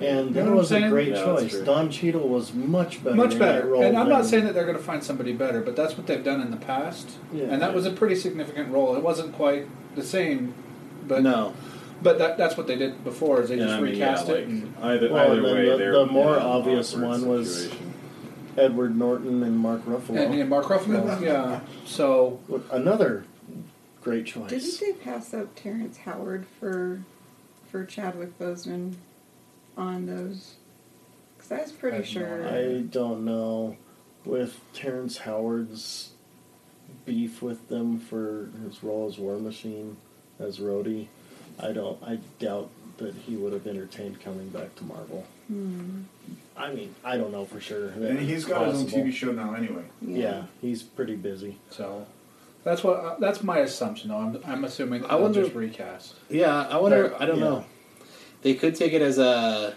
Speaker 1: And
Speaker 5: You know
Speaker 1: that
Speaker 5: what
Speaker 1: was
Speaker 5: I'm
Speaker 1: a
Speaker 5: saying?
Speaker 1: great
Speaker 10: Yeah, that's
Speaker 1: choice.
Speaker 10: true.
Speaker 1: Don Cheadle was much better.
Speaker 5: Much
Speaker 1: in That
Speaker 5: better.
Speaker 1: role
Speaker 5: And I'm not
Speaker 1: than-
Speaker 5: saying that they're going to find somebody better, but that's what they've done in the past.
Speaker 1: Yeah.
Speaker 5: and that was a pretty significant role. It wasn't quite the same,
Speaker 3: But
Speaker 5: but
Speaker 3: no,
Speaker 5: But that, that's what they did before. Is they
Speaker 10: And
Speaker 5: just
Speaker 10: I mean, yeah,
Speaker 5: recast it.
Speaker 10: like,
Speaker 5: and-
Speaker 10: either
Speaker 1: Well,
Speaker 10: either
Speaker 1: and then
Speaker 10: way,
Speaker 1: the-
Speaker 10: they're
Speaker 1: the
Speaker 10: in
Speaker 1: more
Speaker 10: an
Speaker 1: obvious
Speaker 10: awkward
Speaker 1: one was-
Speaker 10: situation.
Speaker 1: Edward Norton and Mark Ruffalo.
Speaker 5: and, and Mark Ruffalo.
Speaker 1: Well.
Speaker 5: Yeah. So
Speaker 1: With Another great choice.
Speaker 4: Didn't they pass up Terrence Howard for for Chadwick Boseman on those? Because I was
Speaker 5: I
Speaker 4: pretty
Speaker 5: have no
Speaker 4: sure.
Speaker 1: I don't know. With Terrence Howard's beef with them for his role as War Machine, as Rhodey, I don't. I doubt that he would have entertained coming back to Marvel.
Speaker 4: Hmm.
Speaker 1: I mean, I don't know for sure.
Speaker 8: And he's got his
Speaker 1: Possible.
Speaker 8: own TV show now, anyway.
Speaker 1: Yeah. he's pretty busy.
Speaker 5: so that's what uh, that's my assumption. Though I'm, I'm assuming that
Speaker 3: I
Speaker 5: they'll
Speaker 3: wonder-
Speaker 5: just recast.
Speaker 3: yeah, I wonder.
Speaker 1: But,
Speaker 3: I don't
Speaker 1: yeah.
Speaker 3: know. They could take it as a.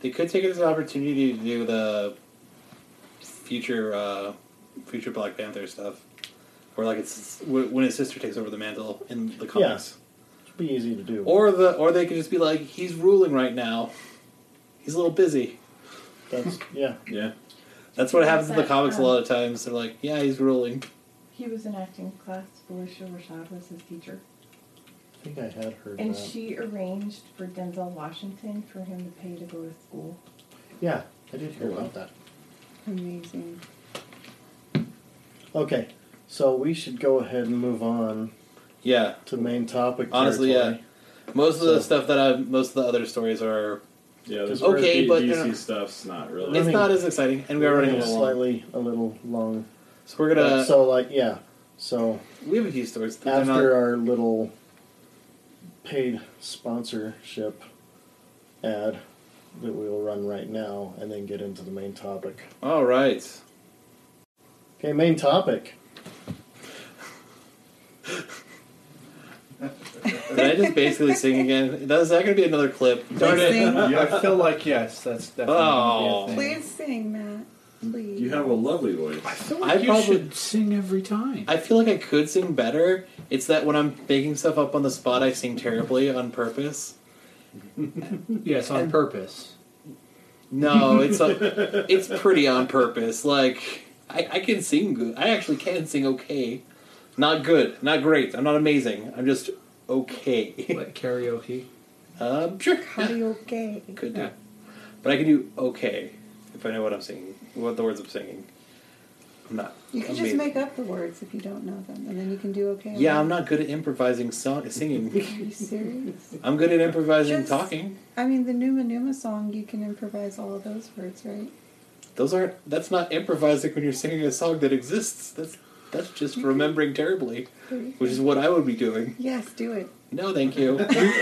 Speaker 3: They could take it as an opportunity to do the future, uh, future Black Panther stuff, where like it's when his sister takes over the mantle in the comics.
Speaker 1: It'd be easy to do.
Speaker 3: Or the or they could just be like, he's ruling right now. He's a little busy.
Speaker 1: That's yeah.
Speaker 10: Yeah.
Speaker 3: That's what happens in the comics a lot of times. They're like, yeah, he's ruling.
Speaker 11: He was in acting class. Belisha Rashad was his teacher.
Speaker 1: I think I had heard
Speaker 11: And
Speaker 1: that.
Speaker 11: she arranged for Denzel Washington for him to pay to go to school.
Speaker 1: yeah, I did
Speaker 8: Oh,
Speaker 1: hear about that.
Speaker 4: Amazing.
Speaker 1: Okay, so we should go ahead and move on
Speaker 3: Yeah.
Speaker 1: to main topic.
Speaker 3: Honestly,
Speaker 1: territory.
Speaker 3: Most of the
Speaker 1: So-
Speaker 3: stuff that I most of the other stories are
Speaker 10: Yeah,
Speaker 1: Just-
Speaker 10: the
Speaker 3: Okay,
Speaker 10: D-
Speaker 3: but
Speaker 10: DC
Speaker 3: they're-
Speaker 10: stuff's not really.
Speaker 3: it's not as exciting and we are running a little long.
Speaker 1: slightly a little long.
Speaker 3: So we're gonna
Speaker 1: But so like yeah, so
Speaker 3: we have a few stories. but uh, they're
Speaker 1: after
Speaker 3: not,
Speaker 1: our little paid sponsorship ad that we will run right now, and then get into the main topic.
Speaker 3: all right.
Speaker 1: Okay, main topic.
Speaker 3: Did I just basically sing again? That- Is that gonna be another clip? Darn
Speaker 4: Please
Speaker 3: it.
Speaker 4: sing.
Speaker 5: Yeah, I feel like yes, that's definitely.
Speaker 3: Oh.
Speaker 5: gonna be a thing.
Speaker 4: Please sing, Matt. Please.
Speaker 10: You have a lovely voice.
Speaker 5: I feel
Speaker 3: I
Speaker 5: like you
Speaker 3: probably-
Speaker 5: should sing every time.
Speaker 3: I feel like I could sing better. It's that when I'm making stuff up on the spot I sing terribly on purpose.
Speaker 5: yes, on purpose.
Speaker 3: No, it's a, it's pretty on purpose. Like I, I can sing good. I actually can sing okay. Not good. Not great. I'm not amazing. I'm just okay.
Speaker 5: Like karaoke.
Speaker 3: um, sure.
Speaker 4: Karaoke.
Speaker 3: Could do. But I can do okay. if I know what I'm singing, what the words I'm singing. I'm not.
Speaker 4: You can just
Speaker 3: amazing.
Speaker 4: make up the words if you don't know them, and then you can do okay.
Speaker 3: Yeah,
Speaker 4: with
Speaker 3: I'm
Speaker 4: it.
Speaker 3: not good at improvising song singing.
Speaker 4: Are you serious?
Speaker 3: I'm good at improvising
Speaker 4: Just-
Speaker 3: talking.
Speaker 4: I mean, the Numa Numa song, you can improvise all of those words, right?
Speaker 3: Those aren't. That's not improvising when you're singing a song that exists. That's that's just remembering terribly, which is what I would be doing.
Speaker 4: Yes, do it.
Speaker 3: No, thank you.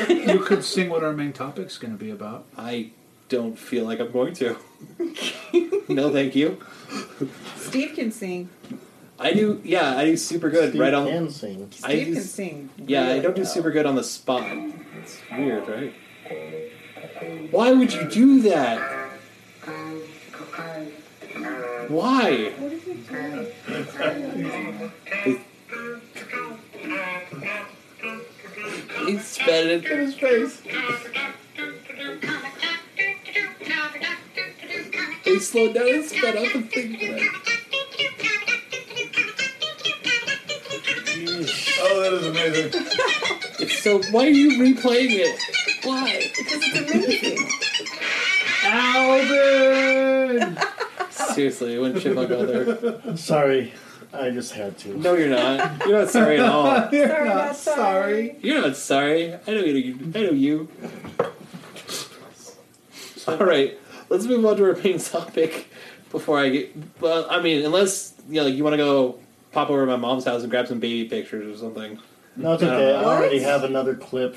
Speaker 5: you could sing what our main topic's going to be about.
Speaker 3: I don't feel like I'm going to. no, thank you.
Speaker 4: Steve can sing.
Speaker 3: I do. Yeah, I do super good.
Speaker 1: Steve
Speaker 3: right on.
Speaker 1: can sing.
Speaker 3: I
Speaker 4: Steve
Speaker 3: do
Speaker 4: can
Speaker 3: s-
Speaker 4: sing.
Speaker 3: Yeah, I
Speaker 4: really
Speaker 3: don't do
Speaker 4: well.
Speaker 3: super good on the spot. It's weird, right? Why would you do that? Why?
Speaker 11: What is it doing?
Speaker 3: He spat it in his face. He slowed down and sped up and things like
Speaker 8: Oh, that is amazing.
Speaker 3: It's so. Why are you replaying it? Why?
Speaker 4: Because it's amazing.
Speaker 5: Alvin!
Speaker 3: Seriously, it wouldn't chipmunk out there.
Speaker 1: Sorry, I just had to.
Speaker 3: No, you're not. You're not sorry at all.
Speaker 5: You're
Speaker 4: Sorry,
Speaker 5: not
Speaker 4: not sorry.
Speaker 3: You're not sorry. I know you. I know you. All right, let's move on to our main topic. Before I get, well, I mean, unless you know, like you want to go pop over to my mom's house and grab some baby pictures or something.
Speaker 1: No, it's okay. I already
Speaker 4: What?
Speaker 1: have another clip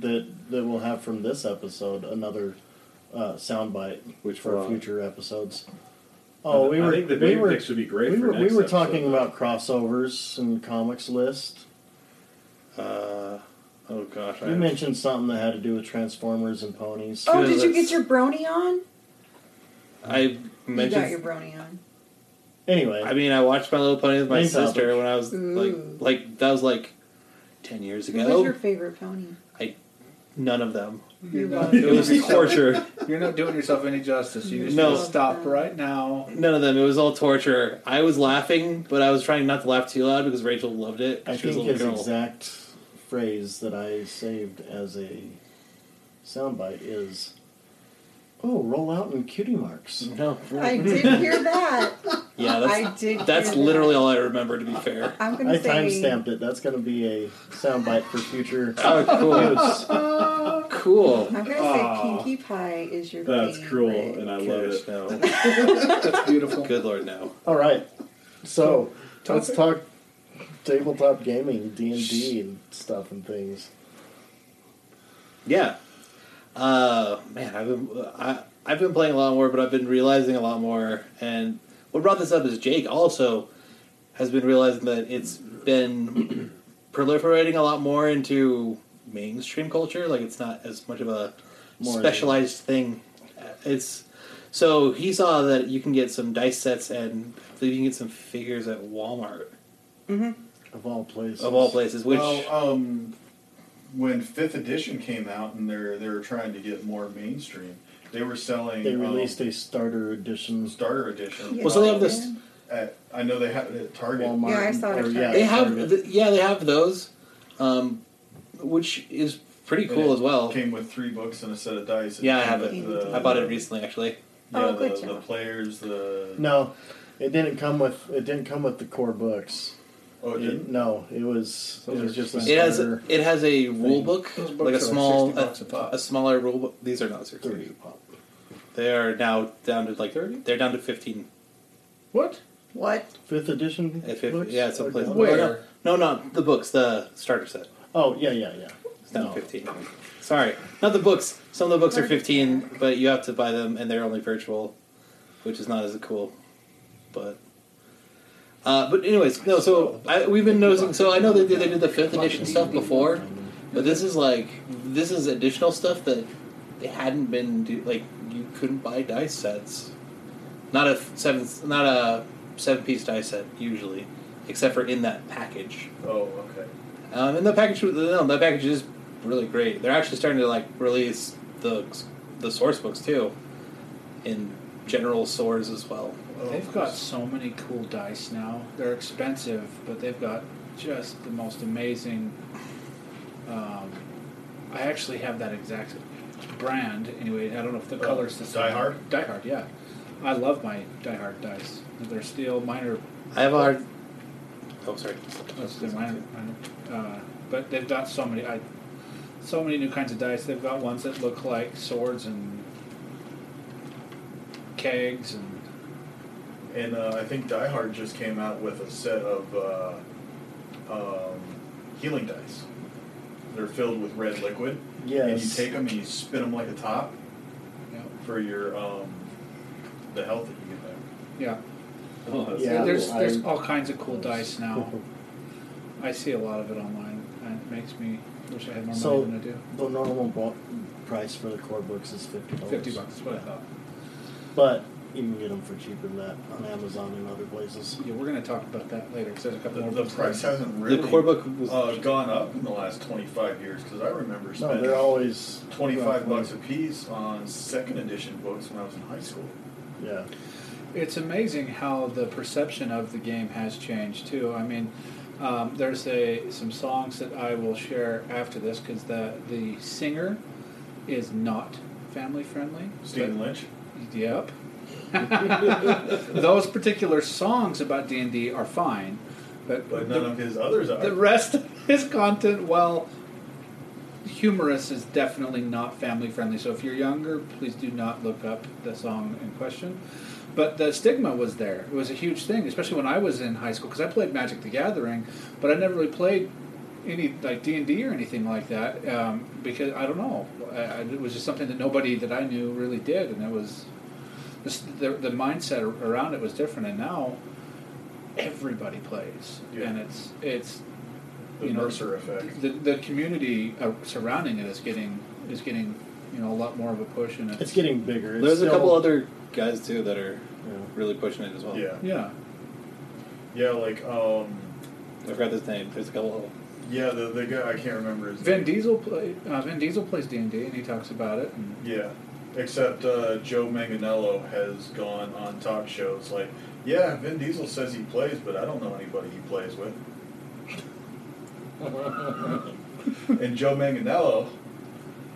Speaker 1: that that we'll have from this episode, another uh, soundbite
Speaker 10: Which
Speaker 1: for
Speaker 10: one?
Speaker 1: future episodes. Oh, we
Speaker 10: I
Speaker 1: were
Speaker 10: think the
Speaker 1: we
Speaker 10: baby
Speaker 1: were
Speaker 10: pics would be great.
Speaker 1: we
Speaker 10: for
Speaker 1: were, we
Speaker 10: next
Speaker 1: were talking
Speaker 10: episode.
Speaker 1: about crossovers and comics list.
Speaker 3: Uh, oh gosh,
Speaker 1: We mentioned something that had to do with Transformers and ponies.
Speaker 4: Oh, did you
Speaker 3: that's-
Speaker 4: get your brony on?
Speaker 3: I
Speaker 4: You got your
Speaker 3: mentioned.
Speaker 4: brony on.
Speaker 1: Anyway,
Speaker 3: I mean, I watched My Little Pony with my
Speaker 1: Main
Speaker 3: sister
Speaker 1: topic.
Speaker 3: when I was
Speaker 4: Ooh.
Speaker 3: like, like that was like ten years
Speaker 4: Who was
Speaker 3: ago.
Speaker 4: your favorite pony?
Speaker 3: None of them.
Speaker 4: You
Speaker 5: You're not,
Speaker 4: love
Speaker 3: It was
Speaker 5: doing yourself,
Speaker 3: torture.
Speaker 5: you're not doing yourself any justice. You just
Speaker 3: No.
Speaker 5: need to stop right now.
Speaker 3: None of them. It was all torture. I was laughing, but I was trying not to laugh too loud because Rachel loved it.
Speaker 1: I
Speaker 3: she was a
Speaker 1: think
Speaker 3: little
Speaker 1: his
Speaker 3: girl.
Speaker 1: exact phrase that I saved as a soundbite is, "Oh, roll out in cutie marks."
Speaker 3: no.
Speaker 4: I did hear that.
Speaker 3: yeah,
Speaker 4: I
Speaker 3: that's
Speaker 4: did.
Speaker 3: that's
Speaker 4: hear
Speaker 3: literally
Speaker 4: that.
Speaker 3: all I remember. To be fair.
Speaker 4: I'm gonna
Speaker 1: I
Speaker 4: say.
Speaker 1: timestamped it. That's going to be a soundbite for future
Speaker 3: Oh,
Speaker 1: use.
Speaker 3: cool. cool.
Speaker 4: I'm gonna
Speaker 5: Aw.
Speaker 4: say Pinkie Pie is your.
Speaker 10: That's cruel,
Speaker 4: favorite.
Speaker 10: and I love
Speaker 3: Gosh,
Speaker 10: it.
Speaker 3: no.
Speaker 5: That's beautiful.
Speaker 3: Good lord, no.
Speaker 1: All right, so let's talk tabletop gaming, D and D, and stuff and things.
Speaker 3: Yeah. Uh, man, I've been I, I've been playing a lot more, but I've been realizing a lot more. And what brought this up is Jake also has been realizing that it's been proliferating a lot more into mainstream culture. Like it's not as much of a
Speaker 1: More
Speaker 3: specialized thing. It's so he saw that you can get some dice sets and I believe you can get some figures at Walmart
Speaker 1: Of all places,
Speaker 3: of all places, which
Speaker 5: uh,
Speaker 8: well, um, when fifth edition came out and they're they were trying to get more mainstream, they were selling
Speaker 1: they released
Speaker 8: um,
Speaker 1: a starter edition.
Speaker 8: starter edition.
Speaker 4: Yeah.
Speaker 3: well, so they have this.
Speaker 8: At, I know they have it at Target.
Speaker 1: Walmart.
Speaker 4: Yeah, I saw it
Speaker 1: or-
Speaker 4: at
Speaker 1: yeah,
Speaker 3: They have,
Speaker 1: Target.
Speaker 3: th- yeah, they have those, um, which is pretty
Speaker 8: And
Speaker 3: cool
Speaker 8: it
Speaker 3: as well.
Speaker 8: Came with three books and a set of dice.
Speaker 3: Yeah, I have it.
Speaker 8: came with
Speaker 4: I
Speaker 3: I bought it recently, actually.
Speaker 8: Yeah,
Speaker 4: Oh,
Speaker 8: the,
Speaker 4: good
Speaker 8: the
Speaker 4: job.
Speaker 8: players, the
Speaker 1: No, it didn't come with it didn't come with the core books.
Speaker 8: oh, it
Speaker 1: It-
Speaker 8: didn't?
Speaker 1: no, it was it
Speaker 5: Those
Speaker 1: was
Speaker 5: are
Speaker 1: just a
Speaker 3: It has
Speaker 1: starter
Speaker 3: it has a rule book,
Speaker 5: Those books
Speaker 3: like
Speaker 5: are
Speaker 3: a
Speaker 5: like
Speaker 3: small
Speaker 5: 60
Speaker 3: a,
Speaker 5: bucks a pop.
Speaker 3: a smaller rule book. These are not
Speaker 1: thirty
Speaker 3: sixty.
Speaker 1: pop.
Speaker 3: They are now down to like they're down to fifteen.
Speaker 5: What?
Speaker 4: What?
Speaker 1: Fifth edition
Speaker 3: If it,
Speaker 1: books?
Speaker 3: yeah, it's
Speaker 1: Or-
Speaker 3: someplace.
Speaker 5: Where?
Speaker 3: No, not the books. The starter set.
Speaker 1: Oh yeah, yeah, yeah.
Speaker 3: It's down
Speaker 1: No.
Speaker 3: to fifteen. Sorry, not the books. Some of the books are fifteen, but you have to buy them, and they're only virtual, which is not as cool. But. Uh, but anyways, no. So I, we've been noticing. So I know that they, they did the fifth edition stuff before,
Speaker 1: Um,
Speaker 3: but this is like this is additional stuff that they hadn't been do, like you couldn't buy dice sets, not a seven, not a seven piece dice set usually, except for in that package.
Speaker 8: Oh, okay.
Speaker 3: Um, and the package, was- no, that package is really great. They're actually starting to like release the the source books too, in general stores as well.
Speaker 8: Oh.
Speaker 5: They've got so many cool dice now. They're expensive, but they've got just the most amazing. Um, I actually have that exact brand. Anyway, I don't know if the
Speaker 8: Uh,
Speaker 5: colors. the same.
Speaker 8: Die Hard?
Speaker 5: Die Hard, yeah. I love my Die Hard dice. They're steel, minor.
Speaker 3: I have a hard. Oh, sorry.
Speaker 5: That's their minor. minor uh, but they've got so many. I, so many new kinds of dice. They've got ones that look like swords and kegs and
Speaker 8: And uh, I think Die Hard just came out with a set of uh, um, healing dice. They're filled with red liquid. And you
Speaker 1: Yes.
Speaker 8: take them and you spin them like a top
Speaker 5: you know,
Speaker 8: for your um, the health that you get back.
Speaker 5: yeah.
Speaker 10: Oh, that's
Speaker 1: Yeah,
Speaker 5: there's
Speaker 1: I-
Speaker 5: there's all kinds of cool dice now. I see a lot of it online, and it makes me wish I had more
Speaker 1: So-
Speaker 5: money than I do.
Speaker 1: The normal bo- price for the core books is fifty dollars.
Speaker 5: Fifty bucks is what I thought.
Speaker 1: But you can get them for cheaper than that on Amazon and other places.
Speaker 5: Yeah, we're gonna talk about that later. 'cause there's a couple more.
Speaker 8: The, the
Speaker 5: books
Speaker 8: price
Speaker 5: there.
Speaker 8: hasn't really
Speaker 3: The core book was.
Speaker 8: uh, gone up in the last 25 years because I remember
Speaker 1: No,
Speaker 8: spending
Speaker 1: they're always
Speaker 8: 25 bucks a piece on second edition books when I was in high school.
Speaker 1: Yeah.
Speaker 5: It's amazing how the perception of the game has changed too. I mean, um, there's a some songs that I will share after this because the the singer is not family friendly.
Speaker 8: Stephen Lynch.
Speaker 5: But- Yep. Those particular songs about D and D are fine, but,
Speaker 8: But
Speaker 5: the,
Speaker 8: none of his others are.
Speaker 5: the rest of his content, while humorous, is definitely not family friendly. So if you're younger, please do not look up the song in question. But the stigma was there. It was a huge thing, especially when I was in high school because I played Magic the Gathering, but I never really played any like D and D or anything like that um, because I don't know. I, I, it was just something that nobody that I knew really did, and it was. this- The, the mindset ar- around it was different, and now everybody plays,
Speaker 8: Yeah.
Speaker 5: and it's it's
Speaker 8: the
Speaker 5: you know,
Speaker 8: Mercer effect.
Speaker 5: the, the community uh, surrounding it is getting is getting you know a lot more of a push and
Speaker 1: It's getting bigger. It's
Speaker 3: There's a
Speaker 1: still-
Speaker 3: couple other guys too that are
Speaker 1: Yeah.
Speaker 3: really pushing it as well.
Speaker 8: Yeah.
Speaker 5: yeah
Speaker 8: Yeah, like, um,
Speaker 3: I forgot his name. There's a couple.
Speaker 8: yeah, the, the guy, I can't remember his
Speaker 5: Vin
Speaker 8: name.
Speaker 5: Diesel play uh, Vin Diesel plays D and D and he talks about it and
Speaker 8: Yeah. Except uh, Joe Manganello has gone on talk shows like, yeah, Vin Diesel says he plays, but I don't know anybody he plays with. and Joe Manganello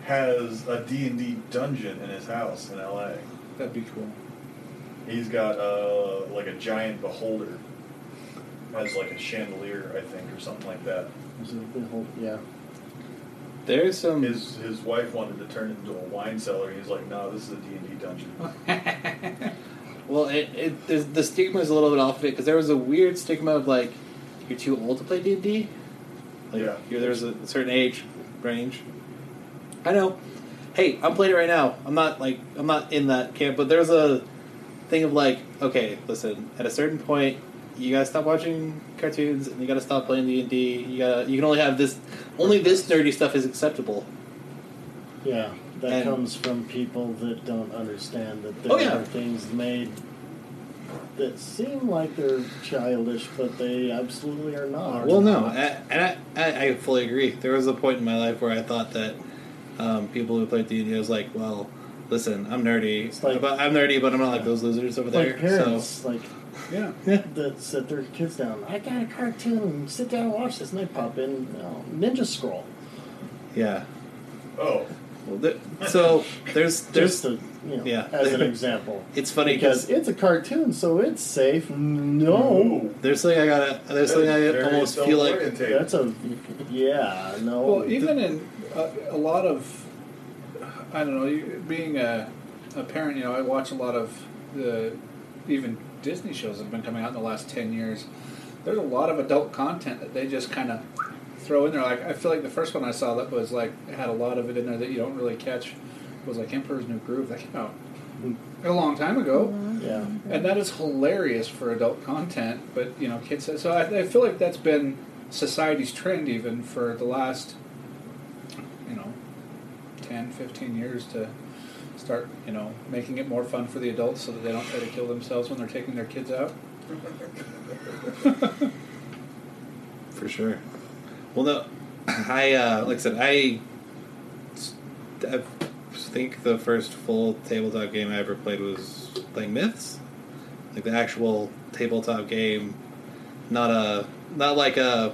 Speaker 8: has a D&D dungeon in his house in LA.
Speaker 5: that'd be cool
Speaker 8: He's got uh, like a giant beholder as like a chandelier, I think, or something like that.
Speaker 1: Is it the whole- Yeah.
Speaker 3: There's some.
Speaker 8: His his wife wanted to turn it into a wine cellar. He's like, no, this is a D and D dungeon.
Speaker 3: Well, it, it there's, the stigma is a little bit off of it because there was a weird stigma of like you're too old to play D and D. Like
Speaker 8: Yeah.
Speaker 3: you're, there's a certain age range. I know. Hey, I'm playing it right now. I'm not like I'm not in that camp, but there's a thing of like, okay, listen. At a certain point, you gotta stop watching cartoons and you gotta stop playing D and D. You gotta you can only have this only this nerdy stuff is acceptable.
Speaker 1: Yeah. That
Speaker 3: And-
Speaker 1: comes from people that don't understand that there
Speaker 3: Oh, yeah.
Speaker 1: are things made that seem like they're childish, but they absolutely are not.
Speaker 3: Well, no, I- and I, I, I fully agree. There was a point in my life where I thought that um, people who played D and D was like, well, listen, I'm nerdy,
Speaker 1: It's like-
Speaker 3: but I'm nerdy, but I'm not like those losers over there.
Speaker 1: like parents, like
Speaker 5: yeah
Speaker 1: that set their kids down. I got a cartoon. Sit down, and watch this. And they pop in you know, Ninja Scroll.
Speaker 3: So yeah,
Speaker 8: Oh,
Speaker 3: well, th- so there's
Speaker 1: Just
Speaker 3: there's
Speaker 1: to, you know,
Speaker 3: yeah.
Speaker 1: as an example,
Speaker 3: it's funny
Speaker 1: because
Speaker 3: because
Speaker 1: it's a cartoon, so it's safe. No,
Speaker 3: there's something I gotta there's something
Speaker 8: That is
Speaker 3: I
Speaker 8: very
Speaker 3: almost feel like
Speaker 8: self-oriented.
Speaker 1: that's a yeah. No,
Speaker 5: well even in a, a lot of I don't know you- being a, a parent you know I watch a lot of the even Disney shows that have been coming out in the last ten years there's a lot of adult content that they just kind of throw in there. Like I feel like the first one I saw that was like had a lot of it in there that you don't really catch was like Emperor's New Groove. That came out a long time ago,
Speaker 1: yeah,
Speaker 5: and that is hilarious for adult content. But you know, kids. So I, I feel like that's been society's trend even for the last you know 10, 15 years to start you know making it more fun for the adults so that they don't try to kill themselves when they're taking their kids out.
Speaker 3: for sure. Well, no, I uh, like I said I, I think the first full tabletop game I ever played was playing Myths, like the actual tabletop game, not a not like a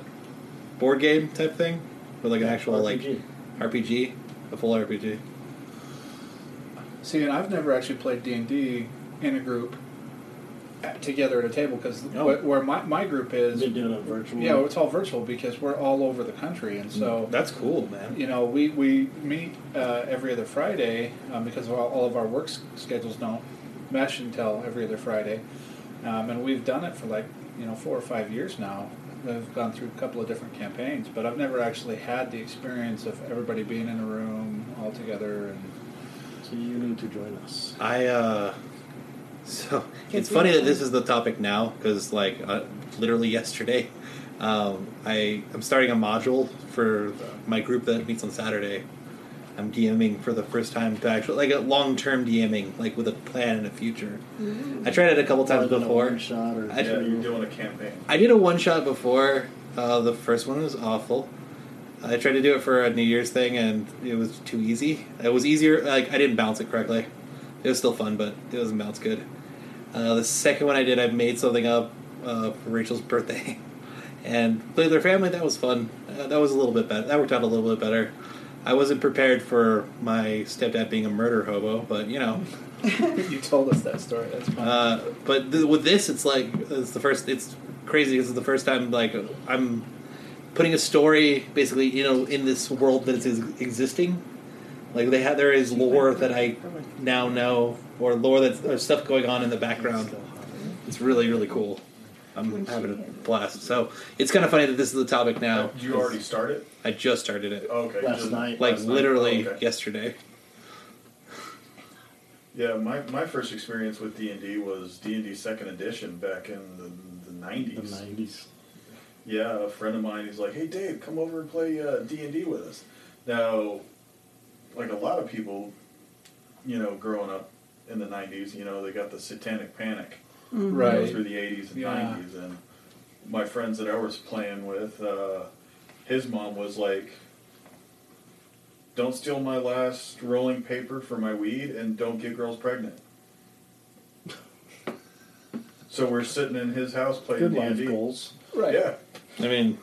Speaker 3: board game type thing, but like an actual
Speaker 1: RPG.
Speaker 3: like RPG, a full RPG.
Speaker 5: See, and I've never actually played D and D in a group at, together at a table because
Speaker 1: Oh.
Speaker 5: where, where my, my group
Speaker 1: I've
Speaker 5: is,
Speaker 1: been doing it virtually.
Speaker 5: yeah, it's all virtual because we're all over the country, and so
Speaker 3: That's cool, man.
Speaker 5: you know we we meet uh, every other Friday um, because of all, all of our work s- schedules don't mesh until every other Friday, um, and we've done it for like you know four or five years now. I've gone through a couple of different campaigns, but I've never actually had the experience of everybody being in a room all together and.
Speaker 1: So you need to join us.
Speaker 3: I uh so it's
Speaker 4: we
Speaker 3: funny
Speaker 4: have
Speaker 3: that this is the topic now because like uh, literally yesterday um, I I'm starting a module for my group that meets on Saturday. I'm DMing for the first time to actually like a long term DMing like with a plan and a future. I tried it a couple times
Speaker 1: Probably
Speaker 3: before.
Speaker 1: One shot or
Speaker 3: I-
Speaker 8: yeah,
Speaker 1: two.
Speaker 8: you're doing a campaign.
Speaker 3: I did a one shot before. Uh, the first one was awful. I tried to do it for a New Year's thing, and it was too easy. It was easier. Like I didn't bounce it correctly. It was still fun, but it wasn't bounced good. Uh, the second one I did, I made something up uh, for Rachel's birthday, and played with her family. That was fun. Uh, that was a little bit better. That worked out a little bit better. I wasn't prepared for my stepdad being a murder hobo, but you know.
Speaker 5: you told us that story. That's fun.
Speaker 3: Uh, but th- with this, it's like it's the first. It's crazy because it's the first time like I'm putting a story basically you know in this world that is existing. Like they have, there is lore that I now know, or lore that's or stuff going on in the background. It's really really cool. I'm having a blast. So it's kind of funny that this is the topic now.
Speaker 8: you already started?
Speaker 3: I just started it,
Speaker 8: Okay.
Speaker 1: Last
Speaker 8: just-
Speaker 1: night.
Speaker 3: like
Speaker 8: last night? Oh,
Speaker 3: literally
Speaker 8: Okay.
Speaker 3: yesterday.
Speaker 8: Yeah, my, my first experience with D and D was D and D Second Edition back in the the
Speaker 1: The
Speaker 8: nineties.
Speaker 1: 90s.
Speaker 8: Yeah, a friend of mine, he's like, "Hey, Dave, come over and play uh, D and D with us." Now, like a lot of people, you know, growing up in the '90s, you know, they got the Satanic Panic
Speaker 4: Mm-hmm.
Speaker 8: you know,
Speaker 5: right.
Speaker 8: through the '80s and
Speaker 5: Yeah.
Speaker 8: '90s, and my friends that I was playing with, uh, his mom was like, "Don't steal my last rolling paper for my weed, and don't get girls pregnant." So we're sitting in his house playing
Speaker 1: Good
Speaker 8: D and
Speaker 1: life
Speaker 8: D.
Speaker 1: goals.
Speaker 5: Right.
Speaker 8: Yeah.
Speaker 3: I mean,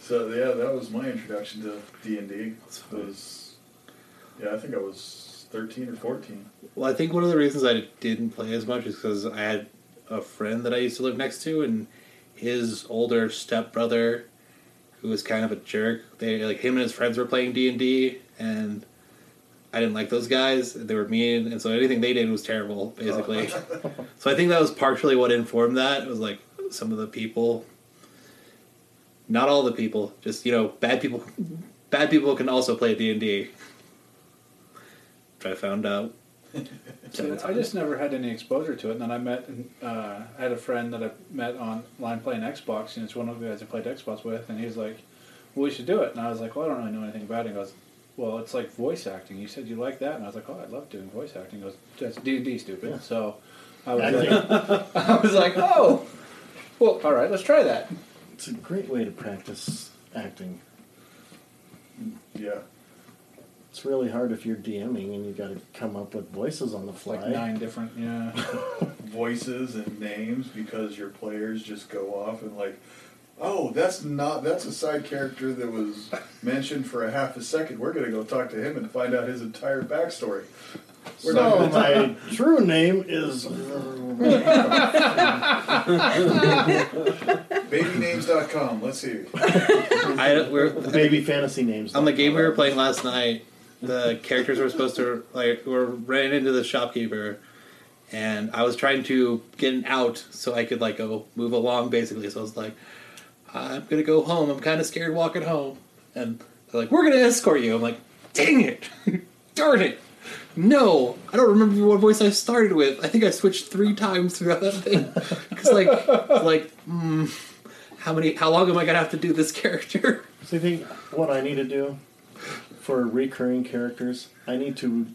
Speaker 8: So yeah, that was my introduction to D and D. Was yeah, I think I was thirteen or fourteen.
Speaker 3: Well, I think one of the reasons I didn't play as much is because I had a friend that I used to live next to, and his older stepbrother, who was kind of a jerk. They like him and his friends were playing D and D, and I didn't like those guys. They were mean, and so anything they did was terrible, basically. so I think that was partially what informed that. It was like some of the people, not all the people, just you know, bad people. Bad people can also play D and D. Which I found out.
Speaker 5: So I just never had any exposure to it, and then I met. Uh, I had a friend that I met online playing Xbox, and it's one of the guys I played Xbox with, and he was like, "Well, we should do it," and I was like, "Well, I don't really know anything about it." And he goes, "Well, it's like voice acting. You said you like that," and I was like, "Oh, I love doing voice acting." He goes, "That's D and D, stupid." So I was, like,
Speaker 1: Acting.
Speaker 5: I was like, "Oh, well, all right, let's try that."
Speaker 1: It's a great way to practice acting.
Speaker 8: Yeah,
Speaker 1: It's really hard if you're DMing and you got to come up with voices on the fly.
Speaker 5: Like nine different, yeah.
Speaker 8: voices and names because your players just go off and like, oh, that's not that's a side character that was mentioned for a half a second. We're gonna go talk to him and find out his entire backstory. We're not
Speaker 1: so
Speaker 8: gonna talk.
Speaker 1: my true name is.
Speaker 8: Babynames.com. Let's see.
Speaker 3: I we're,
Speaker 1: Baby fantasy names.
Speaker 3: on the game we were playing last night. The characters were supposed to like were ran into the shopkeeper, and I was trying to get an out so I could like go move along basically. So I was like, I'm gonna go home. I'm kind of scared walking home, and they're like, we're gonna escort you. I'm like, dang it, darn it. No, I don't remember what voice I started with. I think I switched three times throughout that thing. Because like, like, hmm, how many? How long am I gonna have to do this character?
Speaker 1: So you think what I need to do for recurring characters? I need to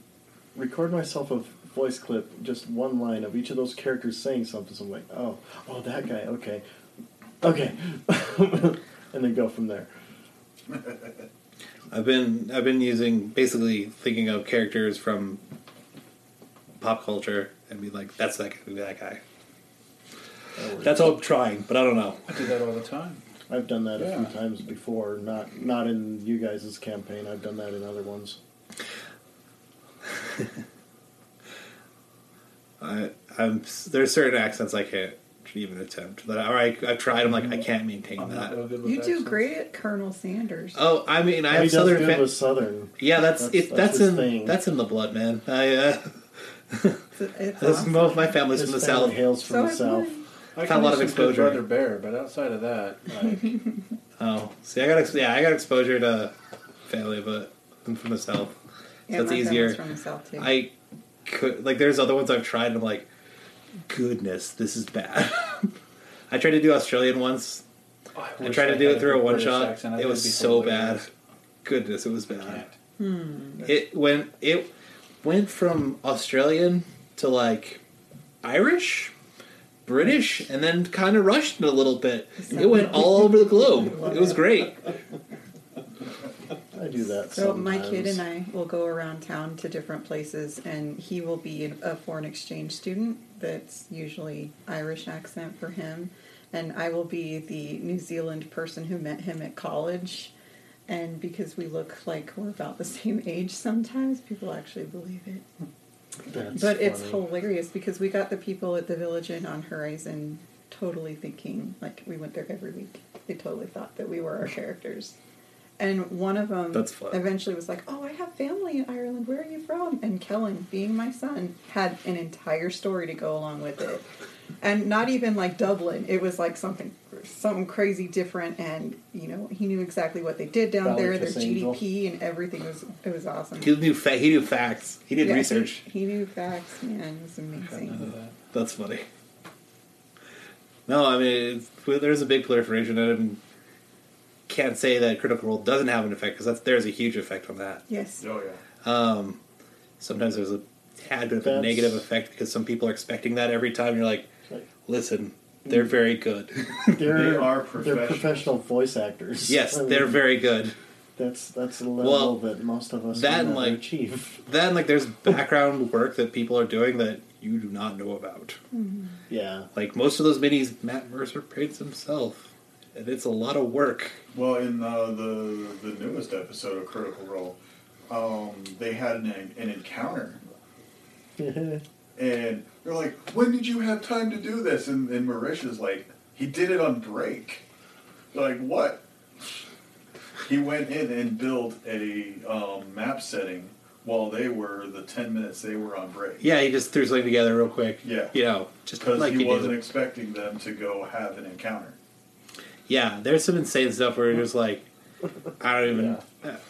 Speaker 1: record myself a voice clip, just one line of each of those characters saying something. So I'm like, oh, oh, that guy. Okay, okay, and then go from there.
Speaker 3: I've been I've been using basically thinking of characters from pop culture and be like, that's that guy, that guy. That's all I'm trying, but I don't know.
Speaker 5: I do that all the time.
Speaker 1: I've done that a
Speaker 5: Yeah.
Speaker 1: few times before. Not not in you guys' campaign. I've done that in other ones.
Speaker 3: I, I'm there's certain accents I can't even attempt. That or I, I've tried. I'm like I can't maintain that.
Speaker 4: You do great at Colonel Sanders.
Speaker 3: Oh, I mean, I
Speaker 1: He
Speaker 3: have
Speaker 1: does
Speaker 3: southern.
Speaker 1: good
Speaker 3: fa-
Speaker 1: with Southern.
Speaker 3: Yeah, that's
Speaker 1: That's-
Speaker 3: it.
Speaker 1: that's
Speaker 3: That's,
Speaker 1: his
Speaker 3: in
Speaker 1: thing.
Speaker 3: that's in the blood, man. I uh,
Speaker 4: It's
Speaker 3: that's
Speaker 4: awesome.
Speaker 3: most, my family's
Speaker 1: His
Speaker 3: from the
Speaker 1: family
Speaker 3: south.
Speaker 1: hails from
Speaker 4: So
Speaker 1: the
Speaker 4: am
Speaker 1: South.
Speaker 5: I
Speaker 3: Had
Speaker 5: can
Speaker 3: a lot
Speaker 5: do
Speaker 3: of
Speaker 5: some Good
Speaker 3: exposure.
Speaker 5: Brother Bear, but outside of that, like,
Speaker 3: Oh, see, I got ex- yeah, I got exposure to family, but I'm from the south. So
Speaker 4: Yeah,
Speaker 3: it's
Speaker 4: my
Speaker 3: easier.
Speaker 4: family's from the South too.
Speaker 3: I could like there's other ones I've tried and I'm like, goodness, this is bad. I tried to do Australian once.
Speaker 5: I,
Speaker 3: I
Speaker 5: wish
Speaker 3: tried to do
Speaker 5: had
Speaker 3: it through a one
Speaker 5: British
Speaker 3: shot.
Speaker 5: accent. I
Speaker 3: It
Speaker 5: think
Speaker 3: was
Speaker 5: it'd be
Speaker 3: so bad.
Speaker 5: hilarious.
Speaker 3: Goodness, it was bad.
Speaker 5: Can't.
Speaker 3: It went it went from Australian to like Irish, British, and then kind of Russian a little bit. It went all over the globe. It was great.
Speaker 1: I do that.
Speaker 4: So my kid
Speaker 1: sometimes.
Speaker 4: and I will go around town to different places, and he will be a foreign exchange student. That's usually Irish accent for him, and I will be the New Zealand person who met him at college. And because we look like we're about the same age, sometimes people actually believe it.
Speaker 1: That's
Speaker 4: But it's
Speaker 1: funny.
Speaker 4: hilarious because we got the people at the village inn on Horizon totally thinking like we went there every week. They totally thought that we were our characters. And one of them
Speaker 3: That's fun.
Speaker 4: eventually was like, "Oh, I have family in Ireland. Where are you from?" And Kellen, being my son, had an entire story to go along with it, and not even like Dublin. It was like something, something crazy different. And you know, he knew exactly what they did down
Speaker 1: Valley
Speaker 4: there, their
Speaker 1: Kiss Angel.
Speaker 4: GDP, and everything was it was awesome.
Speaker 3: He knew fa- he knew facts. He did
Speaker 4: Yeah,
Speaker 3: research.
Speaker 4: He, he knew facts, man. It was amazing.
Speaker 3: That's funny. No, I mean it's, well, there's a big proliferation, and I can't say that Critical Role doesn't have an effect because there's a huge effect on that.
Speaker 4: Yes.
Speaker 8: Oh yeah.
Speaker 3: Um, sometimes there's a tad bit of a
Speaker 1: That's-
Speaker 3: negative effect because some people are expecting that every time. You're like,
Speaker 1: Right.
Speaker 3: listen, they're very good.
Speaker 1: They're,
Speaker 8: They are
Speaker 1: They're
Speaker 8: professional.
Speaker 1: professional voice actors.
Speaker 3: yes,
Speaker 1: I mean,
Speaker 3: they're very good.
Speaker 1: That's that's the level
Speaker 3: Well,
Speaker 1: that most of us
Speaker 3: that
Speaker 1: will
Speaker 3: and,
Speaker 1: never
Speaker 3: like-
Speaker 1: achieve.
Speaker 3: Then like there's background work that people are doing that you do not know about.
Speaker 1: Yeah,
Speaker 3: Like most of those minis, Matt Mercer paints himself, and it's a lot of work.
Speaker 8: Well, in uh, the the newest episode of Critical Role, um, they had an, an encounter, and they're like, "When did you have time to do this?" And, and Marisha's like, "He did it on break." They're like, "What?" He went in and built a um, map setting while they were the ten minutes they were on break.
Speaker 3: Yeah, he just threw something together real quick.
Speaker 8: Yeah.
Speaker 3: You know, just
Speaker 8: Because
Speaker 3: like
Speaker 8: he
Speaker 3: you
Speaker 8: wasn't
Speaker 3: do.
Speaker 8: expecting them to go have an encounter.
Speaker 3: Yeah, there's some insane stuff where you're just like, I don't even,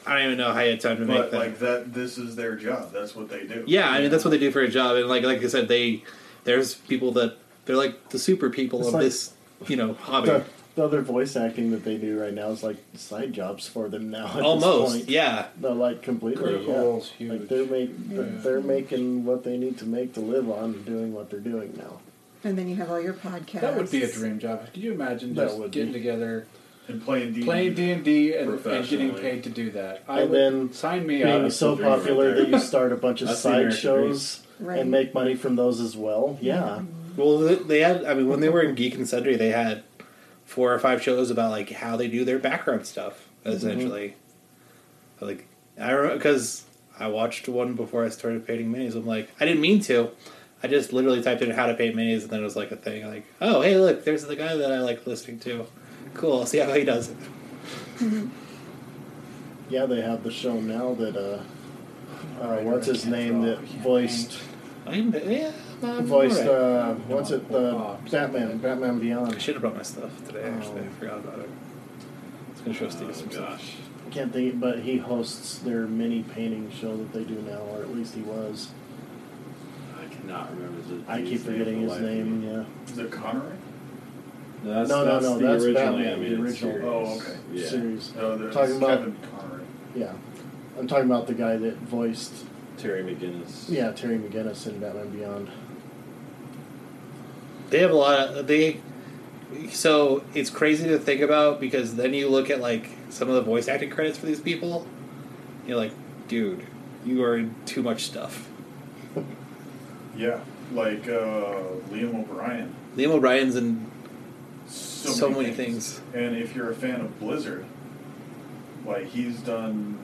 Speaker 3: I don't even know how you had time to make
Speaker 8: But
Speaker 3: that.
Speaker 8: like that, this is their job. That's what they do.
Speaker 3: yeah, I mean that's what they do for a job, and like like I said, they there's people that they're like the super people
Speaker 1: It's
Speaker 3: of
Speaker 1: like-
Speaker 3: this, you know, hobby.
Speaker 1: the, the other voice acting that they do right now is like side jobs for them now. At this
Speaker 3: Almost,
Speaker 1: point.
Speaker 3: yeah.
Speaker 1: No, like completely.
Speaker 5: Critical
Speaker 1: yeah.
Speaker 5: role's huge.
Speaker 1: Like they're make, they're making what they need to make to live on, doing what they're doing now.
Speaker 4: And then you have all your podcasts.
Speaker 5: That would be a dream job. Could you imagine
Speaker 1: That
Speaker 5: just
Speaker 1: would
Speaker 5: getting
Speaker 1: be.
Speaker 5: together,
Speaker 8: And playing D.
Speaker 5: playing D and D, and getting
Speaker 10: Professionally.
Speaker 5: paid to do that? I
Speaker 1: And
Speaker 5: would
Speaker 1: then
Speaker 5: sign me up.
Speaker 1: Being so
Speaker 10: the dream right
Speaker 1: popular
Speaker 10: there.
Speaker 1: that you start a bunch of
Speaker 10: That's the
Speaker 1: side
Speaker 10: American
Speaker 1: shows
Speaker 4: Right.
Speaker 1: and make money from those as well. Yeah,
Speaker 3: Well, th- they had. I mean, when they were in Geek and Sundry, they had four or five shows about like how they do their background stuff. Essentially, like I remember because I watched one before I started painting minis. I'm like, I didn't mean to. I just literally typed in how to paint minis, and then it was like a thing. Like, oh, hey, look, there's the guy that I like listening to. Cool. I'll see how he does it.
Speaker 1: yeah. They have the show now that uh, uh what's his name that voiced
Speaker 3: I'm, yeah, I'm
Speaker 1: voiced
Speaker 3: alright.
Speaker 1: uh what's it the Batman Batman
Speaker 3: I
Speaker 1: Beyond.
Speaker 3: should have brought my stuff today. Actually, I
Speaker 1: Oh.
Speaker 3: forgot about it. I was gonna show Steve some stuff.
Speaker 1: I can't think, but he hosts their mini painting show that they do now, or at least he was.
Speaker 10: I cannot remember the.
Speaker 1: I keep
Speaker 10: dude's name
Speaker 1: forgetting his
Speaker 10: for life of me.
Speaker 1: name. Yeah.
Speaker 8: Is it Connery?
Speaker 10: No, that's,
Speaker 1: No, no,
Speaker 10: that's
Speaker 1: no,
Speaker 10: The
Speaker 1: that's
Speaker 10: original
Speaker 1: Batman,
Speaker 10: animated
Speaker 1: the original.
Speaker 10: series.
Speaker 8: Oh, okay.
Speaker 10: Yeah.
Speaker 1: Series.
Speaker 8: No, Oh, there's
Speaker 1: Talking about-
Speaker 8: Kevin Connery.
Speaker 1: Yeah. I'm talking about the guy that voiced
Speaker 10: Terry McGinnis.
Speaker 1: yeah Terry McGinnis in Batman Beyond.
Speaker 3: They have a lot of they. So it's crazy to think about because then you look at like some of the voice acting credits for these people. You're like, dude, you are in too much stuff.
Speaker 8: Yeah, like uh, Liam O'Brien.
Speaker 3: Liam O'Brien's in
Speaker 8: So,
Speaker 3: so, many, things.
Speaker 8: And if you're a fan of Blizzard, like he's done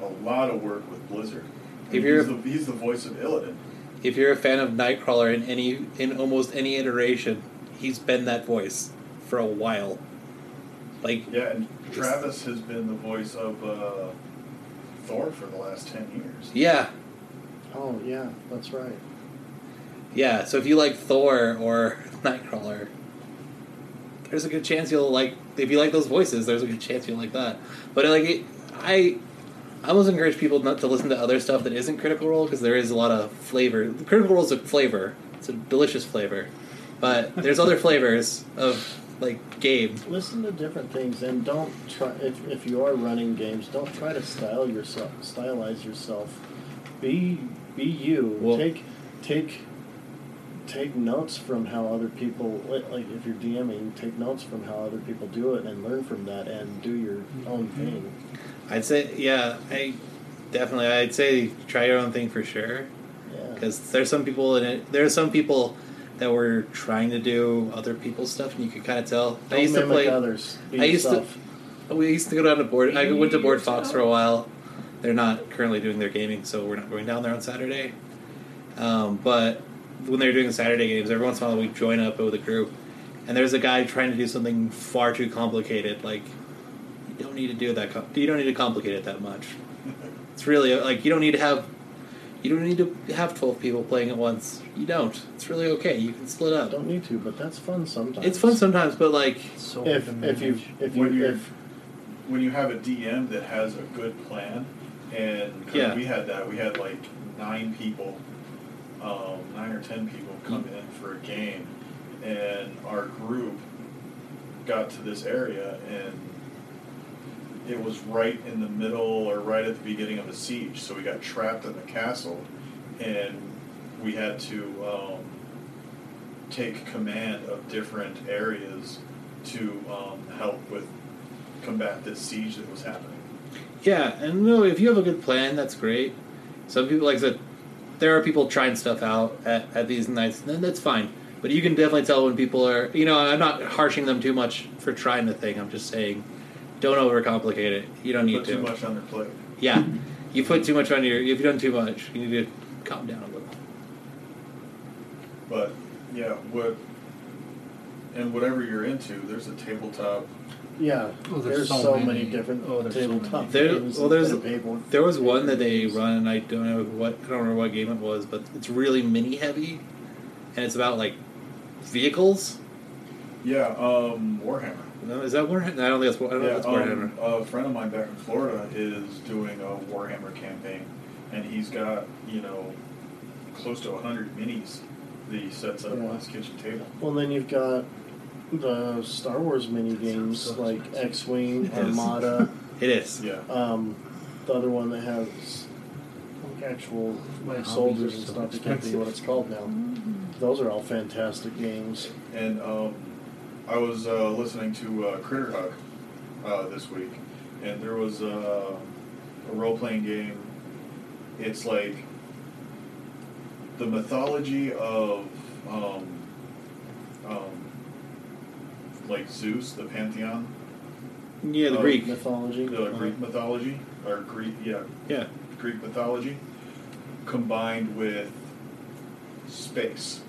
Speaker 8: a lot of work with Blizzard.
Speaker 3: If
Speaker 8: And
Speaker 3: you're-
Speaker 8: he's the, he's the voice of Illidan.
Speaker 3: if you're a fan of Nightcrawler in any in almost any iteration, he's been that voice for a while. Like
Speaker 8: yeah, and Travis has been the voice of uh, Thor for the last ten years.
Speaker 3: yeah,
Speaker 1: Oh yeah, that's right.
Speaker 3: yeah. So if you like Thor or Nightcrawler, there's a good chance you'll like. If you like those voices, there's a good chance you'll like that. But like, it, I, I almost encourage people not to listen to other stuff that isn't Critical Role because there is a lot of flavor. Critical Role is a flavor. It's a delicious flavor, but there's other flavors of like Gabe.
Speaker 1: Listen to different things and don't try. If, if you are running games, don't try to style yourself, stylize yourself. Be be you.
Speaker 3: Well-
Speaker 1: take take take notes from how other people like like if you're DMing, take notes from how other people do it and learn from that and do your own thing.
Speaker 3: I'd say, yeah, I definitely, I'd say try your own thing for sure.
Speaker 1: Yeah.
Speaker 3: Because there's some people in it, there are some people that were trying to do other people's stuff, and you could kind of tell. I
Speaker 1: Don't
Speaker 3: used to
Speaker 1: mimic
Speaker 3: play.
Speaker 1: others. Be
Speaker 3: I used to-
Speaker 1: yourself.
Speaker 3: We used to go down to board. I went to Board Fox for a while. They're not currently doing their gaming, so we're not going down there on Saturday. Um, but when they were doing Saturday games, every once in a while we join up with a group, and there's a guy trying to do something far too complicated. Like you don't need to do that. Com- you don't need to complicate it that much. It's really like you don't need to have. You don't need to have twelve people playing at once. You don't. It's really okay. You can split up.
Speaker 1: Don't need to, but that's fun sometimes.
Speaker 3: It's fun sometimes, but like
Speaker 15: So
Speaker 1: If if you if
Speaker 8: When
Speaker 1: you
Speaker 8: you're-
Speaker 1: if
Speaker 8: When you have a DM that has a good plan, and 'cause
Speaker 3: Yeah.
Speaker 8: we had that, we had like nine people, um, nine or ten people come in for a game, and our group got to this area, and it was right in the middle or right at the beginning of a siege, so we got trapped in the castle, and we had to um, take command of different areas to um, help with combat this siege that was happening.
Speaker 3: Yeah, and no, if you have a good plan, that's great. Some people, like I said, there are people trying stuff out at, at these nights, and then that's fine. But you can definitely tell when people are, you know, I'm not harshing them too much for trying the thing. I'm just saying, don't overcomplicate it. You don't need
Speaker 8: Put
Speaker 3: to.
Speaker 8: too much on their plate.
Speaker 3: Yeah, you put too much on your. If you've done too much, you need to calm down a little.
Speaker 8: But yeah, what and whatever you're into, there's a tabletop.
Speaker 1: yeah,
Speaker 5: Oh,
Speaker 1: there's, so, many, different
Speaker 5: oh, there's so
Speaker 1: tabletop
Speaker 5: many.
Speaker 3: There-
Speaker 1: games
Speaker 3: well, there's-
Speaker 1: and table-
Speaker 3: There was one that they
Speaker 1: games.
Speaker 3: run, and I don't know what I don't remember what game it was, but it's really mini heavy, and it's about like vehicles.
Speaker 8: Yeah, um, Warhammer.
Speaker 3: No, Is that Warhammer? I don't think that's. War- I don't know
Speaker 8: yeah,
Speaker 3: if Oh, that's Warhammer.
Speaker 8: um, a friend of mine back in Florida is doing a Warhammer campaign, and he's got you know close to hundred minis that he sets up
Speaker 1: Yeah.
Speaker 8: on his kitchen table.
Speaker 1: Well, then you've got the Star Wars mini games
Speaker 5: so
Speaker 1: like
Speaker 5: expensive.
Speaker 1: X Wing,
Speaker 3: Yes.
Speaker 1: Armada,
Speaker 3: It is.
Speaker 8: Yeah,
Speaker 1: um, the other one that has like, actual
Speaker 5: My hobbies
Speaker 1: soldiers
Speaker 5: are
Speaker 1: and
Speaker 5: so
Speaker 1: stuff. I can't think of what it's called now. Those are all fantastic games.
Speaker 8: and um, I was uh, listening to uh, Critter Hug uh, this week, and there was uh, a role playing game. It's like the mythology of um, um, like Zeus, the pantheon,
Speaker 3: Yeah, the
Speaker 8: Oh,
Speaker 3: Greek.
Speaker 1: Mythology.
Speaker 8: the Greek mythology, or Greek, yeah,
Speaker 3: Yeah.
Speaker 8: Greek mythology, combined with space.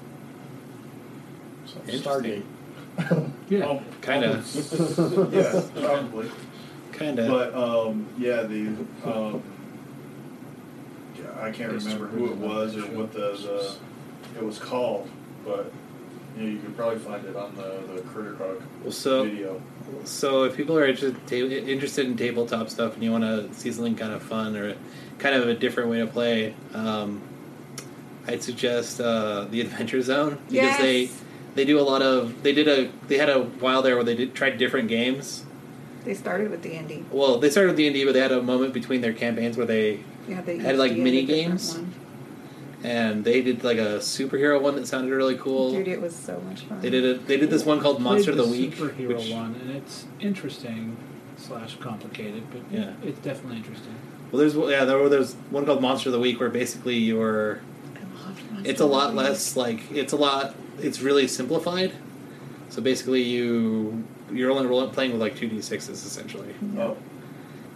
Speaker 1: So, Stargate.
Speaker 3: Interesting. Yeah.
Speaker 8: Al-
Speaker 3: Kind of.
Speaker 8: almost- Oh, yeah, probably.
Speaker 3: Kind of.
Speaker 8: But um, yeah, the um, yeah, I can't remember who it was or what the, the it was called, but you, know, you could probably find it on the the Critter Hog
Speaker 3: Well, so
Speaker 8: video.
Speaker 3: so if people are interested ta- interested in tabletop stuff and you want to see something kind of fun or kind of a different way to play, um, I'd suggest uh, the Adventure Zone because
Speaker 4: Yes.
Speaker 3: they they do a lot of they did a they had a while there where they did tried different games.
Speaker 4: They started with D and D.
Speaker 3: Well, they started with D and D, but they had a moment between their campaigns where they
Speaker 4: Yeah, they
Speaker 3: Had,
Speaker 4: used
Speaker 3: like,
Speaker 4: D&D
Speaker 3: mini
Speaker 4: different
Speaker 3: games?
Speaker 4: one.
Speaker 3: and they did like a superhero one that sounded really cool.
Speaker 4: Dude, it was so much fun.
Speaker 3: They did a, they did this one called Monster of the,
Speaker 5: Played
Speaker 3: Week.
Speaker 5: superhero
Speaker 3: which-
Speaker 5: one, and it's interesting slash complicated, but
Speaker 3: Yeah.
Speaker 5: it's definitely interesting.
Speaker 3: Well, there's yeah, there, were- there's one called Monster of the Week where basically you're
Speaker 4: I loved Monster
Speaker 3: it's a lot
Speaker 4: Hunter.
Speaker 3: less like it's a lot it's really simplified. So basically, you you're only roll playing with like two d sixes essentially.
Speaker 8: Oh,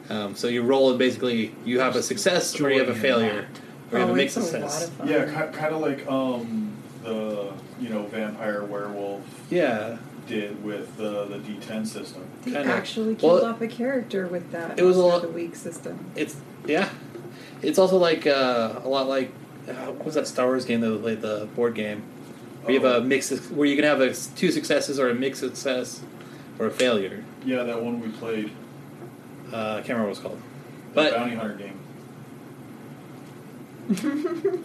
Speaker 3: Um, so you roll and basically you have a success or you have a
Speaker 5: Joy in
Speaker 3: failure, Okay,
Speaker 8: Oh,
Speaker 3: that makes
Speaker 8: it's
Speaker 3: sense.
Speaker 8: Yeah, kind of like um, the you know vampire werewolf.
Speaker 3: Yeah.
Speaker 8: Did with the the D10 system.
Speaker 4: They actually killed off a character with that.
Speaker 3: it was a
Speaker 4: monster
Speaker 3: lot-
Speaker 4: of the week system.
Speaker 3: It's yeah. It's also like uh, a lot like uh, what was that Star Wars game that we played the board game? We have a mix where you can have a s two successes or a mixed success or a failure.
Speaker 8: Yeah, that one we played.
Speaker 3: Uh, I can't remember what it's called.
Speaker 8: The
Speaker 3: But
Speaker 8: bounty hunter game.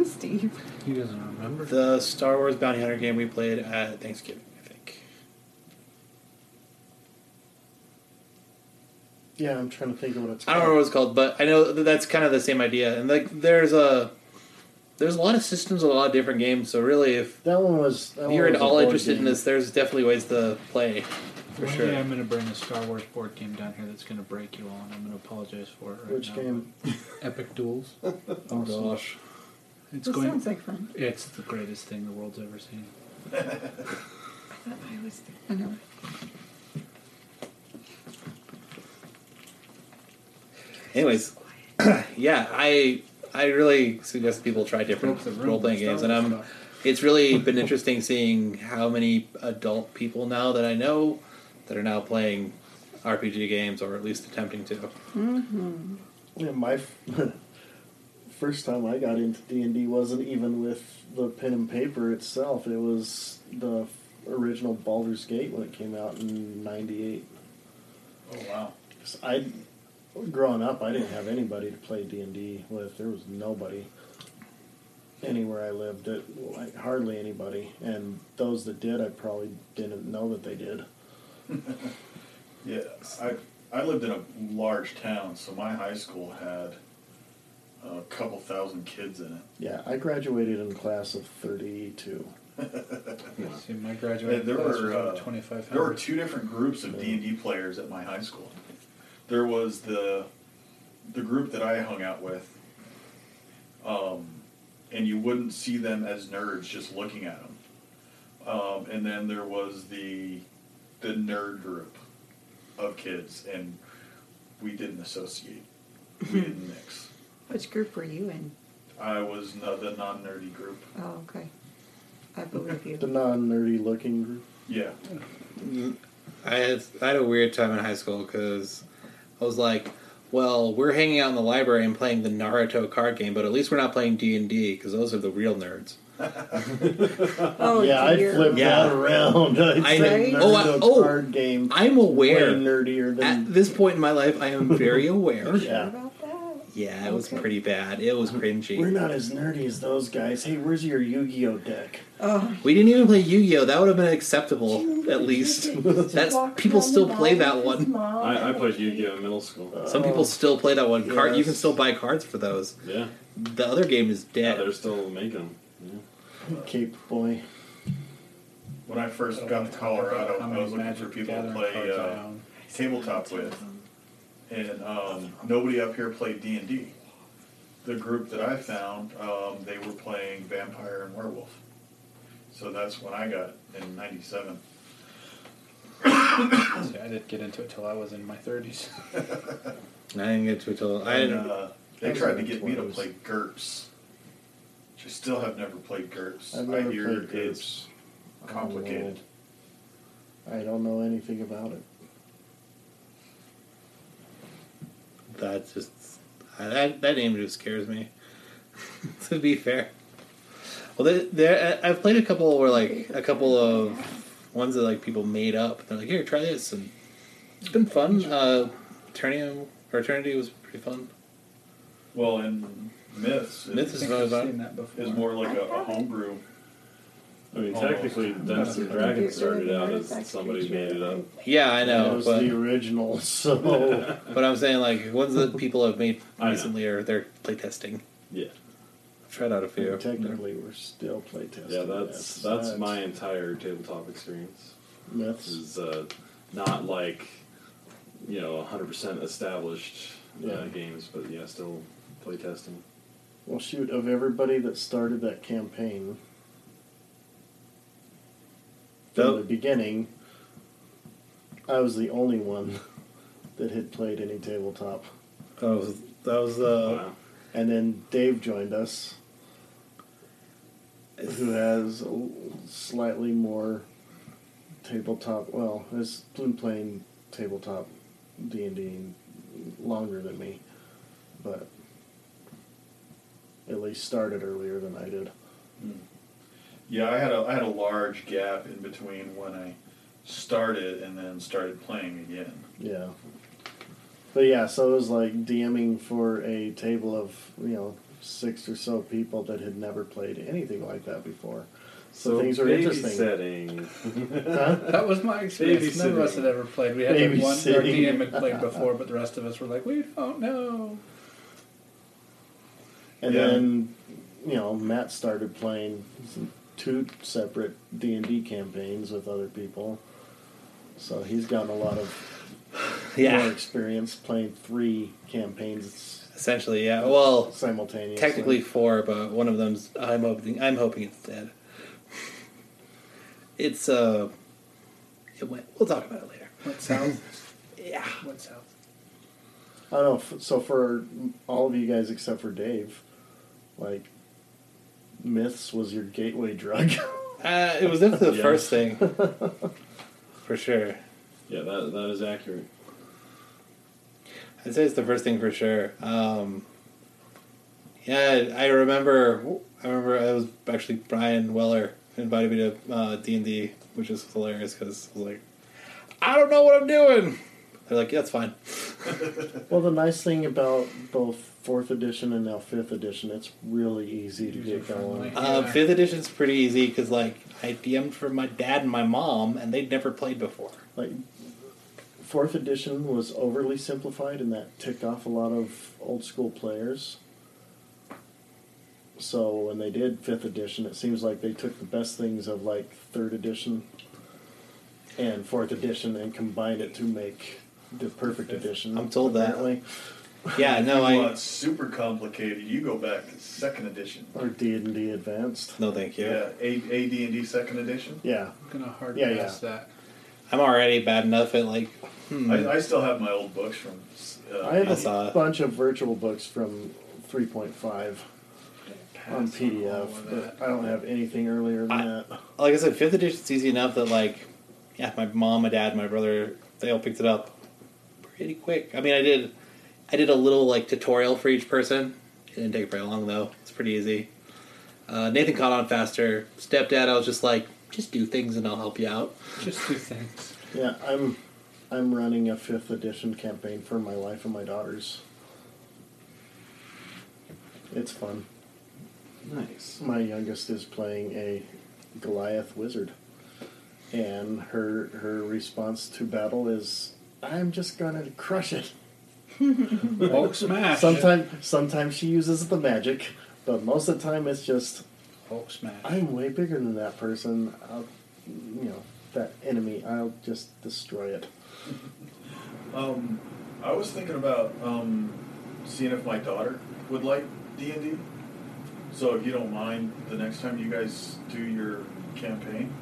Speaker 4: Steve.
Speaker 3: He doesn't remember the Star Wars bounty hunter game we played at Thanksgiving. I think.
Speaker 1: Yeah, I'm trying to think of what it's
Speaker 3: I
Speaker 1: called.
Speaker 3: don't remember what it's called, but I know that that's kind of the same idea. And like, there's a there's a lot of systems, a lot of different games. So really, if
Speaker 1: that one was, that
Speaker 3: if
Speaker 1: one
Speaker 3: you're
Speaker 1: was
Speaker 3: at
Speaker 1: a
Speaker 3: all
Speaker 1: board
Speaker 3: interested in
Speaker 1: game.
Speaker 3: this, there's definitely ways to play. For
Speaker 5: One
Speaker 3: sure.
Speaker 5: day I'm going to bring a Star Wars board game down here that's going to break you all, and I'm going to apologize for it. Right
Speaker 1: Which
Speaker 5: now.
Speaker 1: game?
Speaker 5: Epic Duels.
Speaker 1: Oh, gosh.
Speaker 5: it's
Speaker 4: That
Speaker 5: going.
Speaker 4: sounds like fun.
Speaker 5: It's the greatest thing the world's ever seen.
Speaker 4: I thought I was. I know.
Speaker 3: Anyways, yeah, I I really suggest people try different
Speaker 5: Broke the room
Speaker 3: role playing
Speaker 5: with Star
Speaker 3: games, and I'm. It's really been interesting seeing how many adult people now that I know that are now playing RPG games or at least attempting to.
Speaker 1: Mm-hmm. Yeah, my f- first time I got into D and D wasn't even with the pen and paper itself. It was the original Baldur's Gate when it came out in '98.
Speaker 8: Oh wow!
Speaker 1: I, growing up, I didn't have anybody to play D and D with. There was nobody anywhere I lived. It, like, hardly anybody, and those that did, I probably didn't know that they did.
Speaker 8: Yeah, I I lived in a large town, so my high school had a couple thousand kids in it.
Speaker 1: Yeah, I graduated in class of '32.
Speaker 5: See, my
Speaker 8: Yeah,
Speaker 5: graduating
Speaker 8: there
Speaker 5: class was
Speaker 8: were
Speaker 5: over
Speaker 8: uh,
Speaker 5: 2,500.
Speaker 8: there were two different groups of D and D players at my high school. There was the the group that I hung out with, um, and you wouldn't see them as nerds just looking at them. Um, and then there was the the nerd group of kids, and we didn't associate. We didn't mix.
Speaker 4: Which group were you in?
Speaker 8: I was no, the non nerdy group.
Speaker 4: Oh, okay. I believe you.
Speaker 1: The non-nerdy looking group.
Speaker 8: Yeah.
Speaker 3: I had I had a weird time in high school because I was like, well, we're hanging out in the library and playing the Naruto card game, but at least we're not playing D and D because those are the real nerds.
Speaker 1: Oh, yeah,
Speaker 3: dear.
Speaker 1: I flipped
Speaker 3: Yeah.
Speaker 1: that around. I
Speaker 3: I
Speaker 1: said Naruto
Speaker 3: know. Oh, I- oh,
Speaker 1: card game.
Speaker 3: I'm aware.
Speaker 1: Way nerdier than
Speaker 3: At this point in my life, I am very aware.
Speaker 1: yeah.
Speaker 3: Yeah, it was pretty bad. It was cringy.
Speaker 1: We're not as nerdy as those guys. Hey, where's your Yu-Gi-Oh deck?
Speaker 4: Oh,
Speaker 3: We didn't even play Yu Gi Oh. That would have been acceptable at least. That's people still play that one.
Speaker 10: I, I played Yu Gi Oh! in middle school.
Speaker 3: Some people still play that one. Card you
Speaker 10: Yes.
Speaker 3: can still buy cards for those.
Speaker 10: Yeah.
Speaker 3: The other game is dead.
Speaker 10: they're still making them.
Speaker 1: Cape boy.
Speaker 8: When I first got to Colorado, I was looking for people to play uh, tabletop with, and um, nobody up here played D and D. The group that I found, um, they were playing Vampire and Werewolf, so that's when I got in '97.
Speaker 5: See, I didn't get into it till I was in my 30s.
Speaker 3: I didn't get to it till I
Speaker 8: And,
Speaker 3: didn't.
Speaker 8: uh, they tried to get me to play GURPS, which I still have never played GURPS.
Speaker 1: I've never
Speaker 8: I hear
Speaker 1: played GURPS.
Speaker 8: it's complicated.
Speaker 1: I don't know anything about it.
Speaker 3: That just I- that that name just scares me. to be fair, well, there, there I- I've played a couple where like a couple of ones that like people made up. They're like, here, try this, and it's been fun. Uh, Eternium or Eternity was pretty fun.
Speaker 8: Well, and Myths.
Speaker 3: Myths is what about.
Speaker 5: that before.
Speaker 8: Is more like a, a homebrew.
Speaker 10: I
Speaker 1: Oh,
Speaker 10: mean,
Speaker 8: Almost.
Speaker 10: technically, Dungeons and Dragons started out as somebody made it up.
Speaker 3: Yeah, I
Speaker 1: That
Speaker 3: know,
Speaker 1: was
Speaker 3: but
Speaker 1: the original. So
Speaker 3: but I'm saying like ones that people have made
Speaker 10: I know.
Speaker 3: recently or they're playtesting.
Speaker 10: Yeah.
Speaker 3: I've tried out a few.
Speaker 1: technically, we're still playtesting.
Speaker 10: Yeah, that's
Speaker 1: that.
Speaker 10: that's my entire tabletop experience. This
Speaker 1: myths.
Speaker 10: is uh, not like you know 100% established uh,
Speaker 1: Yeah.
Speaker 10: games, but yeah, still playtesting.
Speaker 1: Well, shoot, of everybody that started that campaign from
Speaker 3: Nope.
Speaker 1: the beginning, I was the only one that had played any tabletop.
Speaker 3: That was that was uh,
Speaker 10: Wow.
Speaker 1: And then Dave joined us, who has a slightly more tabletop. Well, has been playing tabletop D and D longer than me, but at least started earlier than I did.
Speaker 8: Yeah, I had a I had a large gap in between when I started and then started playing again.
Speaker 1: Yeah. But yeah, so it was like DMing for a table of, you know, six or so people that had never played anything like that before. So,
Speaker 10: So
Speaker 1: things were interesting.
Speaker 10: babysitting.
Speaker 1: Huh?
Speaker 5: That was my experience. None of us had ever played. We had like one our
Speaker 1: Babysitting.
Speaker 5: DM had played before, but the rest of us were like, we don't know.
Speaker 1: And
Speaker 5: Yeah.
Speaker 1: then, you know, Matt started playing two separate D and D campaigns with other people. So he's gotten a lot of
Speaker 3: Yeah.
Speaker 1: more experience playing three campaigns
Speaker 3: Essentially, yeah. Well,
Speaker 1: simultaneously.
Speaker 3: technically four, but one of them's I'm hoping I'm hoping it's dead. It's uh, it went. We'll talk about it later.
Speaker 5: What sounds?
Speaker 3: yeah.
Speaker 5: What sounds?
Speaker 1: I don't know. f- So for all of you guys except for Dave, like myths was your gateway drug.
Speaker 3: Uh, it was definitely the
Speaker 1: Yeah.
Speaker 3: first thing, for sure.
Speaker 10: Yeah, that that is accurate.
Speaker 3: I'd say it's the first thing for sure. Um, yeah, I remember. I remember. It was actually Brian Weller invited me to uh, D and D, which is hilarious because I was like, I don't know what I'm doing. They're like, yeah, it's fine.
Speaker 1: well, the nice thing about both fourth edition and now fifth edition, it's really easy to get going.
Speaker 8: Um,
Speaker 3: Uh, Fifth edition's pretty easy because like I DM'd for my dad and my mom, and they'd never played before.
Speaker 1: Like fourth edition was overly simplified, and that ticked off a lot of old school players. So when they did fifth edition, it seems like they took the best things of like third edition and fourth edition and combined it to make the perfect edition.
Speaker 3: I'm told that.
Speaker 1: apparently.
Speaker 3: Yeah, no,
Speaker 8: you
Speaker 3: I-
Speaker 8: want super complicated. You go back to second edition.
Speaker 1: Or D and D advanced.
Speaker 3: No, thank you.
Speaker 8: Yeah, A AD and D second edition.
Speaker 1: Yeah.
Speaker 5: I'm gonna hard
Speaker 3: Yeah,
Speaker 5: pass that.
Speaker 3: I'm already bad enough at like. hmm.
Speaker 8: I, I still have my old books from. Uh,
Speaker 1: I have
Speaker 3: I
Speaker 1: a
Speaker 3: saw it.
Speaker 1: bunch of virtual books from 3.5 on PDF, but I don't have anything earlier than that.
Speaker 3: like I said, fifth edition's easy enough that like, yeah, my mom, my dad, my brother, they all picked it up pretty quick. I mean, I did, I did a little like tutorial for each person. It didn't take very long though. It's pretty easy. Uh, Nathan caught on faster. Stepdad, I was just like, just do things and I'll help you out.
Speaker 5: Just do things.
Speaker 1: Yeah, I'm I'm running a fifth edition campaign for my wife and my daughters. It's fun.
Speaker 10: Nice.
Speaker 1: My youngest is playing a Goliath wizard, and her her response to battle is, "I'm just gonna crush it."
Speaker 5: Hulk smash.
Speaker 1: Sometimes sometimes she uses the magic, but most of the time it's just
Speaker 5: Hulk smash.
Speaker 1: I'm way bigger than that person. I'll, you know, that enemy. I'll just destroy it.
Speaker 8: Um, I was thinking about um, seeing if my daughter would like D and D. So if you don't mind, the next time you guys do your campaign,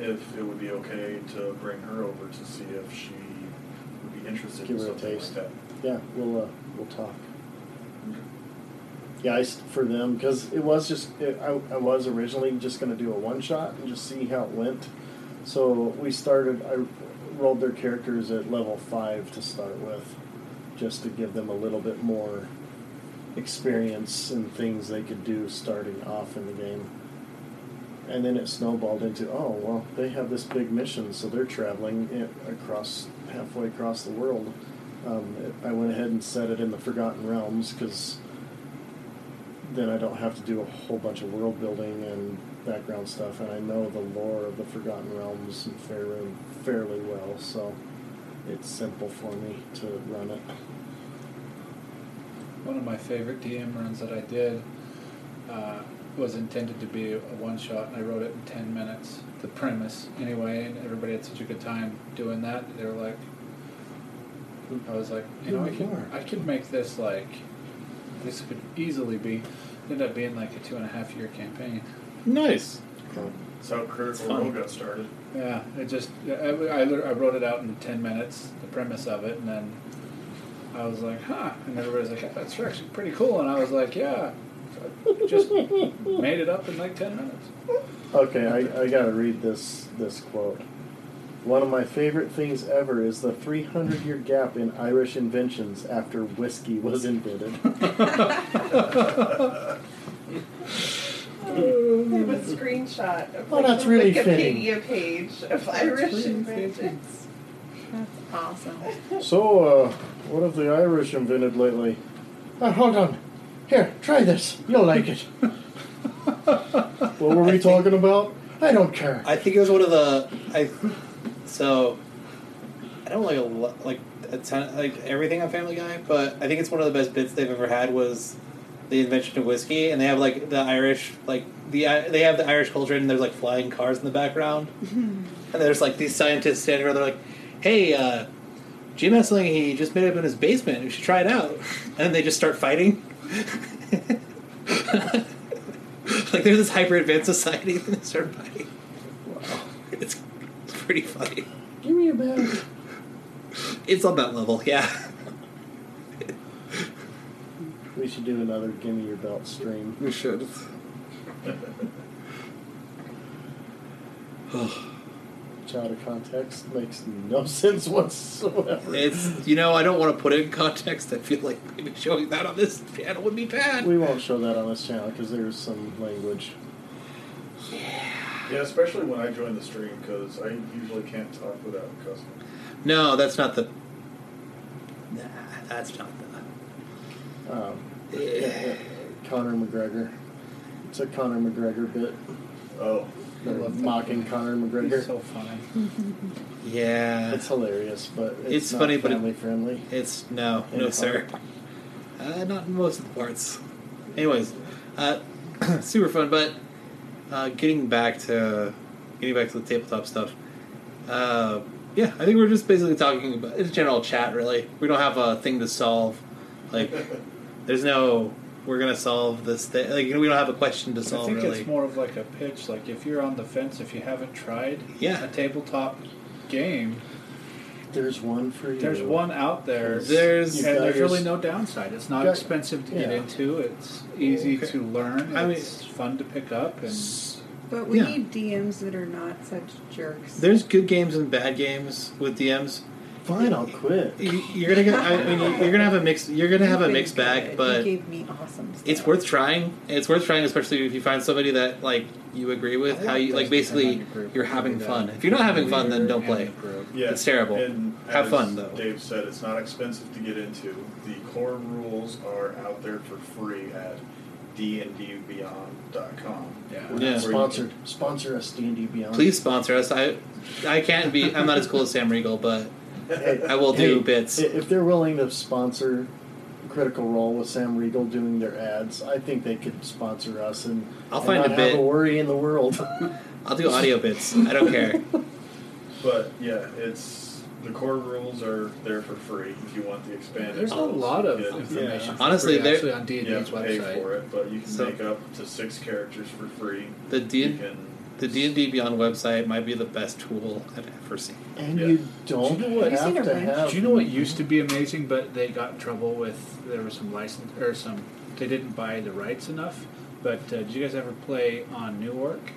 Speaker 8: if it would be okay to bring her over to see if she would be interested
Speaker 1: Give
Speaker 8: in
Speaker 1: her a
Speaker 8: something
Speaker 1: taste.
Speaker 8: like that.
Speaker 1: Yeah, we'll uh, we'll talk. Yeah, I s for them because it was just it, I, I was originally just going to do a one shot and just see how it went. So we started. I rolled their characters at level five to start with, just to give them a little bit more experience and things they could do starting off in the game. And then it snowballed into oh well they have this big mission so they're traveling it across halfway across the world. Um, it, I went ahead and set it in the Forgotten Realms because then I don't have to do a whole bunch of world building and background stuff, and I know the lore of the Forgotten Realms and Faerun fairly well, so it's simple for me to run it.
Speaker 5: One of my favorite DM runs that I did uh, was intended to be a one shot, and I wrote it in 10 minutes, the premise anyway, and everybody had such a good time doing that. They were like, I was like, you know, I can, I could make this like, this could easily be, it ended up being like a two and a half year campaign.
Speaker 3: Nice.
Speaker 8: That's how Critical Role got started.
Speaker 5: Yeah, it just I, I, I wrote it out in ten minutes, the premise of it, and then I was like, huh. And everybody's like, "Yeah, that's actually pretty cool. And I was like, yeah. So I just made it up in like 10 minutes.
Speaker 1: Okay, I, I gotta read this this quote. One of my favorite things ever is the 300 year gap in Irish inventions after whiskey was invented.
Speaker 11: I have a screenshot of
Speaker 1: Well,
Speaker 11: like,
Speaker 1: that's
Speaker 11: the
Speaker 1: really
Speaker 11: Wikipedia page of Irish
Speaker 5: really
Speaker 11: inventions. That's awesome.
Speaker 1: so, uh, what have the Irish invented lately? Uh, hold on. Here, try this. You'll like it. what were we talking about? I don't care.
Speaker 3: I think it was one of the I so I don't like a lo- like a ton, like everything on Family Guy, but I think it's one of the best bits they've ever had was the invention of whiskey, and they have like the Irish like the I- they have the Irish culture, and there's like flying cars in the background, and there's like these scientists standing around. They're like, "Hey, uh, Jim Essling, he just made it up in his basement. We should try it out." And then they just start fighting. like there's this hyper advanced society, and they start fighting. It's pretty funny.
Speaker 1: Give me a bag.
Speaker 3: It's on that level, yeah.
Speaker 1: We should do another Gimme Your Belt stream.
Speaker 16: We should.
Speaker 1: Out of context makes no sense whatsoever.
Speaker 3: It's you know I don't want to put it in context. I feel like maybe showing that on this channel would be bad.
Speaker 1: We won't show that on this channel because there's some language.
Speaker 8: Yeah, especially when I join the stream because I usually can't talk without cussing.
Speaker 3: No, that's not the. Nah, that's not
Speaker 1: Um, Conor McGregor. It's a Conor McGregor bit.
Speaker 8: Oh,
Speaker 1: They're mocking Conor McGregor.
Speaker 5: so funny.
Speaker 3: the. Yeah,
Speaker 1: It's hilarious, but it's,
Speaker 3: It's
Speaker 1: not
Speaker 3: funny, but it-
Speaker 1: family friendly.
Speaker 3: it's no, no,
Speaker 1: Yeah.
Speaker 3: sir. Uh, not in most of the parts. Anyways, uh, super fun. But uh, getting back to getting back to the tabletop stuff. Uh, yeah, I think we're just basically talking about it's general chat. Really, we don't have a thing to solve. Like, there's no we're gonna solve this thing. Like, we don't have a question to
Speaker 5: I
Speaker 3: solve.
Speaker 5: think
Speaker 3: really,
Speaker 5: it's more of like a pitch. Like if you're on the fence, if you haven't tried
Speaker 3: Yeah.
Speaker 5: a tabletop game,
Speaker 1: There's one for you.
Speaker 5: there's one out there.
Speaker 3: There's-
Speaker 5: and there's really no downside. It's not
Speaker 1: Yeah.
Speaker 5: expensive to get
Speaker 1: Yeah.
Speaker 5: into. It's easy
Speaker 3: Okay.
Speaker 5: to learn.
Speaker 3: I mean-
Speaker 5: it's fun to pick up. And
Speaker 4: But we
Speaker 3: Yeah.
Speaker 4: need DMs that are not such jerks.
Speaker 3: there's good games and bad games with DMs.
Speaker 1: Fine, I'll quit.
Speaker 3: You- You're gonna get. I mean, you're gonna have a mix. You're gonna have a
Speaker 4: You've been
Speaker 3: mixed bag,
Speaker 4: good.
Speaker 3: but
Speaker 4: you gave me awesome. Stuff.
Speaker 3: it's worth trying. It's worth trying, especially if you find somebody that like you agree with. How you like basically you're having fun. If you're not having fun, then don't play.
Speaker 8: Yeah,
Speaker 3: It's terrible.
Speaker 8: And
Speaker 3: Have
Speaker 8: as
Speaker 3: fun, though.
Speaker 8: Dave said it's not expensive to get into. The core rules are out there for free at dndbeyond.com.
Speaker 5: Yeah.
Speaker 1: We're not
Speaker 3: Yeah.
Speaker 1: sponsored. Sponsor us, D&D Beyond.
Speaker 3: Please sponsor us. I I can't be. I'm not as cool as Sam Riegel, but
Speaker 1: Hey,
Speaker 3: I will do
Speaker 1: hey,
Speaker 3: bits.
Speaker 1: i- If they're willing to sponsor Critical Role with Sam Riegel doing their ads, I think they could sponsor us and
Speaker 3: I'll
Speaker 1: and
Speaker 3: find
Speaker 1: not
Speaker 3: a
Speaker 1: have
Speaker 3: bit.
Speaker 1: a worry in the world.
Speaker 3: I'll do audio bits. I don't care.
Speaker 8: But yeah, it's the core rules are there for free if you want the expanded.
Speaker 5: there's a
Speaker 8: rules,
Speaker 5: lot of
Speaker 8: you get-
Speaker 5: information. for
Speaker 3: Honestly,
Speaker 5: free,
Speaker 3: there-
Speaker 5: actually on D&D's
Speaker 8: You have to pay
Speaker 5: website.
Speaker 8: for it, but you can
Speaker 3: So-
Speaker 8: make up to six characters for free.
Speaker 3: The D
Speaker 8: You can-
Speaker 3: the D and D Beyond website might be the best tool I've ever seen.
Speaker 1: and
Speaker 8: Yeah.
Speaker 1: you don't
Speaker 5: Do you know what-
Speaker 1: have
Speaker 4: Have you seen
Speaker 1: to
Speaker 4: a wrench?
Speaker 1: have...
Speaker 5: Do you know what used to be amazing, but they got in trouble with there was some license or some they didn't buy the rights enough. But uh, did you guys ever play on Newark?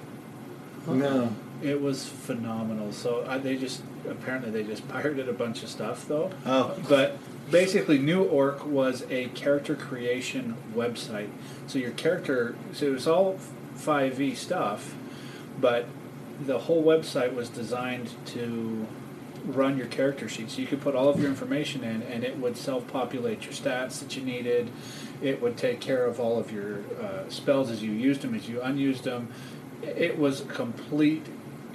Speaker 3: No.
Speaker 5: It was phenomenal. So uh, they just apparently they just pirated a bunch of stuff though.
Speaker 3: Oh.
Speaker 5: But basically, New Orc was a character creation website. So your character, so it was all 5e stuff, but the whole website was designed to run your character sheet. So you could put all of your information in, and it would self-populate your stats that you needed. It would take care of all of your uh, spells as you used them, as you unused them. It was complete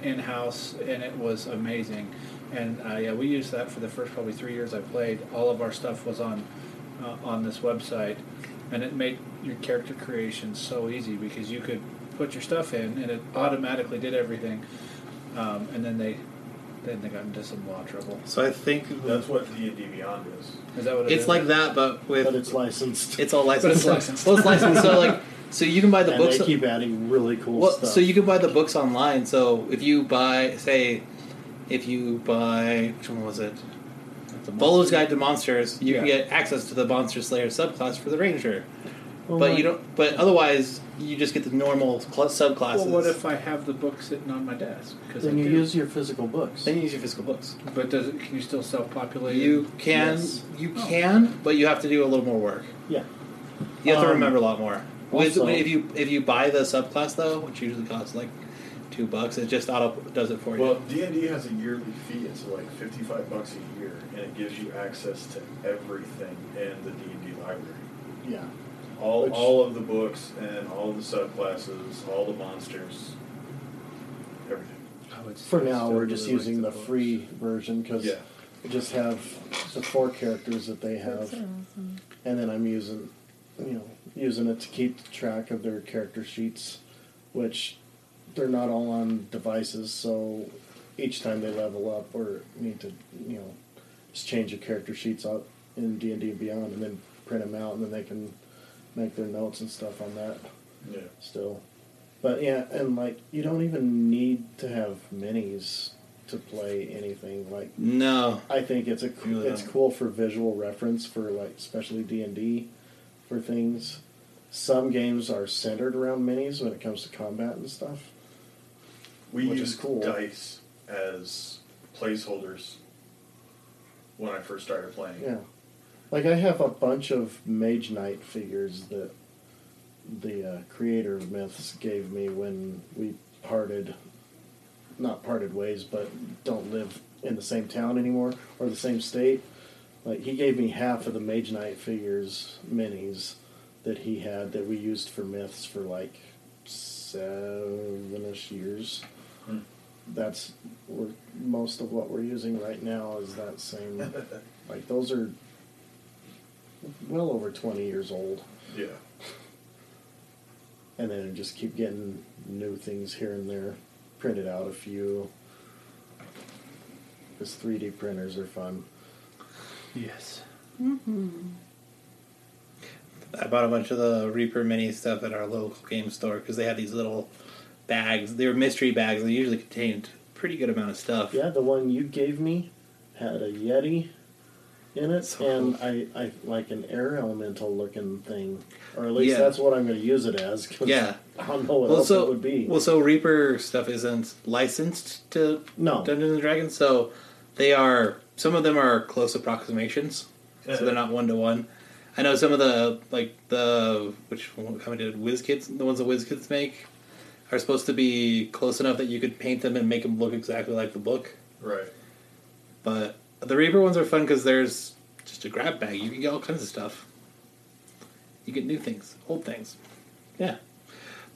Speaker 5: in-house, and it was amazing. And uh, yeah, we used that for the first probably three years I played. All of our stuff was on uh, on this website, and it made your character creation so easy because you could put your stuff in, and it automatically did everything. Um, and then they then they got into some law trouble.
Speaker 3: So I think
Speaker 8: That's what D and D Beyond is.
Speaker 5: Is that what it
Speaker 3: it's
Speaker 5: is?
Speaker 3: like that, but with
Speaker 1: But it's licensed.
Speaker 3: It's all licensed.
Speaker 5: But it's licensed.
Speaker 3: Well, it's licensed. So like, so you can buy the
Speaker 1: and
Speaker 3: books.
Speaker 1: they keep adding really cool
Speaker 3: well,
Speaker 1: stuff.
Speaker 3: so you can buy the books online. So if you buy, say, if you buy, which one was it? Bolo's Guide to Monsters, you can get access to the Monster Slayer subclass for the Ranger.
Speaker 5: Well,
Speaker 3: but
Speaker 5: my-
Speaker 3: you don't. But otherwise, you just get the normal cl- subclasses.
Speaker 5: Well, what if I have the book sitting on my desk? Because
Speaker 3: Then
Speaker 5: I
Speaker 3: you
Speaker 5: do.
Speaker 3: use
Speaker 1: your physical books.
Speaker 3: Then you use your physical books.
Speaker 5: But does it, can you still self-populate?
Speaker 3: You can, you can, but you have to do a little more work.
Speaker 1: Yeah.
Speaker 3: You have to
Speaker 1: Um,
Speaker 3: remember a lot more. With,
Speaker 1: also-
Speaker 3: if you if you buy the subclass though, which usually costs like two bucks, it just auto does it for you.
Speaker 8: Well, D and D has a yearly fee. It's like fifty-five bucks a year, and it gives you access to everything in the D and D library.
Speaker 1: Yeah.
Speaker 8: All
Speaker 1: Which-
Speaker 8: all of the books and all the subclasses, all the monsters, everything.
Speaker 1: For now, we're just using the free version because
Speaker 8: Yeah.
Speaker 1: we just have the four characters that they have, and then I'm using, you know, using it to keep track of their character sheets, which they're not all on devices. So each time they level up or need to, you know, just change the character sheets out in D and D and Beyond, and then print them out, and then they can make their notes and stuff on that.
Speaker 8: Yeah.
Speaker 1: Still. But yeah, and like you don't even need to have minis to play anything. Like
Speaker 3: No.
Speaker 1: I think it's a
Speaker 3: You really
Speaker 1: it's
Speaker 3: don't.
Speaker 1: cool for visual reference for like especially D and D for things. Some games are centered around minis when it comes to combat and stuff.
Speaker 8: We
Speaker 1: Which is
Speaker 8: used
Speaker 1: cool.
Speaker 8: dice as placeholders when I first started playing.
Speaker 1: Yeah. Like I have a bunch of Mage Knight figures that the uh, creator of Myths gave me when we parted, not parted ways, but don't live in the same town anymore or the same state. Like he gave me half of the Mage Knight figures minis that he had that we used for Myths for like seven-ish years.
Speaker 8: Hmm.
Speaker 1: That's we're, most of what we're using right now is that same. like those are well over 20 years old
Speaker 8: Yeah.
Speaker 1: and then just keep getting new things here and there printed out a few because 3d printers are fun
Speaker 5: yes
Speaker 3: I bought a bunch of the Reaper mini stuff at our local game store because they had these little bags. They were mystery bags. They usually contained a pretty good amount of stuff.
Speaker 1: yeah the one you gave me had a yeti in it and I, I like an air elemental looking thing or at least
Speaker 3: Yeah.
Speaker 1: that's what i'm going to use it as 'cause
Speaker 3: Yeah.
Speaker 1: i don't know what
Speaker 3: well,
Speaker 1: else
Speaker 3: so
Speaker 1: it would be
Speaker 3: well, so Reaper stuff isn't licensed to
Speaker 1: No.
Speaker 3: Dungeons and Dragons, so they are. Some of them are close approximations, so they're not one to one. I know some of the like the which one company did WizKids, the ones that WizKids make, are supposed to be close enough that you could paint them and make them look exactly like the book.
Speaker 8: Right.
Speaker 3: But the Reaper ones are fun because there's just a grab bag. You can get all kinds of stuff. You get new things, old things. Yeah.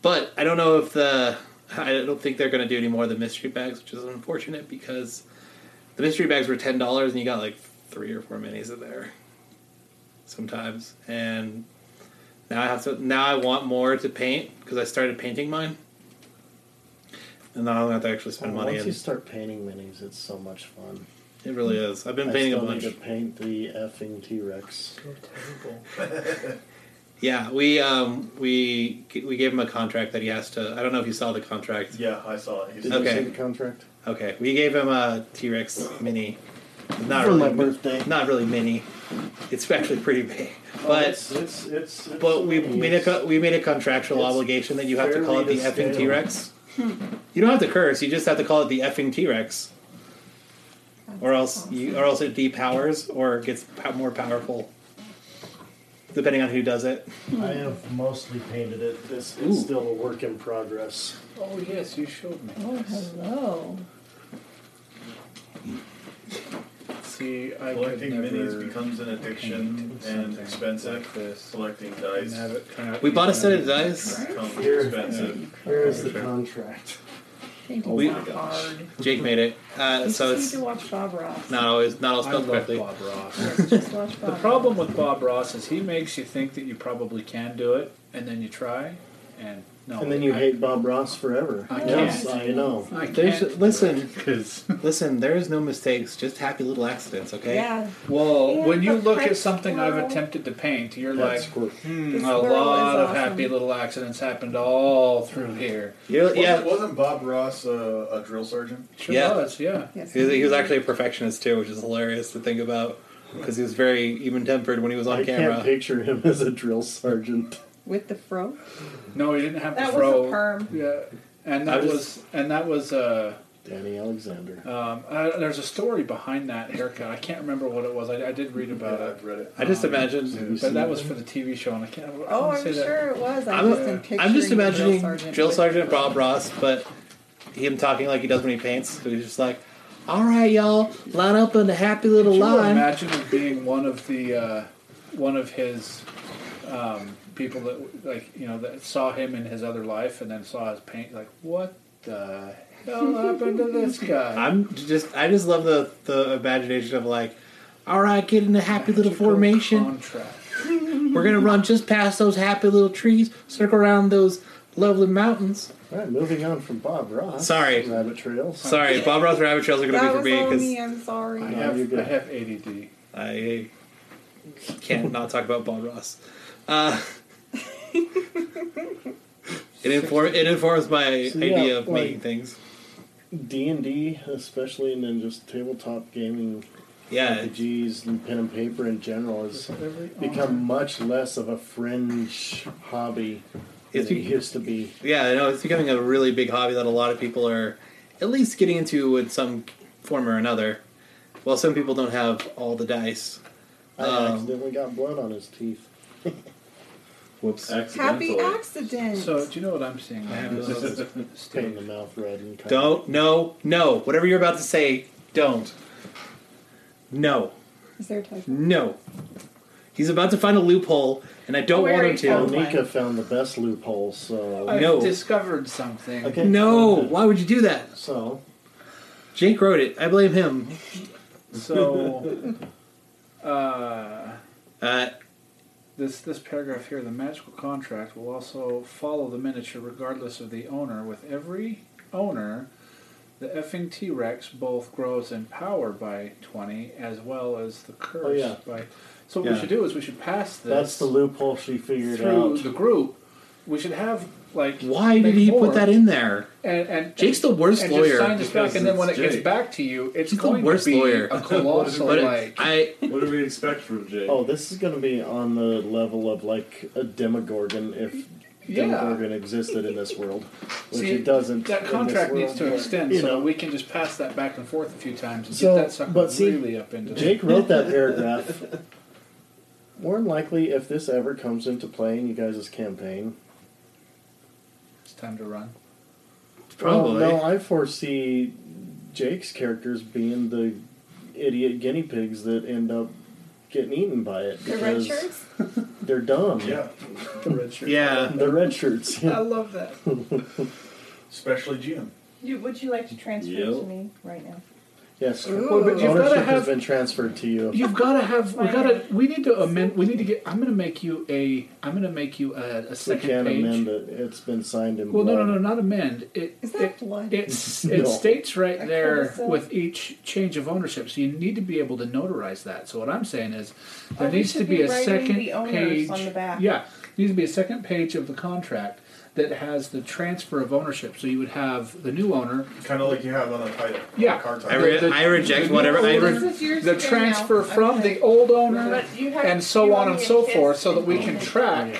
Speaker 3: But I don't know if the. I don't think they're going to do any more of the mystery bags, which is unfortunate because the mystery bags were $10 and you got like three or four minis in there sometimes. And now I have to. Now I want more to paint because I started painting mine. And now I'm going to have to actually
Speaker 1: Oh,
Speaker 3: spend money.
Speaker 1: once
Speaker 3: and-
Speaker 1: you start painting minis it's so much fun
Speaker 3: It really is. I've been painting a
Speaker 1: I still
Speaker 3: bunch.
Speaker 1: need to paint the effing t-rex
Speaker 3: Yeah, we um, we we gave him a contract that he has to. I don't know if you saw the contract.
Speaker 8: Yeah, I saw it.
Speaker 1: Did you see
Speaker 3: okay,
Speaker 1: the contract?
Speaker 3: okay. We gave him a T Rex mini. Not
Speaker 1: For
Speaker 3: really
Speaker 1: my birthday.
Speaker 3: Not really mini. It's actually pretty big,
Speaker 1: But
Speaker 3: but
Speaker 1: it's, it's, it's, it's
Speaker 3: but we
Speaker 1: amazing.
Speaker 3: made a co- we made a contractual
Speaker 1: It's
Speaker 3: obligation that you have to call it
Speaker 1: fairly
Speaker 3: the
Speaker 1: to
Speaker 3: effing
Speaker 1: scale.
Speaker 3: T Rex. You don't have to curse. You just have to call it the effing T Rex, or else you or else it depowers or gets po- more powerful, depending on who does it.
Speaker 1: I have mostly painted it. It's,
Speaker 3: Ooh.
Speaker 1: it's still a work in progress.
Speaker 5: Oh yes, you showed me.
Speaker 4: Oh, hello.
Speaker 5: See, I
Speaker 8: Collecting
Speaker 5: could never
Speaker 8: minis becomes an addiction
Speaker 5: paint
Speaker 8: and
Speaker 5: something
Speaker 8: expensive.
Speaker 5: like this.
Speaker 8: Collecting
Speaker 5: And
Speaker 8: dice
Speaker 5: have it turn out
Speaker 3: We
Speaker 5: to
Speaker 3: bought
Speaker 5: be
Speaker 3: a set of
Speaker 5: something.
Speaker 3: dice.
Speaker 8: becomes
Speaker 1: Here.
Speaker 8: expensive.
Speaker 1: Here is the contract.
Speaker 4: Thank
Speaker 3: We-
Speaker 4: you. Bob Hard.
Speaker 3: Jake made it. Uh,
Speaker 4: You
Speaker 3: so
Speaker 4: just
Speaker 3: it's
Speaker 4: need to watch Bob Ross.
Speaker 3: not always not all
Speaker 5: I
Speaker 3: spelled
Speaker 5: love
Speaker 3: correctly.
Speaker 5: Bob Ross.
Speaker 4: Just watch Bob
Speaker 5: the problem with Bob Ross is he makes you think that you probably can do it, and then you try, and No,
Speaker 1: and then you
Speaker 5: I-
Speaker 1: hate Bob Ross forever.
Speaker 5: I
Speaker 1: yes,
Speaker 5: can't.
Speaker 1: I know.
Speaker 5: I
Speaker 3: They
Speaker 5: can't.
Speaker 3: should- listen, listen. There is no mistakes, just happy little accidents. Okay.
Speaker 5: Yeah. Well, when you look at something I've attempted to paint, you're
Speaker 3: That's
Speaker 5: like,
Speaker 3: cool.
Speaker 5: hmm,
Speaker 3: The
Speaker 5: a
Speaker 3: squirrel is
Speaker 5: lot of
Speaker 3: awesome.
Speaker 5: happy little accidents happened all through here.
Speaker 8: wasn't, Wasn't Bob Ross a, a drill sergeant?
Speaker 3: yeah.
Speaker 5: yeah.
Speaker 3: He, was, he was actually a perfectionist too, which is hilarious to think about because he was very even tempered when he was on
Speaker 1: I
Speaker 3: camera.
Speaker 1: can't picture him as a drill sergeant.
Speaker 4: With the fro?
Speaker 5: No, he didn't have
Speaker 11: That
Speaker 5: the
Speaker 11: was a
Speaker 5: fro.
Speaker 11: perm.
Speaker 5: Yeah, and that
Speaker 3: I was-
Speaker 5: was and that was uh,
Speaker 1: Danny Alexander.
Speaker 5: Um, uh, there's a story behind that haircut. I can't remember what it was. I, I did read about it.
Speaker 8: I've read it.
Speaker 3: I just
Speaker 5: Um,
Speaker 3: imagine- Have you
Speaker 5: but
Speaker 3: seen
Speaker 5: that was
Speaker 3: it?
Speaker 5: for the TV show, and I can't. I wanna
Speaker 4: Oh, I'm
Speaker 5: say that-
Speaker 4: sure it was. I
Speaker 3: I'm,
Speaker 4: just am picturing
Speaker 3: I'm just
Speaker 4: the
Speaker 3: imagining
Speaker 4: drill sergeant. with-
Speaker 3: Bob Ross, but him talking like he does when he paints. So he's just like, "All right, y'all, line up in a happy little
Speaker 5: Could you
Speaker 3: line."
Speaker 5: imagine it being one of the uh, one of his um, people that like you know that saw him in his other life and then saw his paint? Like what the hell happened to this guy?
Speaker 3: I'm just, I just love the the imagination of like, "All right, get in a happy little formation. We're gonna run just past those happy little trees, circle around those lovely mountains."
Speaker 1: All right, moving on from Bob Ross.
Speaker 3: Sorry.
Speaker 1: Rabbit Trails.
Speaker 3: Sorry, Bob Ross rabbit trails are gonna
Speaker 4: That
Speaker 3: be for
Speaker 4: was
Speaker 3: me
Speaker 4: all
Speaker 3: because
Speaker 4: me. I'm sorry.
Speaker 5: I
Speaker 3: No,
Speaker 5: have
Speaker 3: you're good.
Speaker 5: I have ADD.
Speaker 3: I can't not talk about Bob Ross. Uh, it inform it informs my
Speaker 1: So, yeah,
Speaker 3: idea of
Speaker 1: like-
Speaker 3: making things.
Speaker 1: D and D, especially, and then just tabletop gaming,
Speaker 3: Yeah.
Speaker 1: RPGs, and pen and paper in general has become much less of a fringe hobby
Speaker 3: It's
Speaker 1: than it
Speaker 3: be-
Speaker 1: used to be.
Speaker 3: Yeah, I know it's becoming a really big hobby that a lot of people are at least getting into in some form or another. While some people don't have all the dice.
Speaker 1: I
Speaker 3: Um,
Speaker 1: accidentally got blood on his teeth.
Speaker 3: Whoops.
Speaker 4: Happy accident.
Speaker 5: So do you know what I'm seeing?
Speaker 3: I
Speaker 5: now?
Speaker 3: have
Speaker 5: This is-
Speaker 1: Pain in the mouth red and kind of-
Speaker 3: Don't no no. Whatever you're about to say, don't. No.
Speaker 4: Is there a typo?
Speaker 3: No. He's about to find a loophole, and I don't
Speaker 4: Where
Speaker 3: want
Speaker 4: he
Speaker 3: him to.
Speaker 5: Oh,
Speaker 4: found
Speaker 1: Nika found the best loophole, so
Speaker 3: I've No.
Speaker 5: discovered something.
Speaker 1: Okay.
Speaker 3: No, why would you do that?
Speaker 1: So
Speaker 3: Jake wrote it. I blame him.
Speaker 5: So, uh,
Speaker 3: Uh,
Speaker 5: this this paragraph here, the magical contract will also follow the miniature regardless of the owner. With every owner, the effing T Rex both grows in power by twenty, as well as the curse
Speaker 1: Oh, yeah.
Speaker 5: by. So what
Speaker 1: Yeah.
Speaker 5: we should do is we should pass this
Speaker 1: that's the loophole she figured
Speaker 5: through
Speaker 1: out.
Speaker 5: the group. We should have like
Speaker 3: why did
Speaker 5: make
Speaker 3: he
Speaker 5: four
Speaker 3: put that in there?
Speaker 5: And, and
Speaker 3: Jake's the worst
Speaker 5: and
Speaker 3: lawyer
Speaker 5: Just sign this
Speaker 3: because
Speaker 5: back, and then when it
Speaker 3: it's
Speaker 5: gets
Speaker 3: Jake.
Speaker 5: back to you, it's
Speaker 3: He's the
Speaker 5: going
Speaker 3: worst
Speaker 5: to be
Speaker 3: lawyer.
Speaker 5: a colossal
Speaker 3: But it-
Speaker 5: like.
Speaker 3: I
Speaker 10: What do we expect from Jake?
Speaker 1: Oh, this is going to be on the level of like a Demogorgon if
Speaker 5: Yeah.
Speaker 1: Demogorgon existed in this world, which
Speaker 5: See,
Speaker 1: it doesn't. in
Speaker 5: That
Speaker 1: this
Speaker 5: contract
Speaker 1: world.
Speaker 5: needs to extend,
Speaker 1: You
Speaker 5: so
Speaker 1: know,
Speaker 5: we can just pass that back and forth a few times and
Speaker 1: So,
Speaker 5: get that sucker
Speaker 1: but see,
Speaker 5: really up into.
Speaker 1: Jake wrote that paragraph. More than likely, if this ever comes into play in you guys' campaign,
Speaker 5: It's time to run.
Speaker 3: Probably.
Speaker 1: Well, no, I foresee Jake's characters being the idiot guinea pigs that end up getting eaten by it
Speaker 4: The red
Speaker 1: because
Speaker 4: shirts?
Speaker 1: they're dumb.
Speaker 8: Yeah.
Speaker 5: The red shirt.
Speaker 3: yeah.
Speaker 1: the red shirts.
Speaker 11: I
Speaker 4: Oh.
Speaker 11: love that.
Speaker 8: Especially Jim.
Speaker 11: You, would you like to transfer it to me right now?
Speaker 1: Yes,
Speaker 5: Ooh. Well, but you've gotta
Speaker 1: ownership has
Speaker 5: have-
Speaker 1: been transferred to you.
Speaker 5: You've got to have. We got to. We need to amend. We need to get. I'm going to make you a. I'm going to make you a, a
Speaker 1: We
Speaker 5: second
Speaker 1: can't
Speaker 5: page.
Speaker 1: amend it. It's been signed in
Speaker 5: Well, no,
Speaker 1: blood.
Speaker 5: no, no, not amend. It
Speaker 4: Is that
Speaker 5: it,
Speaker 4: blood?
Speaker 5: It's,
Speaker 1: No.
Speaker 5: It states right there
Speaker 11: so-
Speaker 5: with each change of ownership, so you need to be able to notarize that. So what I'm saying is, there
Speaker 11: Oh, we
Speaker 5: needs to
Speaker 11: should
Speaker 5: be,
Speaker 11: be
Speaker 5: a
Speaker 11: writing
Speaker 5: second
Speaker 11: the owners
Speaker 5: page.
Speaker 11: on the back.
Speaker 5: Yeah, needs to be a second page of the contract that has the transfer of ownership. So you would have the new owner.
Speaker 8: Kind of like you have on a title.
Speaker 5: Yeah.
Speaker 8: A car title.
Speaker 3: I, re- I reject whatever. I
Speaker 5: Well,
Speaker 3: re-
Speaker 11: This is yours
Speaker 5: the
Speaker 11: to go
Speaker 5: transfer
Speaker 11: now.
Speaker 5: from
Speaker 11: Okay.
Speaker 5: the old owner
Speaker 11: But you have-
Speaker 5: and so
Speaker 11: you
Speaker 5: on
Speaker 11: owe
Speaker 5: and
Speaker 11: me a
Speaker 5: so
Speaker 11: kiss
Speaker 5: forth, so that we
Speaker 11: and
Speaker 5: can
Speaker 11: kiss.
Speaker 5: track.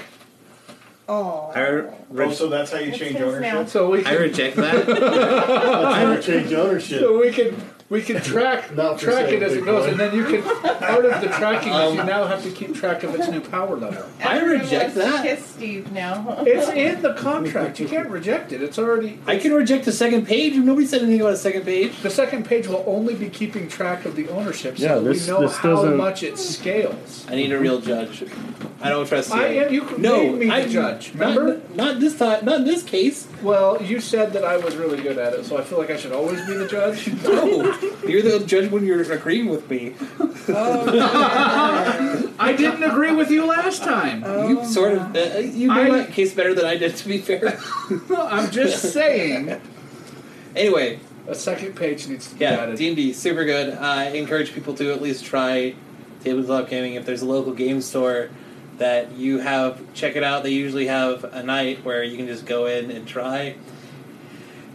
Speaker 4: Oh.
Speaker 3: I,
Speaker 8: Oh,
Speaker 3: re-
Speaker 8: so that's how you
Speaker 11: It's
Speaker 8: change
Speaker 11: his
Speaker 8: ownership?
Speaker 11: now.
Speaker 5: So we
Speaker 3: I
Speaker 5: can,
Speaker 3: reject that.
Speaker 1: I don't change ownership.
Speaker 5: so we can we can track
Speaker 1: Not for
Speaker 5: track
Speaker 1: sale,
Speaker 5: it as
Speaker 1: big
Speaker 5: it goes,
Speaker 1: boy.
Speaker 5: and then you can part of the tracking is you now have to keep track of its new power level.
Speaker 3: I
Speaker 11: Everyone
Speaker 3: reject
Speaker 11: wants to
Speaker 3: that.
Speaker 11: Kiss Steve now.
Speaker 5: It's in the contract. You can't reject it. It's already.
Speaker 3: I can reject a second page. Nobody said anything about a second page.
Speaker 5: The second page will only be keeping track of the ownership, so
Speaker 1: Yeah,
Speaker 5: that
Speaker 1: this-
Speaker 5: we know
Speaker 1: this
Speaker 5: how
Speaker 1: doesn't-
Speaker 5: much it scales.
Speaker 3: I need a real judge. I don't trust you.
Speaker 5: I am- you
Speaker 3: no,
Speaker 5: made me the
Speaker 3: I,
Speaker 5: judge,
Speaker 3: not-
Speaker 5: remember?
Speaker 3: Not, this time. Not in this case.
Speaker 5: Well, you said that I was really good at it, so I feel like I should always be the judge.
Speaker 3: No, You're the judge when you're agreeing with me.
Speaker 5: I didn't agree with you last time.
Speaker 3: you sort of uh, you
Speaker 5: Oh, I-
Speaker 3: made my case better than I did. To be fair,
Speaker 5: I'm just saying.
Speaker 3: Anyway,
Speaker 5: a second page needs to be
Speaker 3: yeah,
Speaker 5: added.
Speaker 3: D and D super good. I encourage people to at least try tabletop gaming. If there's a local game store that you have, check it out. They usually have a night where you can just go in and try.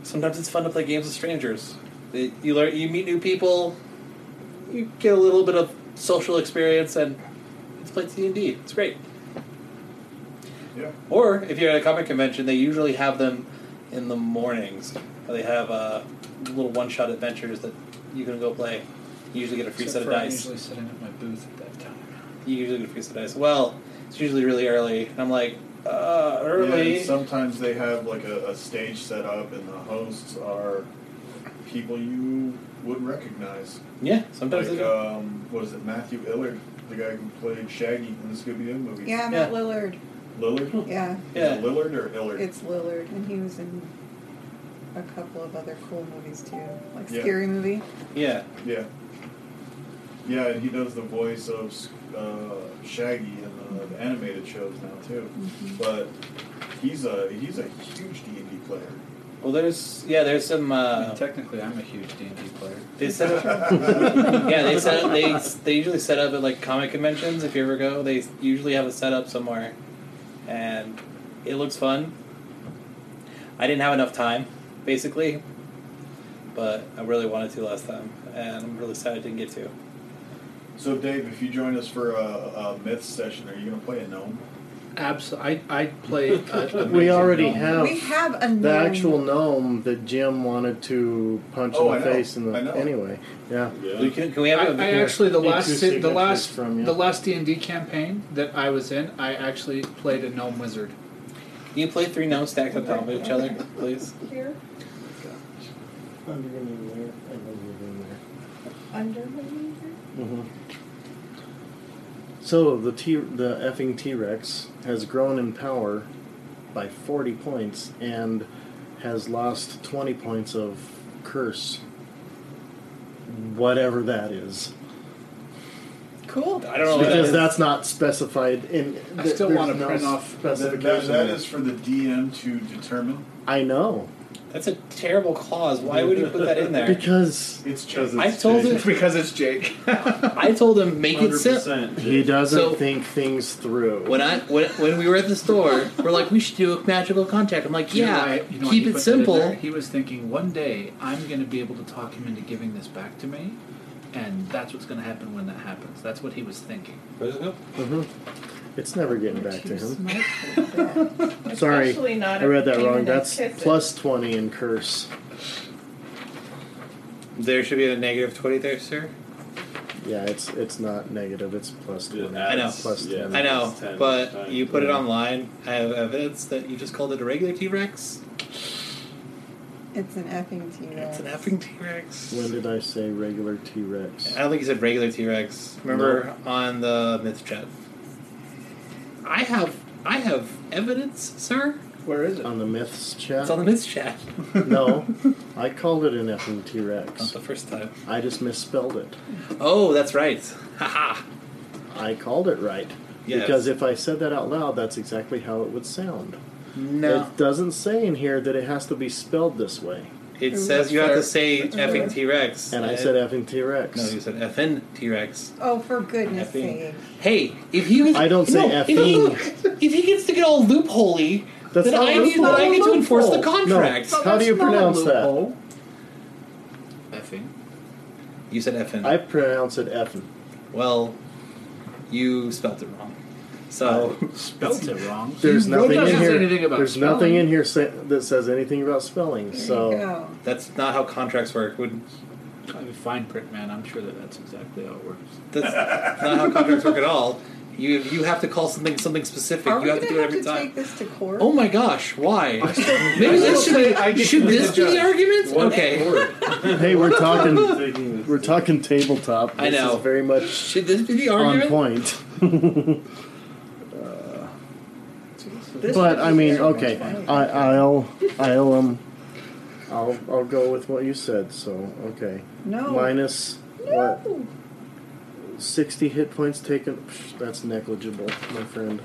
Speaker 3: Sometimes it's fun to play games with strangers. It- You learn, you meet new people, you get a little bit of social experience, and it's play D and D. It's great.
Speaker 8: Yeah.
Speaker 3: Or if you're at a comic convention, they usually have them in the mornings. They have uh, little one-shot adventures that you can go play. You usually get a free
Speaker 5: Except
Speaker 3: set of
Speaker 5: for I'm
Speaker 3: dice.
Speaker 5: usually sitting at my booth at that time.
Speaker 3: You usually get a free set of dice. Well, it's usually really early, and I'm like, uh,
Speaker 8: Yeah,
Speaker 3: early.
Speaker 8: and sometimes they have like a, a stage set up, and the hosts are people you wouldn't recognize.
Speaker 3: Yeah, sometimes
Speaker 8: like,
Speaker 3: they do.
Speaker 8: um, what is it, Matthew Illard, the guy who played Shaggy in the Scooby Doo movie?
Speaker 4: Yeah, Matt Lillard.
Speaker 8: Lillard.
Speaker 4: Yeah.
Speaker 8: Is it Lillard or Illard?
Speaker 4: It's Lillard, and he was in a couple of other cool movies too, like
Speaker 8: Yeah.
Speaker 4: Scary Movie.
Speaker 3: yeah.
Speaker 8: Yeah. Yeah, and he does the voice of uh, Shaggy in the, the animated shows now too. But he's a he's a huge D and D player.
Speaker 3: Well, there's yeah, there's some.
Speaker 5: I
Speaker 3: Uh,
Speaker 5: mean, technically, I'm a huge D and D player.
Speaker 3: They set up. yeah, they set up. They they usually set up at like comic conventions. If you ever go, they usually have a setup somewhere, and it looks fun. I didn't have enough time, basically, but I really wanted to last time, and I'm really sad I didn't get to.
Speaker 8: So Dave, if you join us for a, a myth session, are you going to play a gnome?
Speaker 5: Absolutely, I I play. uh, A,
Speaker 1: We already have,
Speaker 4: We have a
Speaker 1: the
Speaker 4: gnome.
Speaker 1: actual gnome that Jim wanted to punch
Speaker 8: Oh, I
Speaker 1: in the
Speaker 8: know.
Speaker 1: face in the
Speaker 8: I know.
Speaker 1: anyway. Yeah.
Speaker 3: We can, can we have a
Speaker 5: I, I actually the
Speaker 1: Need two
Speaker 5: last si- the
Speaker 1: signatures
Speaker 5: last
Speaker 1: from you.
Speaker 5: the last D and D campaign that I was in, I actually played a gnome wizard.
Speaker 3: Can you play three gnomes stacked on top of each other, please?
Speaker 11: Here,
Speaker 1: Under in there and under in there.
Speaker 11: under maybe?
Speaker 1: hmm So the T the effing T Rex has grown in power by forty points and has lost twenty points of curse. Whatever that is,
Speaker 4: Cool.
Speaker 3: I don't know. what that
Speaker 1: because
Speaker 3: is.
Speaker 1: that's not specified in.
Speaker 5: I
Speaker 1: th-
Speaker 5: still
Speaker 1: there's
Speaker 5: wanna
Speaker 1: no
Speaker 5: print off
Speaker 8: That,
Speaker 1: specification.
Speaker 8: that- that is for the DM to determine.
Speaker 1: I know
Speaker 3: that's a terrible clause. Why would you put that in there?
Speaker 1: because
Speaker 8: It's just
Speaker 3: I told him.
Speaker 5: It's because it's Jake.
Speaker 3: I told him make it simple.
Speaker 10: 100%.
Speaker 1: he doesn't
Speaker 3: So-
Speaker 1: think things through.
Speaker 3: When I when, when we were at the store, we're like, we should do a magical contact. I'm like,
Speaker 5: You know
Speaker 3: yeah,
Speaker 5: why- you know why
Speaker 3: keep
Speaker 5: he
Speaker 3: it
Speaker 5: put that in there?
Speaker 3: simple.
Speaker 5: He was thinking one day I'm going to be able to talk him into giving this back to me, and that's what's going to happen when that happens. That's what he was thinking.
Speaker 1: Mhm. It's never getting back to
Speaker 4: Too
Speaker 1: him.
Speaker 4: smart for that.
Speaker 1: Sorry,
Speaker 11: Especially not
Speaker 1: I read
Speaker 11: if
Speaker 1: that
Speaker 11: even
Speaker 1: wrong.
Speaker 11: if
Speaker 1: That's
Speaker 11: kisses.
Speaker 1: plus twenty in curse.
Speaker 16: There should be a negative 20 there, sir.
Speaker 1: Yeah, it's it's not negative. It's plus
Speaker 10: Yeah,
Speaker 1: twenty.
Speaker 16: I know.
Speaker 10: that's-
Speaker 1: Plus
Speaker 10: yeah,
Speaker 1: ten.
Speaker 16: I know,
Speaker 10: that's ten
Speaker 16: but
Speaker 10: times.
Speaker 16: you put it online. I have evidence that you just called it a regular T Rex.
Speaker 4: It's an effing T
Speaker 16: It's
Speaker 4: Rex.
Speaker 16: an effing T Rex.
Speaker 1: When did I say regular T Rex?
Speaker 16: I don't think you said regular T Rex. Remember on the myth chat. I have I have evidence, sir.
Speaker 5: Where is it?
Speaker 1: On the myths chat?
Speaker 16: It's on the myth chat.
Speaker 1: no, I called it an effing T
Speaker 16: Not
Speaker 1: Rex.
Speaker 16: the first time.
Speaker 1: I just misspelled it.
Speaker 16: Oh, that's right. Haha.
Speaker 1: I called it right
Speaker 16: Yes.
Speaker 1: because if I said that out loud, that's exactly how it would sound.
Speaker 16: No.
Speaker 1: It doesn't say in here that it has to be spelled this way.
Speaker 16: It
Speaker 4: Ooh,
Speaker 16: says you have to say
Speaker 4: fair.
Speaker 16: effing T Rex.
Speaker 1: And I said effing T Rex.
Speaker 16: No, you said effing T Rex.
Speaker 4: Oh, for goodness
Speaker 16: Effing.
Speaker 4: sake.
Speaker 3: Hey, if he was,
Speaker 1: I don't say
Speaker 3: no, if he-
Speaker 1: effing.
Speaker 3: If he gets to get all loopholey,
Speaker 1: That's
Speaker 3: then
Speaker 1: not
Speaker 3: I, need,
Speaker 1: loophole.
Speaker 3: then I get to enforce the
Speaker 1: No.
Speaker 3: contract.
Speaker 1: How do you pronounce that?
Speaker 5: Effing.
Speaker 16: You said effing.
Speaker 1: I pronounce it effing.
Speaker 16: Well, you spelled it wrong. So
Speaker 1: Oh.
Speaker 5: Spelled it wrong.
Speaker 1: There's
Speaker 5: You wrote
Speaker 1: nothing in
Speaker 5: doesn't
Speaker 1: here.
Speaker 5: Say anything about
Speaker 1: there's
Speaker 5: spelling.
Speaker 1: nothing in here sa- that says anything about spelling.
Speaker 4: There
Speaker 1: so
Speaker 4: you go.
Speaker 16: that's not how contracts work. Would
Speaker 5: I'm a fine prick, man. I'm sure that that's exactly how it works.
Speaker 16: that's not how contracts work at all. You you have to call something something specific.
Speaker 4: Are
Speaker 16: you
Speaker 4: we
Speaker 16: have
Speaker 4: going
Speaker 16: to
Speaker 4: to
Speaker 16: do it
Speaker 4: have
Speaker 16: every
Speaker 4: to
Speaker 16: time.
Speaker 4: take this to court?
Speaker 16: Oh my gosh! Why? Maybe this should be,
Speaker 5: I get
Speaker 16: should
Speaker 5: to be
Speaker 16: this
Speaker 5: the
Speaker 16: be the
Speaker 5: judge.
Speaker 16: argument? Okay.
Speaker 1: hey, we're talking
Speaker 10: Taking this-
Speaker 1: we're talking tabletop. This
Speaker 16: I know.
Speaker 1: is very much
Speaker 16: Should this be the
Speaker 1: on
Speaker 16: argument?
Speaker 1: point.
Speaker 4: This
Speaker 1: but
Speaker 4: would
Speaker 1: I
Speaker 4: be
Speaker 1: mean,
Speaker 4: very
Speaker 1: okay,
Speaker 4: much fun.
Speaker 1: I, I'll I'll um I'll I'll go with what you said. So okay.
Speaker 4: No.
Speaker 1: Minus what? Sixty hit points taken. Psh, That's negligible, my friend.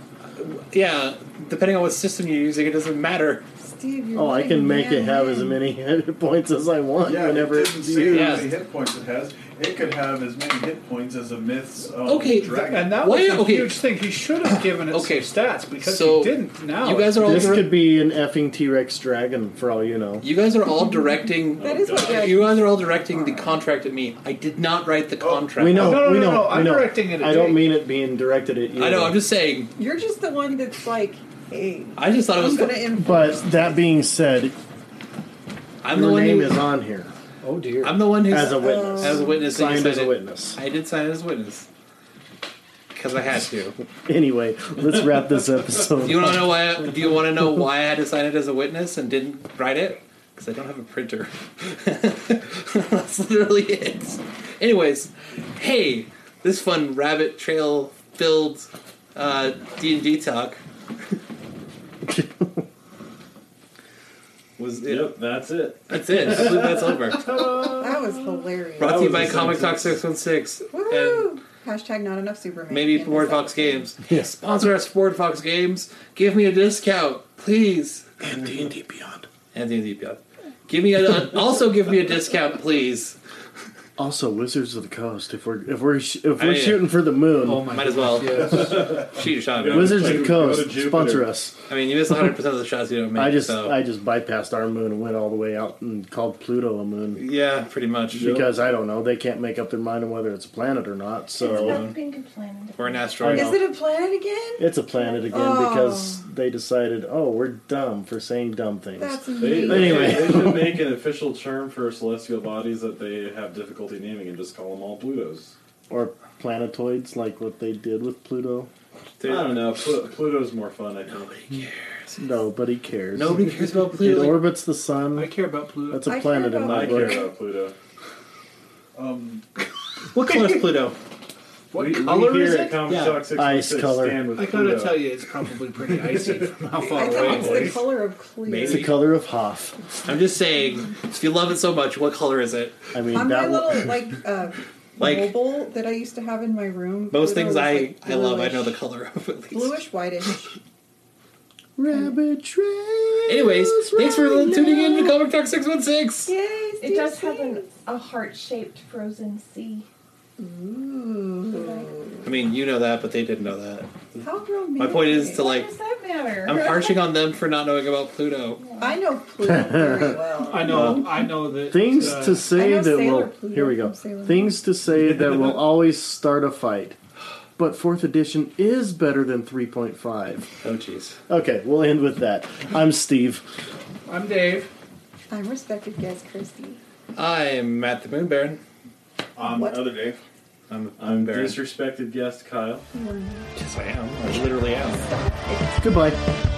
Speaker 3: Yeah, depending on what system you're using, it doesn't matter.
Speaker 4: Steve, you're
Speaker 1: Oh, I
Speaker 4: letting
Speaker 1: can make
Speaker 4: man
Speaker 1: it have
Speaker 4: win.
Speaker 1: as many hit points as I want
Speaker 8: Yeah,
Speaker 1: whenever
Speaker 8: it
Speaker 1: it's
Speaker 8: didn't say
Speaker 1: used.
Speaker 8: how many hit points it has. It could have as many hit points as a myth's um,
Speaker 17: Okay, th-
Speaker 8: dragon.
Speaker 5: And that
Speaker 17: Why-
Speaker 5: was a
Speaker 17: okay.
Speaker 5: huge thing. He should have given it
Speaker 17: Okay.
Speaker 5: some stats because
Speaker 17: So,
Speaker 5: he didn't. Now
Speaker 4: Oh.
Speaker 17: you guys are all
Speaker 1: This
Speaker 17: direct-
Speaker 1: could be an effing T Rex dragon for all you know.
Speaker 17: You guys are all directing.
Speaker 4: That is what I-
Speaker 17: you guys are all directing the contract at me. I did not write the contract.
Speaker 1: We know,
Speaker 5: No, no,
Speaker 1: we
Speaker 5: no,
Speaker 1: know,
Speaker 5: no,
Speaker 1: we
Speaker 5: I'm
Speaker 1: know.
Speaker 5: directing it at
Speaker 1: I don't
Speaker 5: Jake.
Speaker 1: mean it being directed at you.
Speaker 17: I know. I'm just saying.
Speaker 4: You're just the one that's like, hey.
Speaker 17: I just thought it was.
Speaker 4: I'm gonna enforce.
Speaker 1: But that being said,
Speaker 17: I'm the
Speaker 1: your
Speaker 17: one
Speaker 1: name
Speaker 17: who,
Speaker 1: is on here
Speaker 5: Oh dear.
Speaker 17: I'm the one who's
Speaker 1: as a witness.
Speaker 17: as a witness. and you
Speaker 1: signed as
Speaker 17: said
Speaker 1: a
Speaker 17: it.
Speaker 1: witness.
Speaker 3: I did sign as a witness because I had to.
Speaker 1: Anyway, let's wrap this episode.
Speaker 3: Do you want
Speaker 1: up.
Speaker 3: to know why? Do you want to know why I had to sign it as a witness and didn't write it? Because I don't have a printer. That's literally it. Anyways, hey, this fun rabbit trail filled uh, D and D talk was it.
Speaker 10: Yep, that's it.
Speaker 3: That's it. I believe that's over.
Speaker 4: That was hilarious.
Speaker 3: Brought to you
Speaker 10: was
Speaker 3: by
Speaker 10: a
Speaker 3: Comic Talk
Speaker 10: sentence.
Speaker 3: Six One Six
Speaker 4: Woo!
Speaker 3: and
Speaker 4: Hashtag not enough Superman.
Speaker 3: maybe
Speaker 4: End
Speaker 3: Board
Speaker 4: this
Speaker 3: Fox
Speaker 4: episode.
Speaker 3: Games. Sponsor us, Board Fox Games. Give me a discount, please.
Speaker 1: And D and D Beyond.
Speaker 3: And D and D Beyond. Give me a, also give me a discount, please.
Speaker 1: Also, Wizards of the Coast. If we're if we're sh- if
Speaker 3: I
Speaker 1: we're
Speaker 3: need it.
Speaker 1: shooting for the moon,
Speaker 5: Oh my
Speaker 3: Might as well.
Speaker 5: goodness, yes.
Speaker 3: Shoot your shot. man.
Speaker 1: Wizards of the
Speaker 10: Go to
Speaker 1: Coast
Speaker 10: Jupiter.
Speaker 1: sponsor us.
Speaker 3: I mean, you miss 100 percent of the shots you don't make.
Speaker 1: I just
Speaker 3: so.
Speaker 1: I just bypassed our moon and went all the way out and called Pluto a moon
Speaker 3: yeah, pretty much.
Speaker 1: because I don't know they can't make up their mind on whether it's a planet or not.
Speaker 11: It's
Speaker 1: So
Speaker 11: not being a planet.
Speaker 3: We're an asteroid.
Speaker 1: I
Speaker 4: Is it a planet again?
Speaker 1: it's a planet again
Speaker 4: Oh.
Speaker 1: because they decided oh we're dumb for saying dumb things.
Speaker 4: That's
Speaker 10: They,
Speaker 4: neat.
Speaker 10: they-
Speaker 1: Anyway.
Speaker 10: they should make an official term for celestial bodies that they have difficulty naming and just call them all Plutos.
Speaker 1: or planetoids like what they did with Pluto.
Speaker 10: I don't know. Plu- Pluto's more fun, I think.
Speaker 1: Nobody cares.
Speaker 3: Nobody cares about
Speaker 1: It
Speaker 3: Pluto.
Speaker 1: orbits the sun.
Speaker 5: I care about Pluto.
Speaker 1: That's a
Speaker 4: I care
Speaker 1: planet in
Speaker 4: about-
Speaker 1: my
Speaker 10: I care
Speaker 1: book.
Speaker 10: about Pluto.
Speaker 8: um,
Speaker 3: What color is Pluto?
Speaker 5: What
Speaker 10: we,
Speaker 5: color
Speaker 10: we here
Speaker 5: is
Speaker 10: at
Speaker 5: it?
Speaker 10: Comic
Speaker 3: Yeah.
Speaker 10: Talk 616
Speaker 1: Ice color.
Speaker 10: Stand with
Speaker 5: I gotta
Speaker 10: Pluto.
Speaker 5: tell you, it's probably pretty icy from how far
Speaker 3: Oh,
Speaker 4: I thought
Speaker 5: away
Speaker 4: it
Speaker 5: it
Speaker 4: was
Speaker 5: is.
Speaker 4: the color of clear.
Speaker 1: It's the color of Hoth.
Speaker 3: I'm just saying, if you love it so much, what color is it?
Speaker 1: I mean,
Speaker 4: On my
Speaker 1: that
Speaker 4: little
Speaker 1: will,
Speaker 4: like uh,
Speaker 3: Like-
Speaker 4: mobile that I used to have in my room. Pluto
Speaker 3: Most things
Speaker 4: was,
Speaker 3: I
Speaker 4: like,
Speaker 3: I love, I know the
Speaker 4: bluish-
Speaker 3: color of at least.
Speaker 4: bluish whitish.
Speaker 1: rabbit trail.
Speaker 3: Anyways, thanks for tuning in to Comic Talk 616.
Speaker 4: Yay!
Speaker 11: It does have an, a heart-shaped frozen sea.
Speaker 4: Ooh.
Speaker 3: I mean, you know that, but they didn't know that.
Speaker 4: How romantic.
Speaker 3: My point is to
Speaker 11: Why
Speaker 3: like,
Speaker 11: does that matter?
Speaker 3: I'm harshing on them for not knowing about Pluto.
Speaker 4: I know Pluto very well.
Speaker 5: I know, I know that
Speaker 1: Things
Speaker 5: uh,
Speaker 1: to say
Speaker 4: I know
Speaker 1: that
Speaker 4: Sailor
Speaker 1: will.
Speaker 4: Pluto
Speaker 1: Here we go.
Speaker 4: from Sailor Moon.
Speaker 1: Things to say that will always start a fight. But fourth edition is better than 3.5.
Speaker 3: Oh, jeez.
Speaker 1: Okay, we'll end with that. I'm Steve.
Speaker 5: uh, I'm Dave.
Speaker 4: I'm respected guest Christy.
Speaker 3: I'm Matt the Moon Baron.
Speaker 10: I'm
Speaker 4: What?
Speaker 10: other Dave.
Speaker 3: I'm, I'm
Speaker 10: I'm
Speaker 3: Baron.
Speaker 10: disrespected guest Kyle.
Speaker 3: Yes, I am. I literally am.
Speaker 1: Goodbye.